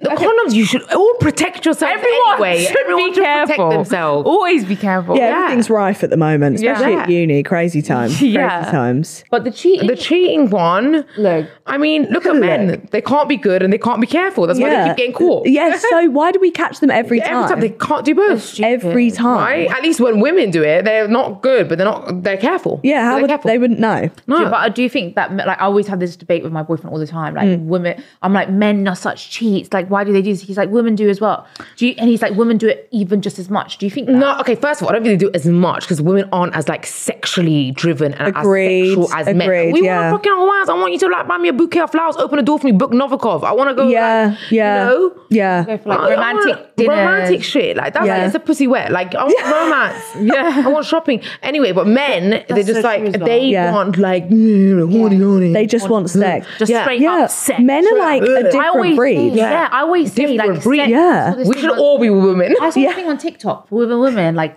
[SPEAKER 2] the condoms, you should all protect yourself
[SPEAKER 3] Everyone
[SPEAKER 2] anyway.
[SPEAKER 3] should
[SPEAKER 2] Everyone
[SPEAKER 3] be
[SPEAKER 2] should
[SPEAKER 3] careful.
[SPEAKER 2] protect themselves.
[SPEAKER 3] Always be careful.
[SPEAKER 1] Yeah, everything's rife at the moment, especially at
[SPEAKER 2] Yeah.
[SPEAKER 1] uni. Crazy times. Crazy
[SPEAKER 3] Yeah.
[SPEAKER 1] times.
[SPEAKER 3] But the cheating.
[SPEAKER 2] The cheating one,
[SPEAKER 3] Look.
[SPEAKER 2] I mean, look at
[SPEAKER 1] Look.
[SPEAKER 2] men. They can't be good and they can't be careful. That's why they keep getting caught.
[SPEAKER 1] Yeah. So why do we catch them every time?
[SPEAKER 2] Every time they can't do both.
[SPEAKER 1] Every time.
[SPEAKER 2] Right? At least when women do it, they're not good, but they're not. They're careful.
[SPEAKER 1] Yeah. How
[SPEAKER 2] they're
[SPEAKER 1] would,
[SPEAKER 2] careful.
[SPEAKER 1] they wouldn't know.
[SPEAKER 3] Do you- but I do think that like I always have this debate with my boyfriend all the time. Like
[SPEAKER 2] Mm.
[SPEAKER 3] women, I'm like men are such cheats. Like why do they do this? He's like women do as well. Do you, and he's like women do it even just as much. Do you think? That?
[SPEAKER 2] No, okay. First of all, I don't think they do it as much because women aren't as like sexually driven and
[SPEAKER 1] Agreed,
[SPEAKER 2] as sexual as
[SPEAKER 1] agreed,
[SPEAKER 2] men. We
[SPEAKER 1] yeah.
[SPEAKER 2] want to fucking our wives. I want you to like buy me a bouquet of flowers, open a door for me, book Novikov. I want to go.
[SPEAKER 1] Yeah.
[SPEAKER 2] like,
[SPEAKER 1] Yeah.
[SPEAKER 2] You know?
[SPEAKER 1] Yeah.
[SPEAKER 3] like,
[SPEAKER 2] I- I
[SPEAKER 3] romantic
[SPEAKER 2] want
[SPEAKER 3] dinners.
[SPEAKER 2] romantic shit. Like that's
[SPEAKER 1] Yeah.
[SPEAKER 2] like it's a pussy wet. Like I want romance. Yeah, I want shopping. Anyway, but men, they're just
[SPEAKER 3] so true
[SPEAKER 2] like
[SPEAKER 3] as well.
[SPEAKER 2] they
[SPEAKER 1] Yeah.
[SPEAKER 2] want like horny, horny.
[SPEAKER 1] They just want sex.
[SPEAKER 3] Just
[SPEAKER 2] Yeah.
[SPEAKER 3] straight
[SPEAKER 1] yeah.
[SPEAKER 3] up sex.
[SPEAKER 1] Men are like a different
[SPEAKER 3] I always
[SPEAKER 1] breed.
[SPEAKER 3] Say, yeah. I always say
[SPEAKER 2] Different
[SPEAKER 3] like
[SPEAKER 2] breed.
[SPEAKER 3] sex-
[SPEAKER 1] Yeah.
[SPEAKER 3] I saw this
[SPEAKER 2] we
[SPEAKER 3] thing
[SPEAKER 2] should
[SPEAKER 3] on-
[SPEAKER 2] all be women.
[SPEAKER 3] I saw
[SPEAKER 1] Yeah.
[SPEAKER 3] this thing on TikTok with a woman like.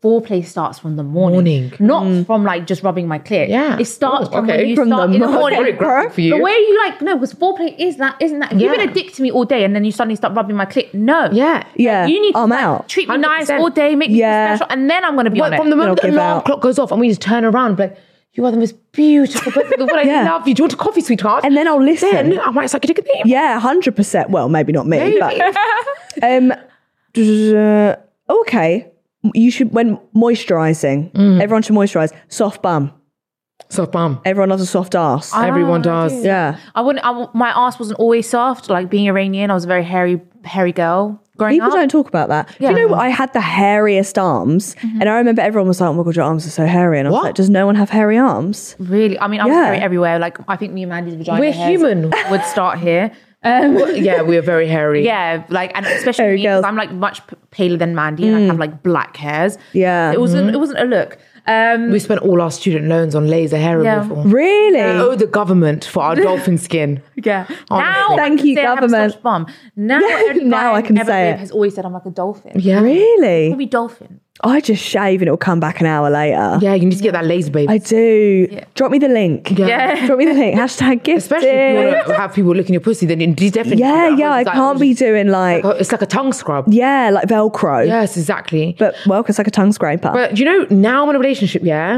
[SPEAKER 3] Foreplay starts from the morning,
[SPEAKER 2] Morning. Mm.
[SPEAKER 3] not from like just rubbing my clit.
[SPEAKER 2] Yeah.
[SPEAKER 3] it starts
[SPEAKER 2] Oh,
[SPEAKER 3] from
[SPEAKER 2] okay.
[SPEAKER 3] when you
[SPEAKER 1] From
[SPEAKER 3] start
[SPEAKER 1] the
[SPEAKER 3] in the
[SPEAKER 1] morning.
[SPEAKER 3] morning.
[SPEAKER 2] Very graphic for you.
[SPEAKER 3] The way you like no, because foreplay is that isn't that? If You've
[SPEAKER 2] Yeah.
[SPEAKER 3] been a dick to me all day, and then you suddenly start rubbing my clit. No,
[SPEAKER 2] Yeah.
[SPEAKER 1] Yeah.
[SPEAKER 3] you need
[SPEAKER 1] I'm
[SPEAKER 3] to like,
[SPEAKER 1] out.
[SPEAKER 3] treat me nice
[SPEAKER 2] 100%.
[SPEAKER 3] all day, make me
[SPEAKER 1] Yeah.
[SPEAKER 3] feel special, and then I'm gonna be
[SPEAKER 2] But
[SPEAKER 3] on
[SPEAKER 2] from
[SPEAKER 3] it.
[SPEAKER 2] the moment
[SPEAKER 1] They'll
[SPEAKER 2] the
[SPEAKER 1] give
[SPEAKER 2] alarm
[SPEAKER 1] out.
[SPEAKER 2] clock goes off and we just turn around, and be like, you are the most beautiful person in the world. I
[SPEAKER 1] Yeah.
[SPEAKER 2] love you. Do you want a coffee, sweetheart?
[SPEAKER 1] And then I'll listen.
[SPEAKER 2] Then I might suck your dick at the end.
[SPEAKER 1] Yeah, hundred percent. Well, maybe not me, but um, okay. You should when moisturising.
[SPEAKER 3] Mm.
[SPEAKER 1] Everyone should moisturise. Soft bum.
[SPEAKER 2] Soft bum.
[SPEAKER 1] Everyone loves a soft ass.
[SPEAKER 2] Everyone does.
[SPEAKER 1] yeah.
[SPEAKER 3] I wouldn't. I w my ass wasn't always soft. Like being Iranian, I was a very hairy, hairy girl growing
[SPEAKER 1] People
[SPEAKER 3] up.
[SPEAKER 1] don't talk about that. Do you know what? I had the hairiest arms,
[SPEAKER 3] Mm-hmm.
[SPEAKER 1] and I remember everyone was like, "Oh my god, your arms are so hairy," and I was
[SPEAKER 2] What?
[SPEAKER 1] like, "Does no one have hairy arms?"
[SPEAKER 3] really, I mean, I
[SPEAKER 1] Yeah.
[SPEAKER 3] was hairy everywhere. Like I think me and Mandy's vagina.
[SPEAKER 2] We're
[SPEAKER 3] hairs
[SPEAKER 2] human.
[SPEAKER 3] Would start here. Um,
[SPEAKER 2] Yeah, we are very hairy.
[SPEAKER 3] yeah, like and especially
[SPEAKER 1] Hairy
[SPEAKER 3] me 'cause
[SPEAKER 1] girls. Mm.
[SPEAKER 3] I'm like much p- paler than Mandy, and I have like black hairs.
[SPEAKER 1] Yeah. Mm-hmm.
[SPEAKER 3] it wasn't. It wasn't a look. Um,
[SPEAKER 2] We spent all our student loans on laser hair
[SPEAKER 3] Yeah.
[SPEAKER 2] removal.
[SPEAKER 1] Really?
[SPEAKER 2] Oh, the government for our dolphin skin.
[SPEAKER 3] yeah. Now,
[SPEAKER 2] Honestly.
[SPEAKER 1] Thank
[SPEAKER 3] I can
[SPEAKER 1] you,
[SPEAKER 3] say I have a
[SPEAKER 1] government.
[SPEAKER 3] soft bum. Now, every
[SPEAKER 1] Now
[SPEAKER 3] guy
[SPEAKER 1] I
[SPEAKER 3] I've
[SPEAKER 1] can
[SPEAKER 3] ever
[SPEAKER 1] say
[SPEAKER 3] with
[SPEAKER 1] it.
[SPEAKER 3] Has always said I'm like a dolphin.
[SPEAKER 2] Yeah.
[SPEAKER 1] Really?
[SPEAKER 3] Probably dolphin.
[SPEAKER 1] I just shave and it'll come back an hour later.
[SPEAKER 2] Yeah, you need to get that laser, baby.
[SPEAKER 1] I do. Drop me the link.
[SPEAKER 3] Yeah.
[SPEAKER 1] Drop me the link. Hashtag gift.
[SPEAKER 2] Especially if you want to have people licking your pussy, then you definitely.
[SPEAKER 1] Yeah,
[SPEAKER 2] do that.
[SPEAKER 1] yeah. I
[SPEAKER 2] It's like-
[SPEAKER 1] can't be doing like
[SPEAKER 2] It's like a tongue scrub.
[SPEAKER 1] yeah, like Velcro.
[SPEAKER 2] Yes, exactly.
[SPEAKER 1] But well, it's like a tongue scraper.
[SPEAKER 2] But you know, now I'm in a relationship, yeah.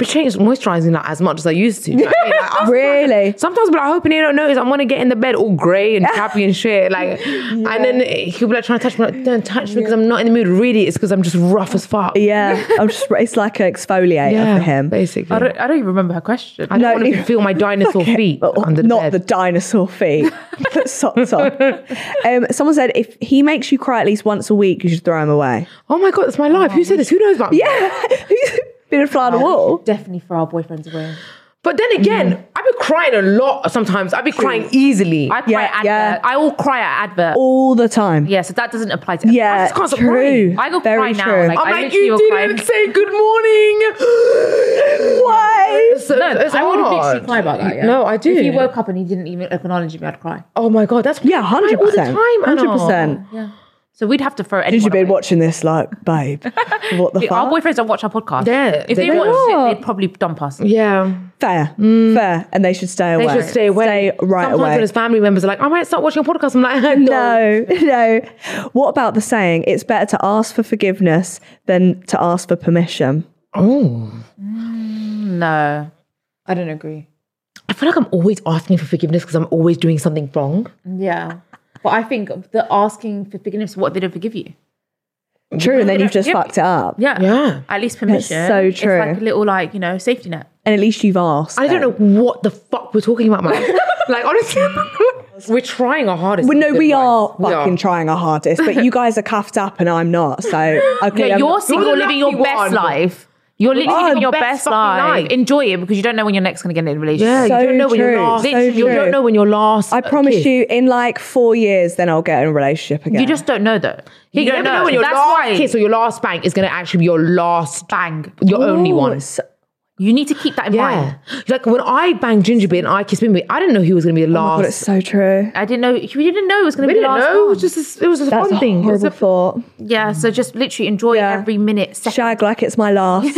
[SPEAKER 2] Bitch ain't moisturizing that as much as I used to. you know what I mean? Like, I was-
[SPEAKER 1] really?
[SPEAKER 2] Sometimes, but I hope they don't notice. I'm gonna get in the bed all grey and happy and shit, like, and then he'll be like trying to touch me. Like, don't touch me because I'm not in the mood. Really, it's because I'm just rough as fuck.
[SPEAKER 1] Yeah. I'm just. It's like an exfoliator for him.
[SPEAKER 2] basically.
[SPEAKER 3] I don't, I don't even remember her question.
[SPEAKER 2] I
[SPEAKER 1] No,
[SPEAKER 2] don't want
[SPEAKER 1] neither-
[SPEAKER 2] to feel my dinosaur
[SPEAKER 1] Okay.
[SPEAKER 2] feet
[SPEAKER 1] Oh,
[SPEAKER 2] under the
[SPEAKER 1] not
[SPEAKER 2] bed.
[SPEAKER 1] the dinosaur feet. Put socks on. Um, someone said if he makes you cry at least once a week, you should throw him away.
[SPEAKER 2] oh my god, that's my life. Who said this? Who knows about me?
[SPEAKER 1] Yeah. Been a fly on the wall.
[SPEAKER 3] Definitely for our boyfriends' way.
[SPEAKER 2] But then again, I've been crying a lot sometimes. I've been crying easily.
[SPEAKER 3] I
[SPEAKER 2] I,
[SPEAKER 3] cry
[SPEAKER 1] Yeah,
[SPEAKER 3] at advert.
[SPEAKER 1] yeah.
[SPEAKER 3] I will cry at advert.
[SPEAKER 1] all the time.
[SPEAKER 3] Yeah, so that doesn't apply to.
[SPEAKER 1] Yeah,
[SPEAKER 3] I just can't stop
[SPEAKER 1] true.
[SPEAKER 3] crying. I go
[SPEAKER 1] Very
[SPEAKER 3] cry now.
[SPEAKER 1] true.
[SPEAKER 3] Like,
[SPEAKER 2] am
[SPEAKER 3] I
[SPEAKER 2] like,
[SPEAKER 3] literally
[SPEAKER 2] you
[SPEAKER 3] will cry.
[SPEAKER 2] didn't say good morning.
[SPEAKER 1] Why?
[SPEAKER 2] So
[SPEAKER 3] No,
[SPEAKER 2] it's
[SPEAKER 3] I would
[SPEAKER 2] hard.
[SPEAKER 3] literally cry about that. Yeah.
[SPEAKER 2] No, I do.
[SPEAKER 3] If he woke up and he didn't even acknowledge me, I'd cry.
[SPEAKER 2] Oh my god, that's
[SPEAKER 1] Yeah,
[SPEAKER 2] I cry
[SPEAKER 1] hundred percent.
[SPEAKER 2] All the time,
[SPEAKER 1] hundred
[SPEAKER 2] Anna.
[SPEAKER 1] percent.
[SPEAKER 3] Yeah. So we'd have to throw.
[SPEAKER 1] Did you
[SPEAKER 3] anyone
[SPEAKER 1] been
[SPEAKER 3] away.
[SPEAKER 1] watching this, like, babe? What the
[SPEAKER 3] Our
[SPEAKER 1] fuck?
[SPEAKER 3] boyfriends don't watch our podcast.
[SPEAKER 2] Yeah,
[SPEAKER 3] If
[SPEAKER 2] they
[SPEAKER 3] they,
[SPEAKER 2] don't.
[SPEAKER 3] watched it, they'd probably dump us.
[SPEAKER 2] Yeah,
[SPEAKER 1] Fair,
[SPEAKER 3] Mm.
[SPEAKER 1] fair, and they should stay away.
[SPEAKER 2] they should stay away.
[SPEAKER 1] right
[SPEAKER 2] Sometimes
[SPEAKER 1] away.
[SPEAKER 2] when his family members are like, "I might start watching a podcast," I'm like, "No."
[SPEAKER 1] No, no. What about the saying? It's better to ask for forgiveness than to ask for permission.
[SPEAKER 2] Oh,
[SPEAKER 3] No, I don't agree.
[SPEAKER 2] I feel like I'm always asking for forgiveness because I'm always doing something wrong.
[SPEAKER 3] Yeah, but I think the asking for forgiveness, what they don't forgive you.
[SPEAKER 1] True, and then you've just
[SPEAKER 3] Yeah.
[SPEAKER 1] fucked it up.
[SPEAKER 3] Yeah,
[SPEAKER 2] Yeah.
[SPEAKER 3] At least permission.
[SPEAKER 1] so
[SPEAKER 3] It's
[SPEAKER 1] true.
[SPEAKER 3] like a little like you know safety net.
[SPEAKER 1] And at least you've asked.
[SPEAKER 2] I don't
[SPEAKER 1] then.
[SPEAKER 2] know what the fuck we're talking about, man. like honestly, we're trying our hardest.
[SPEAKER 1] Well, no, we are
[SPEAKER 2] We are.
[SPEAKER 1] fucking trying our hardest, but you guys are cuffed up and I'm not. So okay,
[SPEAKER 3] Yeah,
[SPEAKER 1] I'm
[SPEAKER 3] you're
[SPEAKER 1] not-
[SPEAKER 3] single,
[SPEAKER 2] you're the
[SPEAKER 3] living your
[SPEAKER 2] lucky
[SPEAKER 3] best
[SPEAKER 2] one.
[SPEAKER 3] life. You're literally
[SPEAKER 1] Oh,
[SPEAKER 3] living your
[SPEAKER 2] best
[SPEAKER 3] best,
[SPEAKER 2] fucking
[SPEAKER 3] life.
[SPEAKER 2] life.
[SPEAKER 3] Enjoy it because you don't know when you're next going to get in a
[SPEAKER 2] Yeah,
[SPEAKER 3] relationship.
[SPEAKER 1] So
[SPEAKER 2] you don't know when
[SPEAKER 1] true,
[SPEAKER 2] your last.
[SPEAKER 1] so
[SPEAKER 2] you
[SPEAKER 1] true.
[SPEAKER 2] don't know when your last.
[SPEAKER 1] I
[SPEAKER 2] uh,
[SPEAKER 1] promise
[SPEAKER 2] kid.
[SPEAKER 1] you, in like four years, then I'll get in a relationship again.
[SPEAKER 3] You just don't know though.
[SPEAKER 2] You,
[SPEAKER 3] don't
[SPEAKER 2] never know, when your
[SPEAKER 3] That's
[SPEAKER 2] last
[SPEAKER 3] why
[SPEAKER 2] kiss or your last bang is going to actually be your last bang, your only
[SPEAKER 1] Ooh,
[SPEAKER 2] one.
[SPEAKER 1] so-
[SPEAKER 3] you need to keep that in
[SPEAKER 2] Yeah,
[SPEAKER 3] mind.
[SPEAKER 2] like when I banged Gingerbit and I kissed Bimbi, I didn't know he was going to be the
[SPEAKER 1] Oh my God, it's
[SPEAKER 2] last.
[SPEAKER 1] so true.
[SPEAKER 3] I didn't know. We didn't know it was going to
[SPEAKER 2] we
[SPEAKER 3] be
[SPEAKER 2] didn't
[SPEAKER 3] the last
[SPEAKER 2] know. It
[SPEAKER 3] one.
[SPEAKER 2] was just a, it was just
[SPEAKER 3] Oh,
[SPEAKER 1] That's
[SPEAKER 2] one
[SPEAKER 1] a
[SPEAKER 2] thing.
[SPEAKER 1] horrible
[SPEAKER 2] It's a-
[SPEAKER 1] thought.
[SPEAKER 3] yeah. So just literally enjoy
[SPEAKER 1] Yeah.
[SPEAKER 3] every minute, second.
[SPEAKER 1] Shag like it's my last,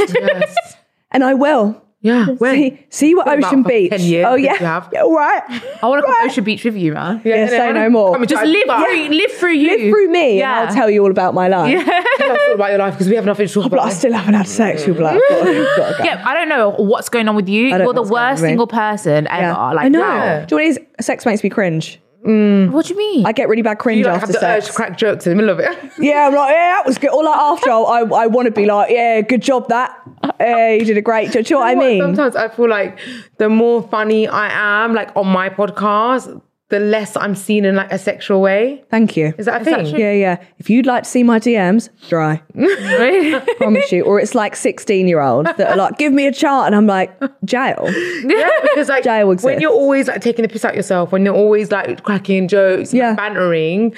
[SPEAKER 1] and I will.
[SPEAKER 2] yeah, when?
[SPEAKER 1] See, see what
[SPEAKER 2] about
[SPEAKER 1] Ocean
[SPEAKER 2] fucking
[SPEAKER 1] Beach.
[SPEAKER 2] 10 years,
[SPEAKER 1] oh
[SPEAKER 2] I think
[SPEAKER 1] yeah,
[SPEAKER 2] you have.
[SPEAKER 1] Yeah, all right.
[SPEAKER 3] I want to come to Ocean Beach with you, man.
[SPEAKER 1] Yeah, say no more.
[SPEAKER 2] Come and
[SPEAKER 3] Just
[SPEAKER 2] try-
[SPEAKER 3] live
[SPEAKER 2] Yeah.
[SPEAKER 3] through, live through you.
[SPEAKER 1] Live through me,
[SPEAKER 3] Yeah.
[SPEAKER 1] and I'll tell you all about my life.
[SPEAKER 2] Tell us all about your life because we have nothing to talk
[SPEAKER 1] But
[SPEAKER 2] about.
[SPEAKER 1] I still haven't had sex. You'll be like, "Got to- got to go."
[SPEAKER 3] Yeah, I don't know what's going on with you.
[SPEAKER 1] don't know
[SPEAKER 3] You're the
[SPEAKER 1] what's going on
[SPEAKER 3] worst
[SPEAKER 1] with me.
[SPEAKER 3] single person ever.
[SPEAKER 1] Yeah.
[SPEAKER 3] Like,
[SPEAKER 1] I know.
[SPEAKER 3] wow.
[SPEAKER 1] Do you know what it is? Sex makes me cringe.
[SPEAKER 3] What do you mean?
[SPEAKER 1] I get really bad cringe
[SPEAKER 2] you like, have
[SPEAKER 1] after
[SPEAKER 2] the urge
[SPEAKER 1] sex.
[SPEAKER 2] to crack jokes in the middle of it.
[SPEAKER 1] Yeah, I'm like, yeah, that was good. Or like after, I, I, I want to be like, yeah, good job that. Yeah, you did a great job. Do you know what I
[SPEAKER 2] But
[SPEAKER 1] mean?
[SPEAKER 2] Sometimes I feel like the more funny I am, like on my podcast, the less I'm seen in like a sexual way.
[SPEAKER 1] Thank you.
[SPEAKER 2] Is that a thing?
[SPEAKER 1] yeah, yeah. If you'd like to see my DMs, dry.
[SPEAKER 3] Really?
[SPEAKER 1] Promise you. Or it's like 16 year olds that are like, give me a chart. And I'm like, jail.
[SPEAKER 2] Yeah, because like
[SPEAKER 1] Jail
[SPEAKER 2] when
[SPEAKER 1] exists.
[SPEAKER 2] you're always like taking the piss out yourself, when you're always like cracking jokes,
[SPEAKER 1] Yeah.
[SPEAKER 2] yeah. bantering,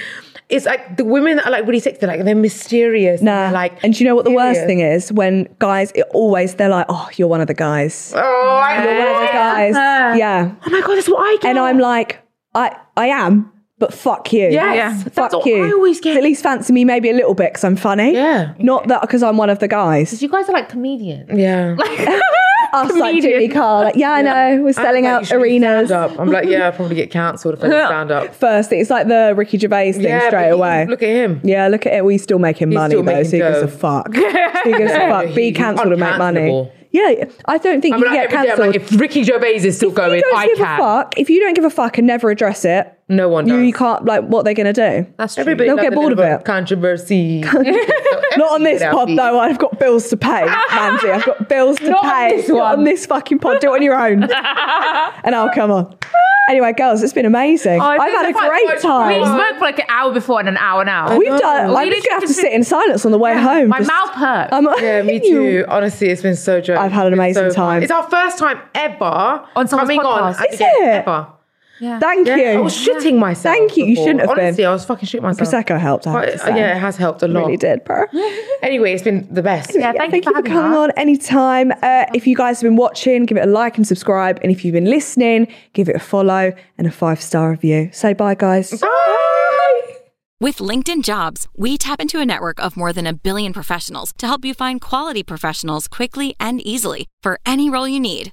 [SPEAKER 2] it's like the women that are like really sick. They're like they're mysterious. and
[SPEAKER 1] Nah.
[SPEAKER 2] they're, like
[SPEAKER 1] and do you know what the worst
[SPEAKER 2] serious.
[SPEAKER 1] thing is? When guys, it always, they're like, oh, you're one of the guys.
[SPEAKER 2] Oh, I
[SPEAKER 1] You're one of the guys. Yeah.
[SPEAKER 2] Oh my god, that's what I get.
[SPEAKER 1] And I'm like, I, I am, but fuck you.
[SPEAKER 2] Yes, Yeah.
[SPEAKER 1] Fuck
[SPEAKER 2] that's what
[SPEAKER 1] you.
[SPEAKER 2] I always get.
[SPEAKER 1] At least fancy me maybe a little bit because I'm funny.
[SPEAKER 2] Yeah.
[SPEAKER 1] Not that because I'm one of the guys.
[SPEAKER 3] you guys are like comedians.
[SPEAKER 2] yeah.
[SPEAKER 1] Us like Jimmy Carr. Like, yeah, I know. We're selling
[SPEAKER 2] Like, you
[SPEAKER 1] out
[SPEAKER 2] should do
[SPEAKER 1] arenas.
[SPEAKER 2] stand up. I'm like, yeah, I probably get cancelled if I do stand up.
[SPEAKER 1] First thing, it's like the Ricky Gervais thing
[SPEAKER 2] yeah,
[SPEAKER 1] straight
[SPEAKER 2] but he-
[SPEAKER 1] away.
[SPEAKER 2] Look at him.
[SPEAKER 1] yeah, look at it. We still making money
[SPEAKER 2] still
[SPEAKER 1] though,
[SPEAKER 2] making
[SPEAKER 1] so he gives a
[SPEAKER 2] dough.
[SPEAKER 1] fuck. he gives a fuck.
[SPEAKER 2] he-
[SPEAKER 1] Be
[SPEAKER 2] he's
[SPEAKER 1] cancelled and make money.
[SPEAKER 2] uncancelable.
[SPEAKER 1] Yeah, I don't think
[SPEAKER 2] I'm
[SPEAKER 1] you
[SPEAKER 2] like,
[SPEAKER 1] get
[SPEAKER 2] every day, I'm
[SPEAKER 1] cancelled.
[SPEAKER 2] like, if Ricky Gervais is still
[SPEAKER 1] you
[SPEAKER 2] going,
[SPEAKER 1] don't
[SPEAKER 2] I
[SPEAKER 1] give
[SPEAKER 2] can.
[SPEAKER 1] a fuck. If you don't give a fuck and never address it,
[SPEAKER 2] No one
[SPEAKER 1] you,
[SPEAKER 2] does.
[SPEAKER 1] you can't. Like, what they're gonna do?
[SPEAKER 3] That's true.
[SPEAKER 2] Everybody
[SPEAKER 1] They'll
[SPEAKER 2] loves
[SPEAKER 1] get
[SPEAKER 2] a
[SPEAKER 1] bored
[SPEAKER 2] bit
[SPEAKER 1] of
[SPEAKER 2] a
[SPEAKER 1] it.
[SPEAKER 2] Controversy.
[SPEAKER 1] Not on this
[SPEAKER 2] Get out
[SPEAKER 1] pod
[SPEAKER 2] feet.
[SPEAKER 1] though. I've got bills to pay, Mandy. I've got bills to
[SPEAKER 3] Not on
[SPEAKER 1] pay.
[SPEAKER 3] this
[SPEAKER 1] Not
[SPEAKER 3] one.
[SPEAKER 1] on this fucking pod. Do it on your own, and I'll come on. Anyway, girls, it's been amazing.
[SPEAKER 3] Oh,
[SPEAKER 1] I've
[SPEAKER 3] this
[SPEAKER 1] had
[SPEAKER 3] is
[SPEAKER 1] a
[SPEAKER 3] quite-
[SPEAKER 1] great
[SPEAKER 3] quite-
[SPEAKER 1] time.
[SPEAKER 3] We spoke for like an hour before and an hour now.
[SPEAKER 1] We've done.
[SPEAKER 3] We
[SPEAKER 1] I'm just
[SPEAKER 3] literally
[SPEAKER 1] gonna have to
[SPEAKER 3] just-
[SPEAKER 1] sit in silence on the way home.
[SPEAKER 3] My
[SPEAKER 1] Just-
[SPEAKER 3] mouth hurts.
[SPEAKER 1] I'm-
[SPEAKER 2] Yeah, me too. Honestly, it's been so joyous.
[SPEAKER 1] I've had an
[SPEAKER 2] It's been
[SPEAKER 1] amazing
[SPEAKER 2] fun.
[SPEAKER 1] time.
[SPEAKER 2] It's our first time ever
[SPEAKER 3] On someone's
[SPEAKER 2] coming
[SPEAKER 3] podcast.
[SPEAKER 2] on. at
[SPEAKER 1] Is
[SPEAKER 2] the-
[SPEAKER 1] it?
[SPEAKER 2] Ever.
[SPEAKER 1] Thank
[SPEAKER 2] Yeah, I
[SPEAKER 1] you.
[SPEAKER 2] was shitting myself.
[SPEAKER 1] Thank you. You
[SPEAKER 2] before.
[SPEAKER 1] shouldn't have been.
[SPEAKER 2] Honestly, I was fucking shitting myself.
[SPEAKER 1] Prosecco helped. I have
[SPEAKER 2] But,
[SPEAKER 1] to say.
[SPEAKER 2] yeah, it has helped a lot.
[SPEAKER 1] really did, bro.
[SPEAKER 2] Anyway, it's been the best.
[SPEAKER 3] Yeah, thank,
[SPEAKER 1] Thank you for
[SPEAKER 3] having
[SPEAKER 1] coming
[SPEAKER 3] us.
[SPEAKER 1] on anytime. Uh, if you guys have been watching, give it a like and subscribe. And if you've been listening, give it a follow and a five star review. Say bye, guys.
[SPEAKER 2] Bye.
[SPEAKER 4] With LinkedIn Jobs, we tap into a network of more than a billion professionals to help you find quality professionals quickly and easily for any role you need.